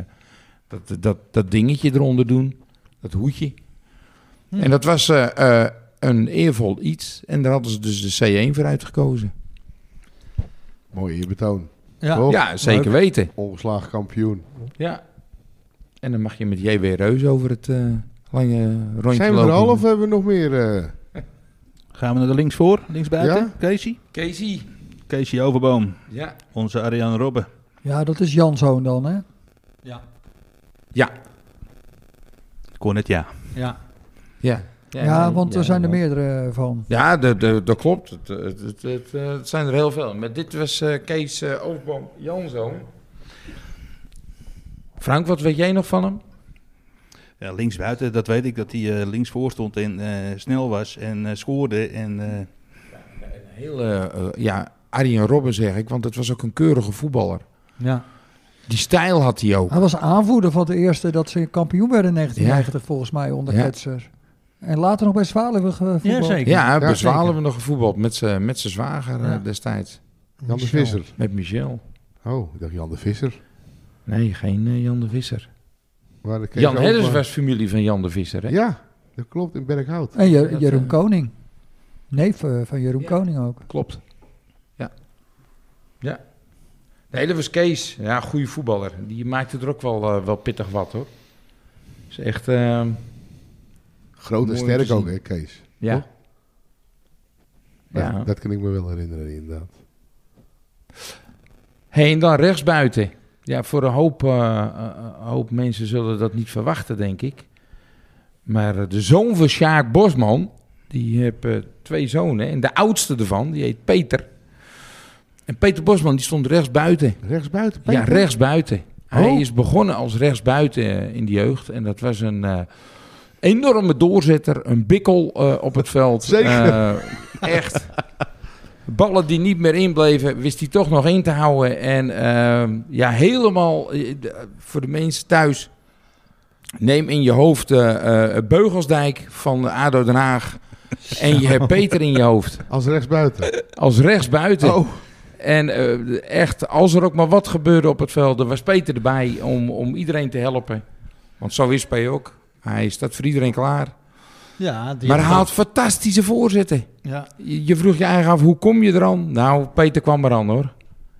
[SPEAKER 1] dat, dat, dat dingetje eronder doen, dat hoedje.
[SPEAKER 2] Hm.
[SPEAKER 1] En dat was eh, eh, een eervol iets. En daar hadden ze dus de C1 voor uitgekozen.
[SPEAKER 5] Mooi eerbetoon.
[SPEAKER 2] Ja.
[SPEAKER 5] Toch?
[SPEAKER 1] ja, zeker weten.
[SPEAKER 5] Ongeslagen kampioen.
[SPEAKER 1] Ja. En dan mag je met JW Reus over het eh, lange rondje
[SPEAKER 5] Zijn we
[SPEAKER 1] lopen.
[SPEAKER 5] er al of hebben we nog meer? eh,
[SPEAKER 4] Gaan we naar de links voor, links buiten.
[SPEAKER 5] Ja.
[SPEAKER 4] Casey.
[SPEAKER 1] Casey.
[SPEAKER 4] Casey Overboom.
[SPEAKER 1] Ja.
[SPEAKER 4] Onze Arjan Robben.
[SPEAKER 3] Ja, dat is Janszoon dan, hè?
[SPEAKER 2] Ja.
[SPEAKER 1] Ja.
[SPEAKER 4] Ik hoor net ja.
[SPEAKER 2] ja.
[SPEAKER 1] Ja,
[SPEAKER 3] Ja, want er zijn er meerdere eh, van.
[SPEAKER 1] Ja, dat- dat dat klopt. Het, het, het, het, eh, het zijn er heel veel. Maar dit was eh, Kees eh Overboom Janzoon. Frank, wat weet jij nog van hem?
[SPEAKER 4] Ja, links buiten, dat weet ik dat hij eh, links voor stond en eh, snel was en eh, scoorde. En, eh,
[SPEAKER 1] Een hele, eh, ja, Arjen Robben zeg ik, want het was ook een keurige voetballer.
[SPEAKER 2] Ja.
[SPEAKER 1] Die stijl had hij ook.
[SPEAKER 3] Hij was aanvoerder van de eerste dat ze kampioen werden in 1990 volgens mij onder
[SPEAKER 1] Ja.
[SPEAKER 3] Ketser. En later nog bij Zwaluwe ge- voetbal.
[SPEAKER 2] Ja, zeker.
[SPEAKER 1] Ja,
[SPEAKER 5] Ja,
[SPEAKER 1] bezwalen
[SPEAKER 5] zeker.
[SPEAKER 1] we nog gevoetbald met zijn met zijn zwager eh,
[SPEAKER 3] Ja.
[SPEAKER 1] destijds.
[SPEAKER 5] Jan de Visser.
[SPEAKER 1] Met Michel.
[SPEAKER 5] Oh, ik dacht Jan de Visser.
[SPEAKER 1] Nee, geen eh, Jan de Visser.
[SPEAKER 5] Waar de Kees
[SPEAKER 1] Jan Hedders
[SPEAKER 5] Overma-
[SPEAKER 1] was familie van Jan de Visser, hè?
[SPEAKER 5] Ja, dat klopt. In Berghout.
[SPEAKER 3] En Jer-
[SPEAKER 1] Dat,
[SPEAKER 3] Jeroen
[SPEAKER 1] eh,
[SPEAKER 3] Koning. Neef eh, van Jeroen
[SPEAKER 1] Ja.
[SPEAKER 3] Koning ook.
[SPEAKER 1] Klopt. Ja. Ja. Nee, dat was Kees. Ja, goede voetballer. Die maakte er ook wel, eh, wel pittig wat, hoor. Is echt... eh,
[SPEAKER 5] Groot en
[SPEAKER 1] Mooi om
[SPEAKER 5] sterk
[SPEAKER 1] te zien.
[SPEAKER 5] ook, hè, Kees?
[SPEAKER 1] ja.
[SPEAKER 5] Toch?
[SPEAKER 1] Ja.
[SPEAKER 5] Dat, dat kan ik me wel herinneren, inderdaad.
[SPEAKER 1] Hey, en dan rechtsbuiten. Ja, voor een hoop, eh, eh, hoop mensen zullen dat niet verwachten, denk ik. Maar eh, de zoon van Sjaak Bosman, die heeft eh, twee zonen. En de oudste ervan, die heet Peter. En Peter Bosman, die stond rechts buiten.
[SPEAKER 5] Rechtsbuiten?
[SPEAKER 1] Ja,
[SPEAKER 5] Peter?
[SPEAKER 1] rechtsbuiten. Hij
[SPEAKER 5] Oh.
[SPEAKER 1] is begonnen als rechtsbuiten eh, in de jeugd. En dat was een eh, enorme doorzetter, een bikkel eh, op het veld.
[SPEAKER 5] Zeker.
[SPEAKER 1] Eh, echt. Ballen die niet meer inbleven, wist hij toch nog in te houden. En ehm, ja, helemaal eh, de- voor de mensen thuis. Neem in je hoofd eh, eh, Beugelsdijk van ADO Den
[SPEAKER 5] <laughs>
[SPEAKER 1] Haag. En je hebt Peter in je hoofd.
[SPEAKER 5] Als rechtsbuiten.
[SPEAKER 1] Als rechtsbuiten.
[SPEAKER 5] Oh,
[SPEAKER 1] En eh, echt, als er ook maar wat gebeurde op het veld, dan was Peter erbij om, om iedereen te helpen. Want zo is hij ook. Hij staat voor iedereen klaar.
[SPEAKER 2] Ja, die
[SPEAKER 1] Maar hij haalt fantastische voorzetten.
[SPEAKER 2] Ja.
[SPEAKER 1] Je, je vroeg je eigen af, hoe kom je er aan? Nou, Peter kwam er aan hoor.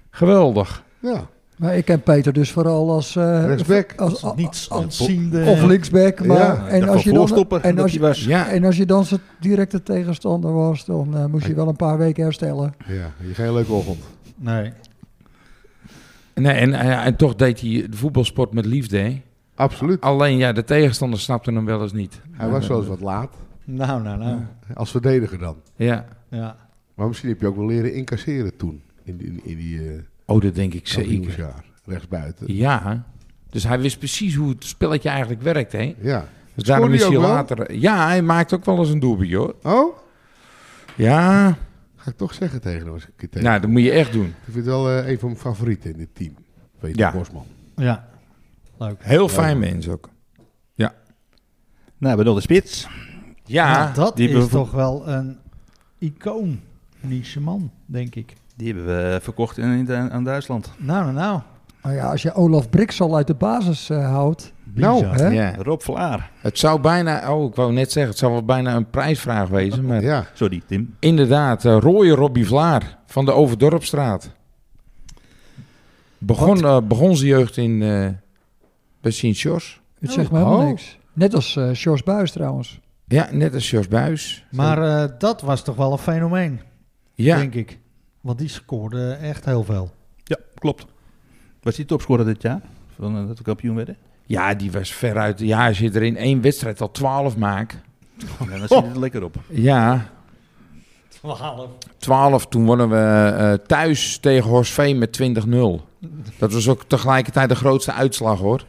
[SPEAKER 1] Geweldig.
[SPEAKER 5] ja.
[SPEAKER 3] Maar ik ken Peter dus vooral als... eh,
[SPEAKER 5] Rechtsback.
[SPEAKER 3] Als, als,
[SPEAKER 2] Niet eh,
[SPEAKER 3] als-
[SPEAKER 2] aanziende...
[SPEAKER 3] of linksback. Maar,
[SPEAKER 5] Ja,
[SPEAKER 3] en,
[SPEAKER 4] dat
[SPEAKER 3] als je
[SPEAKER 4] voor
[SPEAKER 3] dan,
[SPEAKER 4] voorstopper
[SPEAKER 3] en,
[SPEAKER 4] dat
[SPEAKER 3] als,
[SPEAKER 4] hij was.
[SPEAKER 1] Ja,
[SPEAKER 3] en als je dan zijn directe tegenstander was, dan eh, moest je wel een paar weken herstellen.
[SPEAKER 5] Ja, je geen leuke ochtend.
[SPEAKER 2] Nee.
[SPEAKER 1] nee, en, en, en toch deed hij de voetbalsport met liefde. Hè?
[SPEAKER 5] Absoluut.
[SPEAKER 1] Alleen ja, de tegenstanders snapten hem wel eens niet.
[SPEAKER 5] Hij was wel eens wat laat.
[SPEAKER 2] Nou, nou, nou.
[SPEAKER 5] Als verdediger dan.
[SPEAKER 1] Ja.
[SPEAKER 2] Ja.
[SPEAKER 5] Maar misschien heb je ook wel leren incasseren toen. In, die- in, in die eh
[SPEAKER 1] Oh, dat denk ik zeker.
[SPEAKER 5] kampioensjaar. Rechtsbuiten.
[SPEAKER 1] Ja. Dus hij wist precies hoe het spelletje eigenlijk werkte. Hè?
[SPEAKER 5] Ja.
[SPEAKER 1] Dus daarom
[SPEAKER 5] Scoorde
[SPEAKER 1] is
[SPEAKER 5] hij
[SPEAKER 1] hij
[SPEAKER 5] ook wel?
[SPEAKER 1] later. Ja, hij maakt ook wel eens een doelpuntje hoor.
[SPEAKER 5] Oh,
[SPEAKER 1] Ja,
[SPEAKER 5] ga ik toch zeggen tegen hem. Als ik het tegen.
[SPEAKER 1] nou, dat moet je echt doen.
[SPEAKER 5] Ik vind het wel eh, een van mijn favorieten in dit team. Peter
[SPEAKER 1] Ja.
[SPEAKER 5] Bosman.
[SPEAKER 2] Ja. Leuk.
[SPEAKER 1] Heel fijn mens ook.
[SPEAKER 4] Nou, bedoel de spits.
[SPEAKER 1] Ja,
[SPEAKER 2] Nou, dat
[SPEAKER 4] die
[SPEAKER 2] is
[SPEAKER 4] bevo-
[SPEAKER 2] toch wel een icoon. Niche man, denk ik.
[SPEAKER 4] Die hebben we eh, verkocht in, in- aan Duitsland.
[SPEAKER 2] Nou, nou, nou.
[SPEAKER 3] Maar ja, als je Olaf Brix al uit de basis eh, houdt...
[SPEAKER 2] Bizar.
[SPEAKER 5] Nou,
[SPEAKER 3] Hè?
[SPEAKER 1] ja.
[SPEAKER 4] Rob Vlaar.
[SPEAKER 1] Het zou bijna, oh, ik wou net zeggen, het zou wel bijna een prijsvraag wezen. Maar
[SPEAKER 5] Ja.
[SPEAKER 4] Sorry, Tim.
[SPEAKER 1] inderdaad, eh rode Robbie Vlaar van de Overdorpstraat. Begon, eh, begon zijn jeugd in, eh bij Sint-George.
[SPEAKER 3] Het zegt me helemaal
[SPEAKER 5] Oh.
[SPEAKER 3] niks. Net als eh George Buis trouwens.
[SPEAKER 1] Ja, net als Jos Buis.
[SPEAKER 2] Maar eh, dat was toch wel een fenomeen,
[SPEAKER 1] Ja,
[SPEAKER 2] denk ik. Want die scoorde echt heel veel.
[SPEAKER 4] Ja, klopt. Was die topscorer dit jaar? Van, eh, dat we kampioen werden?
[SPEAKER 1] ja, die was veruit. Ja, als je er in één wedstrijd al 12 maakt.
[SPEAKER 4] Ja, dan zit het er lekker op.
[SPEAKER 1] Ja,
[SPEAKER 2] 12.
[SPEAKER 1] 12, toen wonnen we eh, thuis tegen Horst Veen met 20-0. Dat was ook tegelijkertijd de grootste uitslag hoor.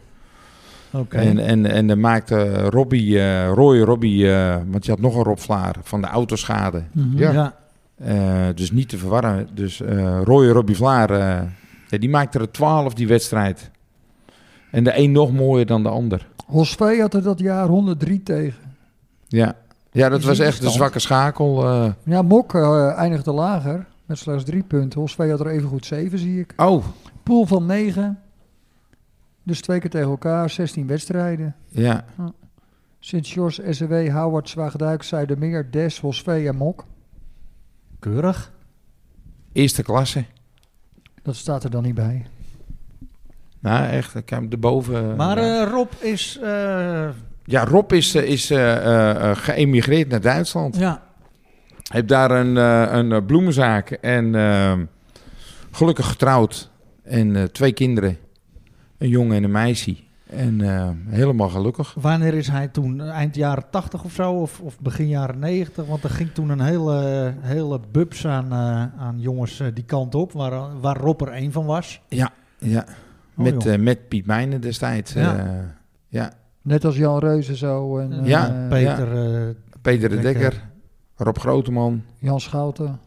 [SPEAKER 2] Oké.
[SPEAKER 1] En, en, en dan maakte Robbie, eh Roy Robbie, eh, want je had nog een Rob Vlaar van de autoschade.
[SPEAKER 5] Ja.
[SPEAKER 1] Eh, dus niet te verwarren. Dus eh Roy Robbie Vlaar, eh, ja, die maakte er 12 die wedstrijd. En de een nog mooier dan de ander.
[SPEAKER 3] Hosvee had er dat jaar 103 tegen.
[SPEAKER 1] Ja, ja dat
[SPEAKER 3] Is
[SPEAKER 1] was
[SPEAKER 3] die
[SPEAKER 1] echt de
[SPEAKER 3] stand?
[SPEAKER 1] zwakke schakel. eh.
[SPEAKER 3] Ja, Mok eh, eindigde lager met slechts drie punten. Hosvee had er evengoed zeven, zie ik.
[SPEAKER 1] Oh,
[SPEAKER 3] Pool van negen. Dus twee keer tegen elkaar, 16 wedstrijden.
[SPEAKER 1] ja.
[SPEAKER 3] Sint-George, SEW, Howard, Zwaagduik, Zuidermeer, Des, Hosvee en Mok.
[SPEAKER 2] Keurig.
[SPEAKER 1] Eerste klasse.
[SPEAKER 3] Dat staat er dan niet bij.
[SPEAKER 1] Nou, echt. Ik heb hem erboven.
[SPEAKER 2] Maar
[SPEAKER 1] ja.
[SPEAKER 2] eh, Rob is... eh,
[SPEAKER 1] Ja, Rob is, eh, is eh, eh, eh, geëmigreerd naar Duitsland.
[SPEAKER 2] ja.
[SPEAKER 1] Hij heeft daar een, eh, een eh, bloemenzaak en eh, gelukkig getrouwd. En eh, twee kinderen, een jongen en een meisje. En eh, helemaal gelukkig.
[SPEAKER 2] Wanneer is hij toen? Eind jaren 80 of zo? Of, of begin jaren 90? Want er ging toen een hele, hele bubs aan, eh, aan jongens eh, die kant op. Waar, waar Rob er één van was.
[SPEAKER 1] Ja,
[SPEAKER 2] Oh,
[SPEAKER 1] met,
[SPEAKER 2] joh.
[SPEAKER 1] eh, met Piet Mijnen destijds.
[SPEAKER 2] Ja.
[SPEAKER 1] eh,
[SPEAKER 3] Net als Jan Reuzen zo en eh,
[SPEAKER 1] Ja,
[SPEAKER 3] eh,
[SPEAKER 2] Peter... eh,
[SPEAKER 1] Peter de
[SPEAKER 2] Lekker.
[SPEAKER 1] Dekker, Rob Groteman.
[SPEAKER 3] Jan Schouten,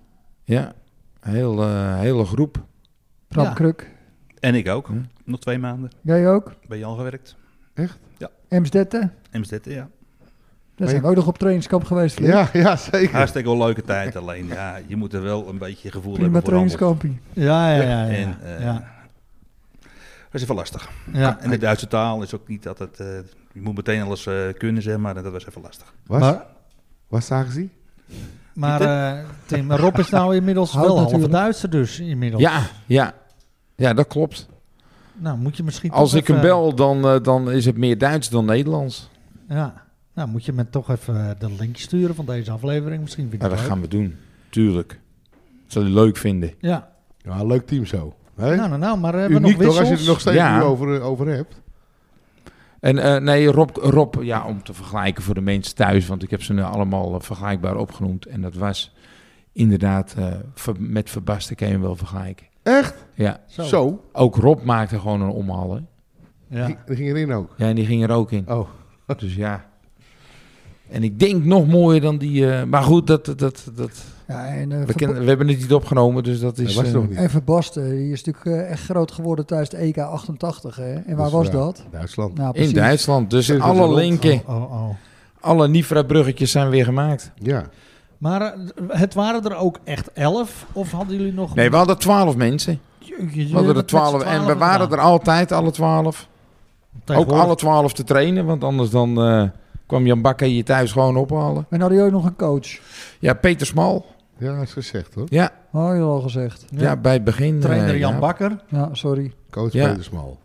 [SPEAKER 1] Ja, een heel, eh, hele groep.
[SPEAKER 3] Bram
[SPEAKER 2] Ja.
[SPEAKER 3] Kruk.
[SPEAKER 4] En ik ook.
[SPEAKER 1] Hm.
[SPEAKER 4] Nog twee maanden.
[SPEAKER 3] Jij ook?
[SPEAKER 4] Bij Jan gewerkt.
[SPEAKER 3] Ems Dette.
[SPEAKER 4] Amsterdam, ja.
[SPEAKER 3] Daar zijn we ook nog op trainingskamp geweest. Flip.
[SPEAKER 5] Ja, ja, zeker.
[SPEAKER 4] Hartstikke wel leuke tijd. Alleen, ja, je moet er wel een beetje gevoel
[SPEAKER 3] Prima
[SPEAKER 4] hebben voor handel.
[SPEAKER 3] trainingskampie.
[SPEAKER 2] ja, ja, ja. ja,
[SPEAKER 4] En, eh,
[SPEAKER 2] ja,
[SPEAKER 4] Dat is even lastig.
[SPEAKER 2] ja.
[SPEAKER 4] Ah, En de Duitse taal is ook niet altijd... eh, je moet meteen alles eh, kunnen, zeg maar. En dat was even lastig.
[SPEAKER 5] Was,
[SPEAKER 2] Maar-
[SPEAKER 5] was zagen ze?
[SPEAKER 2] Maar eh, Tim, maar Rob is nou inmiddels
[SPEAKER 3] Houdt
[SPEAKER 2] wel half
[SPEAKER 3] natuurlijk.
[SPEAKER 2] Duitser dus inmiddels.
[SPEAKER 1] Ja, ja. ja, dat klopt.
[SPEAKER 2] Nou, moet je misschien
[SPEAKER 1] Als
[SPEAKER 2] toch
[SPEAKER 1] ik hem
[SPEAKER 2] even-
[SPEAKER 1] bel, dan, eh, dan is het meer Duits dan Nederlands.
[SPEAKER 2] Ja. Nou, moet je me toch even eh, de link sturen van deze aflevering. Misschien vind
[SPEAKER 1] Ja,
[SPEAKER 2] ik
[SPEAKER 1] dat
[SPEAKER 2] het leuk.
[SPEAKER 1] gaan we doen. Tuurlijk. Dat zal je leuk vinden.
[SPEAKER 2] Ja.
[SPEAKER 5] Ja, leuk team zo. Hè?
[SPEAKER 2] Nou, nou, nou, maar hebben we nog
[SPEAKER 5] Uniek toch,
[SPEAKER 2] wissels?
[SPEAKER 5] als je het nog steeds
[SPEAKER 1] Ja.
[SPEAKER 5] nu over, eh, over hebt.
[SPEAKER 1] En eh, nee, Rob, Rob, ja, om te vergelijken voor de mensen thuis, want ik heb ze nu allemaal eh, vergelijkbaar opgenoemd. En dat was inderdaad, eh, ver- met Verbasten kan je hem wel vergelijken.
[SPEAKER 5] Echt?
[SPEAKER 1] Ja,
[SPEAKER 5] Zo.
[SPEAKER 1] ook Rob maakte gewoon een omhaal.
[SPEAKER 2] Ja.
[SPEAKER 5] Ging, ging erin ook.
[SPEAKER 1] Ja, en die ging er ook in. <laughs>
[SPEAKER 5] Oh.
[SPEAKER 1] Dus ja. En ik denk nog mooier dan die... eh, maar goed, dat, dat, dat, <laughs> dat-
[SPEAKER 3] Ja, en, eh,
[SPEAKER 1] we,
[SPEAKER 3] Verba-
[SPEAKER 1] kennen- we hebben het niet opgenomen, dus dat is...
[SPEAKER 5] dat was
[SPEAKER 1] eh,
[SPEAKER 5] het nog niet.
[SPEAKER 3] en Verbasten, die is natuurlijk eh, echt groot geworden tijdens de EK 88. Hè? En waar
[SPEAKER 5] is
[SPEAKER 3] was
[SPEAKER 5] waar.
[SPEAKER 3] dat?
[SPEAKER 5] Duitsland.
[SPEAKER 3] Nou,
[SPEAKER 1] in Duitsland. Dus
[SPEAKER 5] Cirkel
[SPEAKER 1] alle
[SPEAKER 5] rond.
[SPEAKER 1] linken,
[SPEAKER 2] Oh, oh, oh.
[SPEAKER 1] alle Nifra-bruggetjes zijn weer gemaakt.
[SPEAKER 5] Ja.
[SPEAKER 2] Maar eh, het waren er ook echt elf? Of hadden jullie nog...
[SPEAKER 1] Nee, we hadden twaalf mensen. We hadden er twaalf. En we waren er altijd, alle twaalf. Ook alle twaalf te trainen, want anders dan eh, kwam Jan Bakker je thuis gewoon ophalen.
[SPEAKER 3] En hadden jullie ook nog een coach?
[SPEAKER 1] Ja, Peter Smal.
[SPEAKER 5] Ja, dat is gezegd hoor.
[SPEAKER 1] Ja,
[SPEAKER 3] Oh, je al gezegd.
[SPEAKER 1] ja. bij het begin. eh,
[SPEAKER 2] Trainer Jan
[SPEAKER 1] ja.
[SPEAKER 2] Bakker.
[SPEAKER 3] Ja, sorry.
[SPEAKER 5] Coach
[SPEAKER 1] Ja.
[SPEAKER 5] Peter Smal.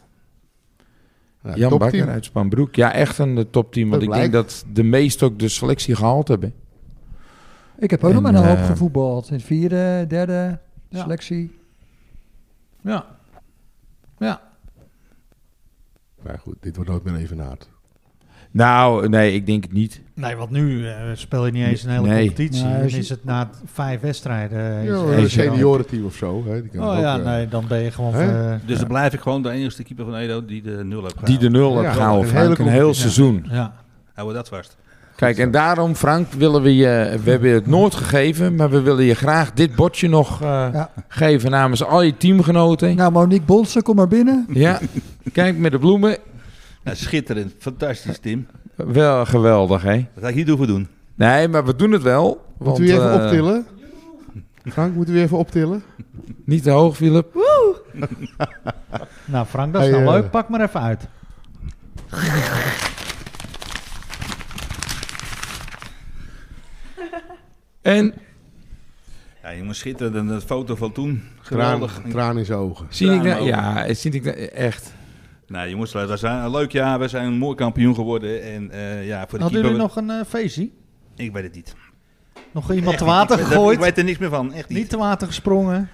[SPEAKER 5] Ja,
[SPEAKER 1] Jan
[SPEAKER 5] topteam.
[SPEAKER 1] Bakker uit Spanbroek. Ja, echt een eh, topteam. Want
[SPEAKER 5] Dat
[SPEAKER 1] ik denk dat de meesten ook de selectie gehaald hebben.
[SPEAKER 3] Ik heb ook nog
[SPEAKER 1] En,
[SPEAKER 3] maar een hoop
[SPEAKER 1] eh,
[SPEAKER 3] gevoetbald. In het vierde, derde,
[SPEAKER 2] Ja.
[SPEAKER 3] selectie.
[SPEAKER 2] Ja. Ja.
[SPEAKER 5] Maar goed, dit wordt nooit meer even naad.
[SPEAKER 1] Nou, nee, ik denk het niet.
[SPEAKER 2] Nee, want nu eh, speel je niet eens een hele
[SPEAKER 1] Nee.
[SPEAKER 2] competitie.
[SPEAKER 3] Nee,
[SPEAKER 2] Dan
[SPEAKER 3] als je-
[SPEAKER 2] is het na vijf wedstrijden... eh, is
[SPEAKER 5] Ja,
[SPEAKER 2] het-
[SPEAKER 5] hoor,
[SPEAKER 1] Hey,
[SPEAKER 5] een
[SPEAKER 1] Gerard.
[SPEAKER 5] seniorenteam of zo. Hè. Die kan
[SPEAKER 2] Oh
[SPEAKER 5] ook,
[SPEAKER 2] ja,
[SPEAKER 5] eh,
[SPEAKER 2] nee, dan ben je gewoon...
[SPEAKER 5] Hè?
[SPEAKER 2] ver-
[SPEAKER 4] Dus dan blijf ik gewoon de enige keeper van Edo die de nul heeft
[SPEAKER 1] Die de nul
[SPEAKER 5] Ja,
[SPEAKER 1] heeft
[SPEAKER 5] een
[SPEAKER 1] gehaald,
[SPEAKER 5] hele
[SPEAKER 1] Frank. Een heel
[SPEAKER 5] competitie.
[SPEAKER 1] seizoen.
[SPEAKER 2] Ja.
[SPEAKER 4] Houden we dat vast.
[SPEAKER 1] Kijk, en daarom, Frank, willen we je... eh, We hebben je het nooit gegeven, maar we willen je graag dit bordje nog eh,
[SPEAKER 3] Ja.
[SPEAKER 1] geven namens al je teamgenoten.
[SPEAKER 3] Nou, Monique Bolsen, kom maar binnen.
[SPEAKER 1] Ja, kijk, met de bloemen.
[SPEAKER 4] Nou, schitterend. Fantastisch, Tim.
[SPEAKER 1] Wel geweldig, hè?
[SPEAKER 4] Dat ga ik niet hoeven doen.
[SPEAKER 1] Nee, maar we doen het wel. Want,
[SPEAKER 5] Moeten we je even
[SPEAKER 1] eh,
[SPEAKER 5] optillen? Frank, moeten we je even optillen?
[SPEAKER 1] Niet te hoog, Philip.
[SPEAKER 2] Nou, Frank, dat is
[SPEAKER 5] Hey,
[SPEAKER 2] nou
[SPEAKER 5] eh,
[SPEAKER 2] leuk. Pak maar even uit.
[SPEAKER 1] En
[SPEAKER 4] Ja, jongens, schitterend. En dat foto van toen. Geweldig.
[SPEAKER 5] Traan, traan in zijn ogen.
[SPEAKER 1] zie ik
[SPEAKER 4] Tranen
[SPEAKER 1] nou... Ja, zie ik nou- Echt.
[SPEAKER 4] Nou, jongens, we zijn een leuk jaar. We zijn een mooi kampioen geworden. En eh, ja, voor de
[SPEAKER 2] Hadden
[SPEAKER 4] keeper...
[SPEAKER 2] jullie nog een eh, feestje?
[SPEAKER 4] Ik weet het niet.
[SPEAKER 2] Nog iemand
[SPEAKER 4] Echt
[SPEAKER 2] te
[SPEAKER 4] niet.
[SPEAKER 2] water
[SPEAKER 4] Ik weet-
[SPEAKER 2] gegooid?
[SPEAKER 4] Ik weet er niks meer van. Echt niet.
[SPEAKER 2] niet te water gesprongen?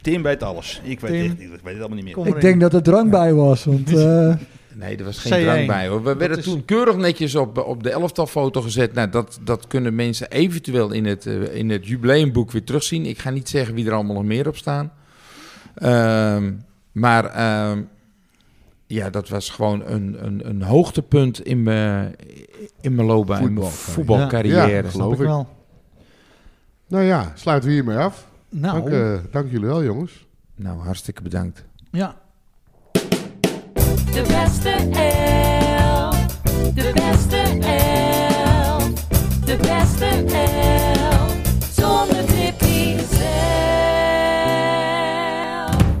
[SPEAKER 4] Tim weet alles. Ik weet,
[SPEAKER 2] Tim.
[SPEAKER 4] echt, niet. ik weet het allemaal niet meer.
[SPEAKER 2] Kom
[SPEAKER 3] Ik
[SPEAKER 2] erin.
[SPEAKER 3] denk dat er drank bij was. Want eh,
[SPEAKER 1] Nee, er was
[SPEAKER 2] C1.
[SPEAKER 1] geen drank bij hoor. We werden
[SPEAKER 2] is-
[SPEAKER 1] toen keurig netjes op, op de elftalfoto gezet. Nou, dat, dat kunnen mensen eventueel in het, eh, in het jubileumboek weer terugzien. Ik ga niet zeggen wie er allemaal nog meer op staan. Ehm, maar ehm, ja, dat was gewoon een, een, een hoogtepunt in mijn, in mijn loopbaan, in mijn
[SPEAKER 5] Voetbalcarrière.
[SPEAKER 1] voetbalcarrière.
[SPEAKER 2] Snap
[SPEAKER 5] Ja, geloof
[SPEAKER 2] ik
[SPEAKER 5] ik.
[SPEAKER 2] wel.
[SPEAKER 5] Nou ja, sluiten we hiermee af.
[SPEAKER 2] Nou,
[SPEAKER 5] Dank, eh, dank jullie wel, jongens.
[SPEAKER 1] Nou, hartstikke bedankt.
[SPEAKER 2] ja.
[SPEAKER 10] De beste elf, de beste elf, de beste elf, zonder Tippy zelf.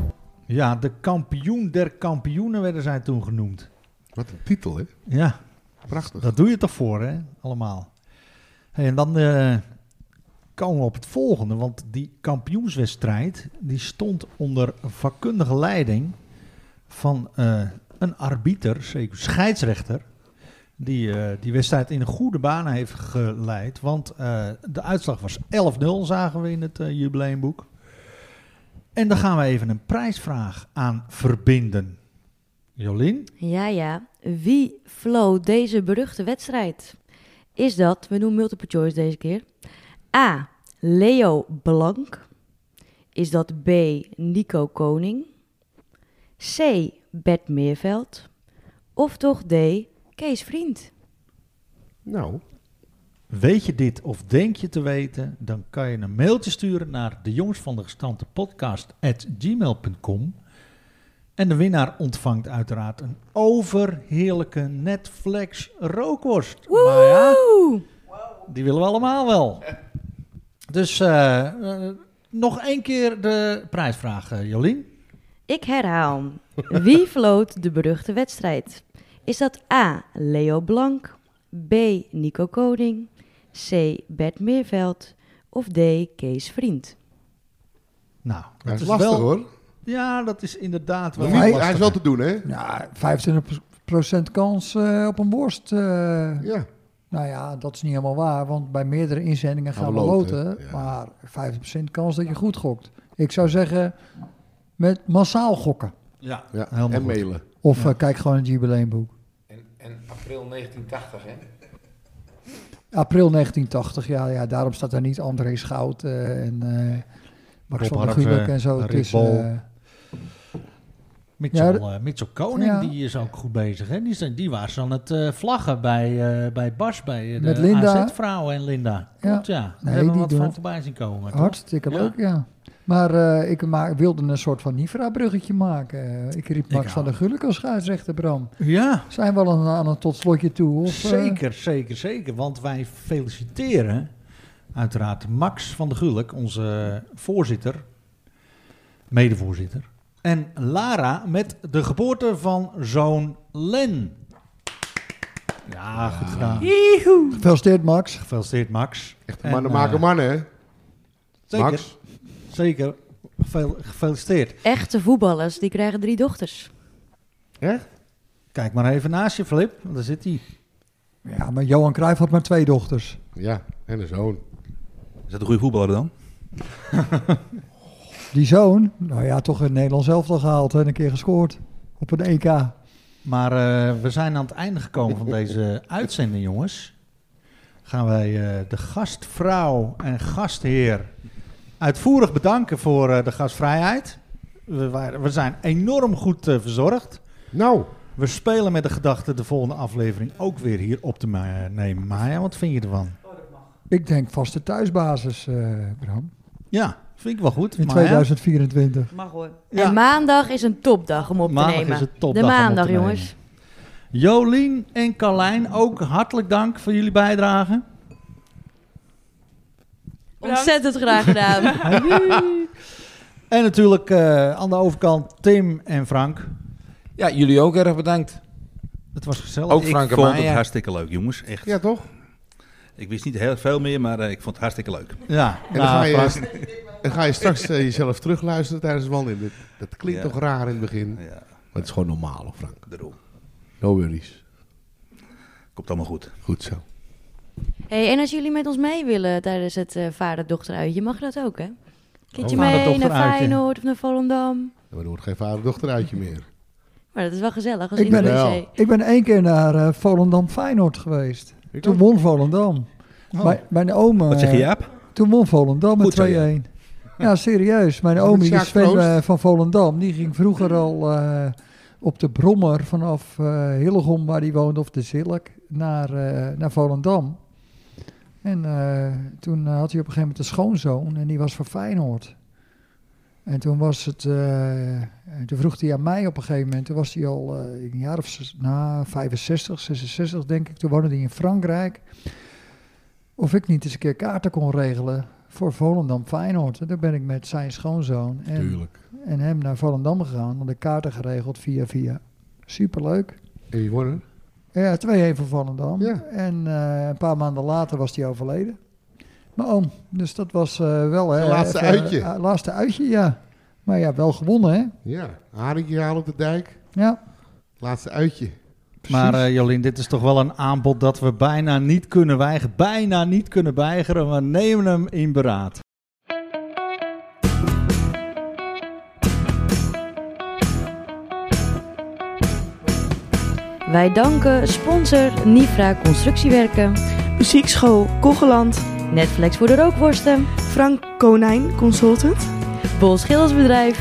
[SPEAKER 2] ja, de kampioen der kampioenen werden zij toen genoemd.
[SPEAKER 5] Wat een titel, hè?
[SPEAKER 2] Ja,
[SPEAKER 5] Prachtig.
[SPEAKER 2] dat doe je toch voor, hè? Allemaal. Hey, en dan eh, komen we op het volgende. Want die kampioenswedstrijd die stond onder vakkundige leiding van eh, een arbiter, zeker scheidsrechter. Die eh, die wedstrijd in een goede baan heeft geleid. Want eh, de uitslag was 11-0, zagen we in het eh, jubileumboek. En daar gaan we even een prijsvraag aan verbinden. Jolien?
[SPEAKER 6] Ja, ja. Wie flow deze beruchte wedstrijd? Is dat, we doen multiple choice deze keer. A. Leo Blank. Is dat B. Nico Koning? C. Bert Meerveld? Of toch D. Kees Vriend?
[SPEAKER 5] Nou,
[SPEAKER 2] Weet je dit of denk je te weten? Dan kan je een mailtje sturen naar de jongens van de gestampte podcast at gmail.com. En de winnaar ontvangt uiteraard een overheerlijke Netflix rookworst. Maar Nou ja,
[SPEAKER 6] Woehoe!
[SPEAKER 2] die willen we allemaal wel. Dus eh, eh, nog één keer de prijsvraag, eh, Jolien.
[SPEAKER 6] Ik herhaal.
[SPEAKER 2] <laughs>
[SPEAKER 6] Wie floot de beruchte wedstrijd? Is dat A. Leo Blank, B. Nico Koning, C. Bert Meerveld of D. Kees Vriend?
[SPEAKER 2] Nou,
[SPEAKER 5] dat
[SPEAKER 2] dat
[SPEAKER 5] is, lastig
[SPEAKER 2] wel,
[SPEAKER 5] hoor.
[SPEAKER 2] Ja, dat is inderdaad wel.
[SPEAKER 5] Maar
[SPEAKER 3] Hij-
[SPEAKER 5] hij,
[SPEAKER 2] lastig.
[SPEAKER 5] is wel te doen, hè?
[SPEAKER 3] nou, 25% kans eh, op een borst. eh,
[SPEAKER 5] Ja.
[SPEAKER 3] Nou ja, dat is niet helemaal waar, want bij meerdere inzendingen
[SPEAKER 5] Gaan
[SPEAKER 3] gaan we
[SPEAKER 5] we loten,
[SPEAKER 3] loten.
[SPEAKER 5] ja.
[SPEAKER 3] Maar 50% kans dat je goed gokt. Ik zou zeggen, Met massaal gokken.
[SPEAKER 2] Ja,
[SPEAKER 5] Ja,
[SPEAKER 2] helemaal
[SPEAKER 5] en
[SPEAKER 2] goed.
[SPEAKER 5] mailen.
[SPEAKER 3] Of eh, kijk gewoon het jubileumboek.
[SPEAKER 1] En, en april 1980, hè?
[SPEAKER 3] April 1980, ja, ja daarom staat daar niet André Schout eh, en eh Max
[SPEAKER 2] Rob
[SPEAKER 3] van der
[SPEAKER 2] Harkse,
[SPEAKER 3] Gulik en zo.
[SPEAKER 2] Rick
[SPEAKER 3] tussen,
[SPEAKER 2] Bol.
[SPEAKER 3] eh,
[SPEAKER 2] Mitchell,
[SPEAKER 3] Ja,
[SPEAKER 2] eh, Mitchell Koning,
[SPEAKER 3] ja.
[SPEAKER 2] die is ook goed bezig. Hè? Die, zijn- die was aan het eh, vlaggen bij, eh, bij Bas, bij eh, de
[SPEAKER 3] Met Linda.
[SPEAKER 2] AZ-vrouw en Linda.
[SPEAKER 3] Ja.
[SPEAKER 2] Klopt, ja. Daar
[SPEAKER 3] Nee,
[SPEAKER 2] hebben we
[SPEAKER 3] die
[SPEAKER 2] wat
[SPEAKER 3] doen
[SPEAKER 2] van
[SPEAKER 3] het
[SPEAKER 2] voorbij zien komen. toch?
[SPEAKER 3] hartstikke
[SPEAKER 2] Ja.
[SPEAKER 3] leuk, ja. Maar eh, ik ma- wilde een soort van Nifra-bruggetje maken. Eh, ik riep Max
[SPEAKER 2] hou-
[SPEAKER 3] van der Gulik als scheidsrechter, Bram.
[SPEAKER 2] Ja,
[SPEAKER 3] Zijn we al aan, aan een tot slotje toe? Of, eh,
[SPEAKER 2] zeker, zeker, zeker. Want wij feliciteren uiteraard Max van der Gulik, onze voorzitter, medevoorzitter. En Lara met de geboorte van zoon Len. Ja, goed gedaan.
[SPEAKER 3] Gefeliciteerd, Max.
[SPEAKER 2] Gefeliciteerd, Max.
[SPEAKER 5] Echt
[SPEAKER 2] En,
[SPEAKER 5] mannen
[SPEAKER 2] eh,
[SPEAKER 5] maken mannen, hè?
[SPEAKER 2] Zeker,
[SPEAKER 5] Max?
[SPEAKER 2] zeker. Gefel- gefeliciteerd.
[SPEAKER 6] Echte voetballers, die krijgen drie dochters.
[SPEAKER 5] Echt?
[SPEAKER 2] Kijk maar even naast je, Flip. want Daar zit hij.
[SPEAKER 3] Ja, maar Johan Cruijff had maar twee dochters.
[SPEAKER 5] Ja, en een zoon.
[SPEAKER 4] Is dat een goede voetballer dan?
[SPEAKER 3] Die zoon, nou ja, toch in Nederland zelf al gehaald en een keer gescoord op een EK.
[SPEAKER 2] Maar eh, we zijn aan het einde gekomen van deze uitzending, jongens. Gaan wij eh, de gastvrouw en gastheer uitvoerig bedanken voor eh, de gastvrijheid. We, waren- we zijn enorm goed eh, verzorgd.
[SPEAKER 5] Nou,
[SPEAKER 2] We spelen met de gedachte de volgende aflevering ook weer hier op te ma- nemen. Maya, wat vind je ervan?
[SPEAKER 3] Ik denk vaste thuisbasis, eh, Bram.
[SPEAKER 2] Ja, vind ik wel goed.
[SPEAKER 3] In
[SPEAKER 2] Maya?
[SPEAKER 3] 2024.
[SPEAKER 8] Mag hoor.
[SPEAKER 2] Ja.
[SPEAKER 6] En maandag is een topdag om op
[SPEAKER 2] Maandag
[SPEAKER 6] te nemen.
[SPEAKER 2] is een
[SPEAKER 6] de
[SPEAKER 2] topdag om op te
[SPEAKER 6] maandag,
[SPEAKER 2] nemen.
[SPEAKER 6] jongens.
[SPEAKER 2] Jolien en Carlijn, ook hartelijk dank voor jullie bijdrage.
[SPEAKER 8] Bedankt.
[SPEAKER 6] Ontzettend graag gedaan.
[SPEAKER 2] <laughs> En natuurlijk eh, aan de overkant Tim en Frank.
[SPEAKER 1] Ja, jullie ook erg bedankt.
[SPEAKER 2] Het was gezellig.
[SPEAKER 1] Ook
[SPEAKER 4] ik
[SPEAKER 1] Frank en
[SPEAKER 4] vond het
[SPEAKER 1] Maya.
[SPEAKER 4] hartstikke leuk, jongens. Echt.
[SPEAKER 5] ja toch?
[SPEAKER 2] Nou,
[SPEAKER 4] Ik wist niet heel veel meer, maar eh, ik vond het hartstikke leuk.
[SPEAKER 2] Ja,
[SPEAKER 5] En dan,
[SPEAKER 2] nou,
[SPEAKER 5] ga je,
[SPEAKER 2] Frank,
[SPEAKER 5] dan ga je straks eh, jezelf terugluisteren tijdens het wandelen. Dat, dat klinkt
[SPEAKER 4] Ja.
[SPEAKER 5] toch raar in het begin? Maar
[SPEAKER 4] Ja,
[SPEAKER 5] het is gewoon normaal, hoor, Frank.
[SPEAKER 4] daarom.
[SPEAKER 5] No worries.
[SPEAKER 4] Komt allemaal goed.
[SPEAKER 5] Goed zo.
[SPEAKER 6] Hey, en als jullie met ons mee willen tijdens het eh vader-dochteruitje, mag dat ook, hè? Kindje
[SPEAKER 2] Oh.
[SPEAKER 6] mee naar
[SPEAKER 2] Vader-dochteruitje.
[SPEAKER 6] Feyenoord of naar Volendam.
[SPEAKER 5] Maar er wordt geen vader-dochter uitje meer.
[SPEAKER 6] Maar dat is wel gezellig als
[SPEAKER 3] Ik
[SPEAKER 6] in de
[SPEAKER 3] ben
[SPEAKER 5] wel.
[SPEAKER 6] wc.
[SPEAKER 3] Nou, Ik ben één keer naar eh, Volendam Feyenoord geweest. Toen won Volendam. Mijn, mijn oom... eh,
[SPEAKER 4] Wat zeg je, Jaap?
[SPEAKER 3] Toen won Volendam
[SPEAKER 4] Goed
[SPEAKER 3] met
[SPEAKER 4] zo,
[SPEAKER 3] 2-1. Ja, serieus. Mijn
[SPEAKER 5] Met
[SPEAKER 3] oom die
[SPEAKER 5] Sjaak
[SPEAKER 3] Sven
[SPEAKER 5] Troost?
[SPEAKER 3] eh, van Volendam, die ging vroeger al eh, op de Brommer vanaf eh Hillegom, waar hij woonde, of de Zilk, naar, eh, naar Volendam. En eh, toen eh, had hij op een gegeven moment een schoonzoon en die was van Feyenoord. En toen was het, eh, en toen vroeg hij aan mij op een gegeven moment, toen was hij al eh, een jaar of zes- na 65, 66 denk ik, toen woonde hij in Frankrijk. Of ik niet eens een keer kaarten kon regelen voor Volendam Feyenoord. En daar ben ik met zijn schoonzoon en,
[SPEAKER 5] Tuurlijk.
[SPEAKER 3] en hem naar Volendam gegaan. En de kaarten geregeld via via. Superleuk.
[SPEAKER 5] En je wordt er?
[SPEAKER 3] Ja, 2-1 voor Volendam.
[SPEAKER 5] Ja.
[SPEAKER 3] En eh, een paar maanden later was hij overleden. Mijn oom. Dus dat was eh, wel... hè,
[SPEAKER 5] Zijn laatste
[SPEAKER 3] even-
[SPEAKER 5] uitje.
[SPEAKER 3] eh, laatste uitje, ja. Maar ja, wel gewonnen, hè.
[SPEAKER 5] Ja. Haringje halen op de dijk.
[SPEAKER 3] Ja,
[SPEAKER 5] Laatste uitje.
[SPEAKER 3] precies.
[SPEAKER 2] maar eh, Jolien, dit is toch wel een aanbod dat we bijna niet kunnen weigeren. Bijna niet kunnen weigeren, maar nemen hem in beraad.
[SPEAKER 6] Wij danken sponsor Nifra Constructiewerken,
[SPEAKER 8] Muziekschool Kogeland.
[SPEAKER 6] Netflix voor de rookworsten,
[SPEAKER 8] Frank Konijn Consultant.
[SPEAKER 6] Bol Schildersbedrijf,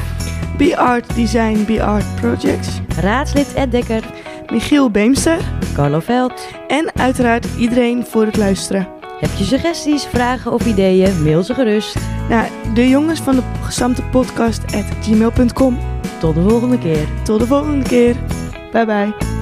[SPEAKER 8] B-Art Design B-Art Projects.
[SPEAKER 6] raadslid Ed Dekker,
[SPEAKER 8] Michiel Beemster.
[SPEAKER 6] Carlo Veld.
[SPEAKER 8] En uiteraard iedereen voor het luisteren.
[SPEAKER 6] Heb je suggesties, vragen of ideeën, mail ze gerust.
[SPEAKER 8] Naar de jongens van de gestampte podcast at gmail.com.
[SPEAKER 6] Tot de volgende keer.
[SPEAKER 8] Tot de volgende keer. Bye bye.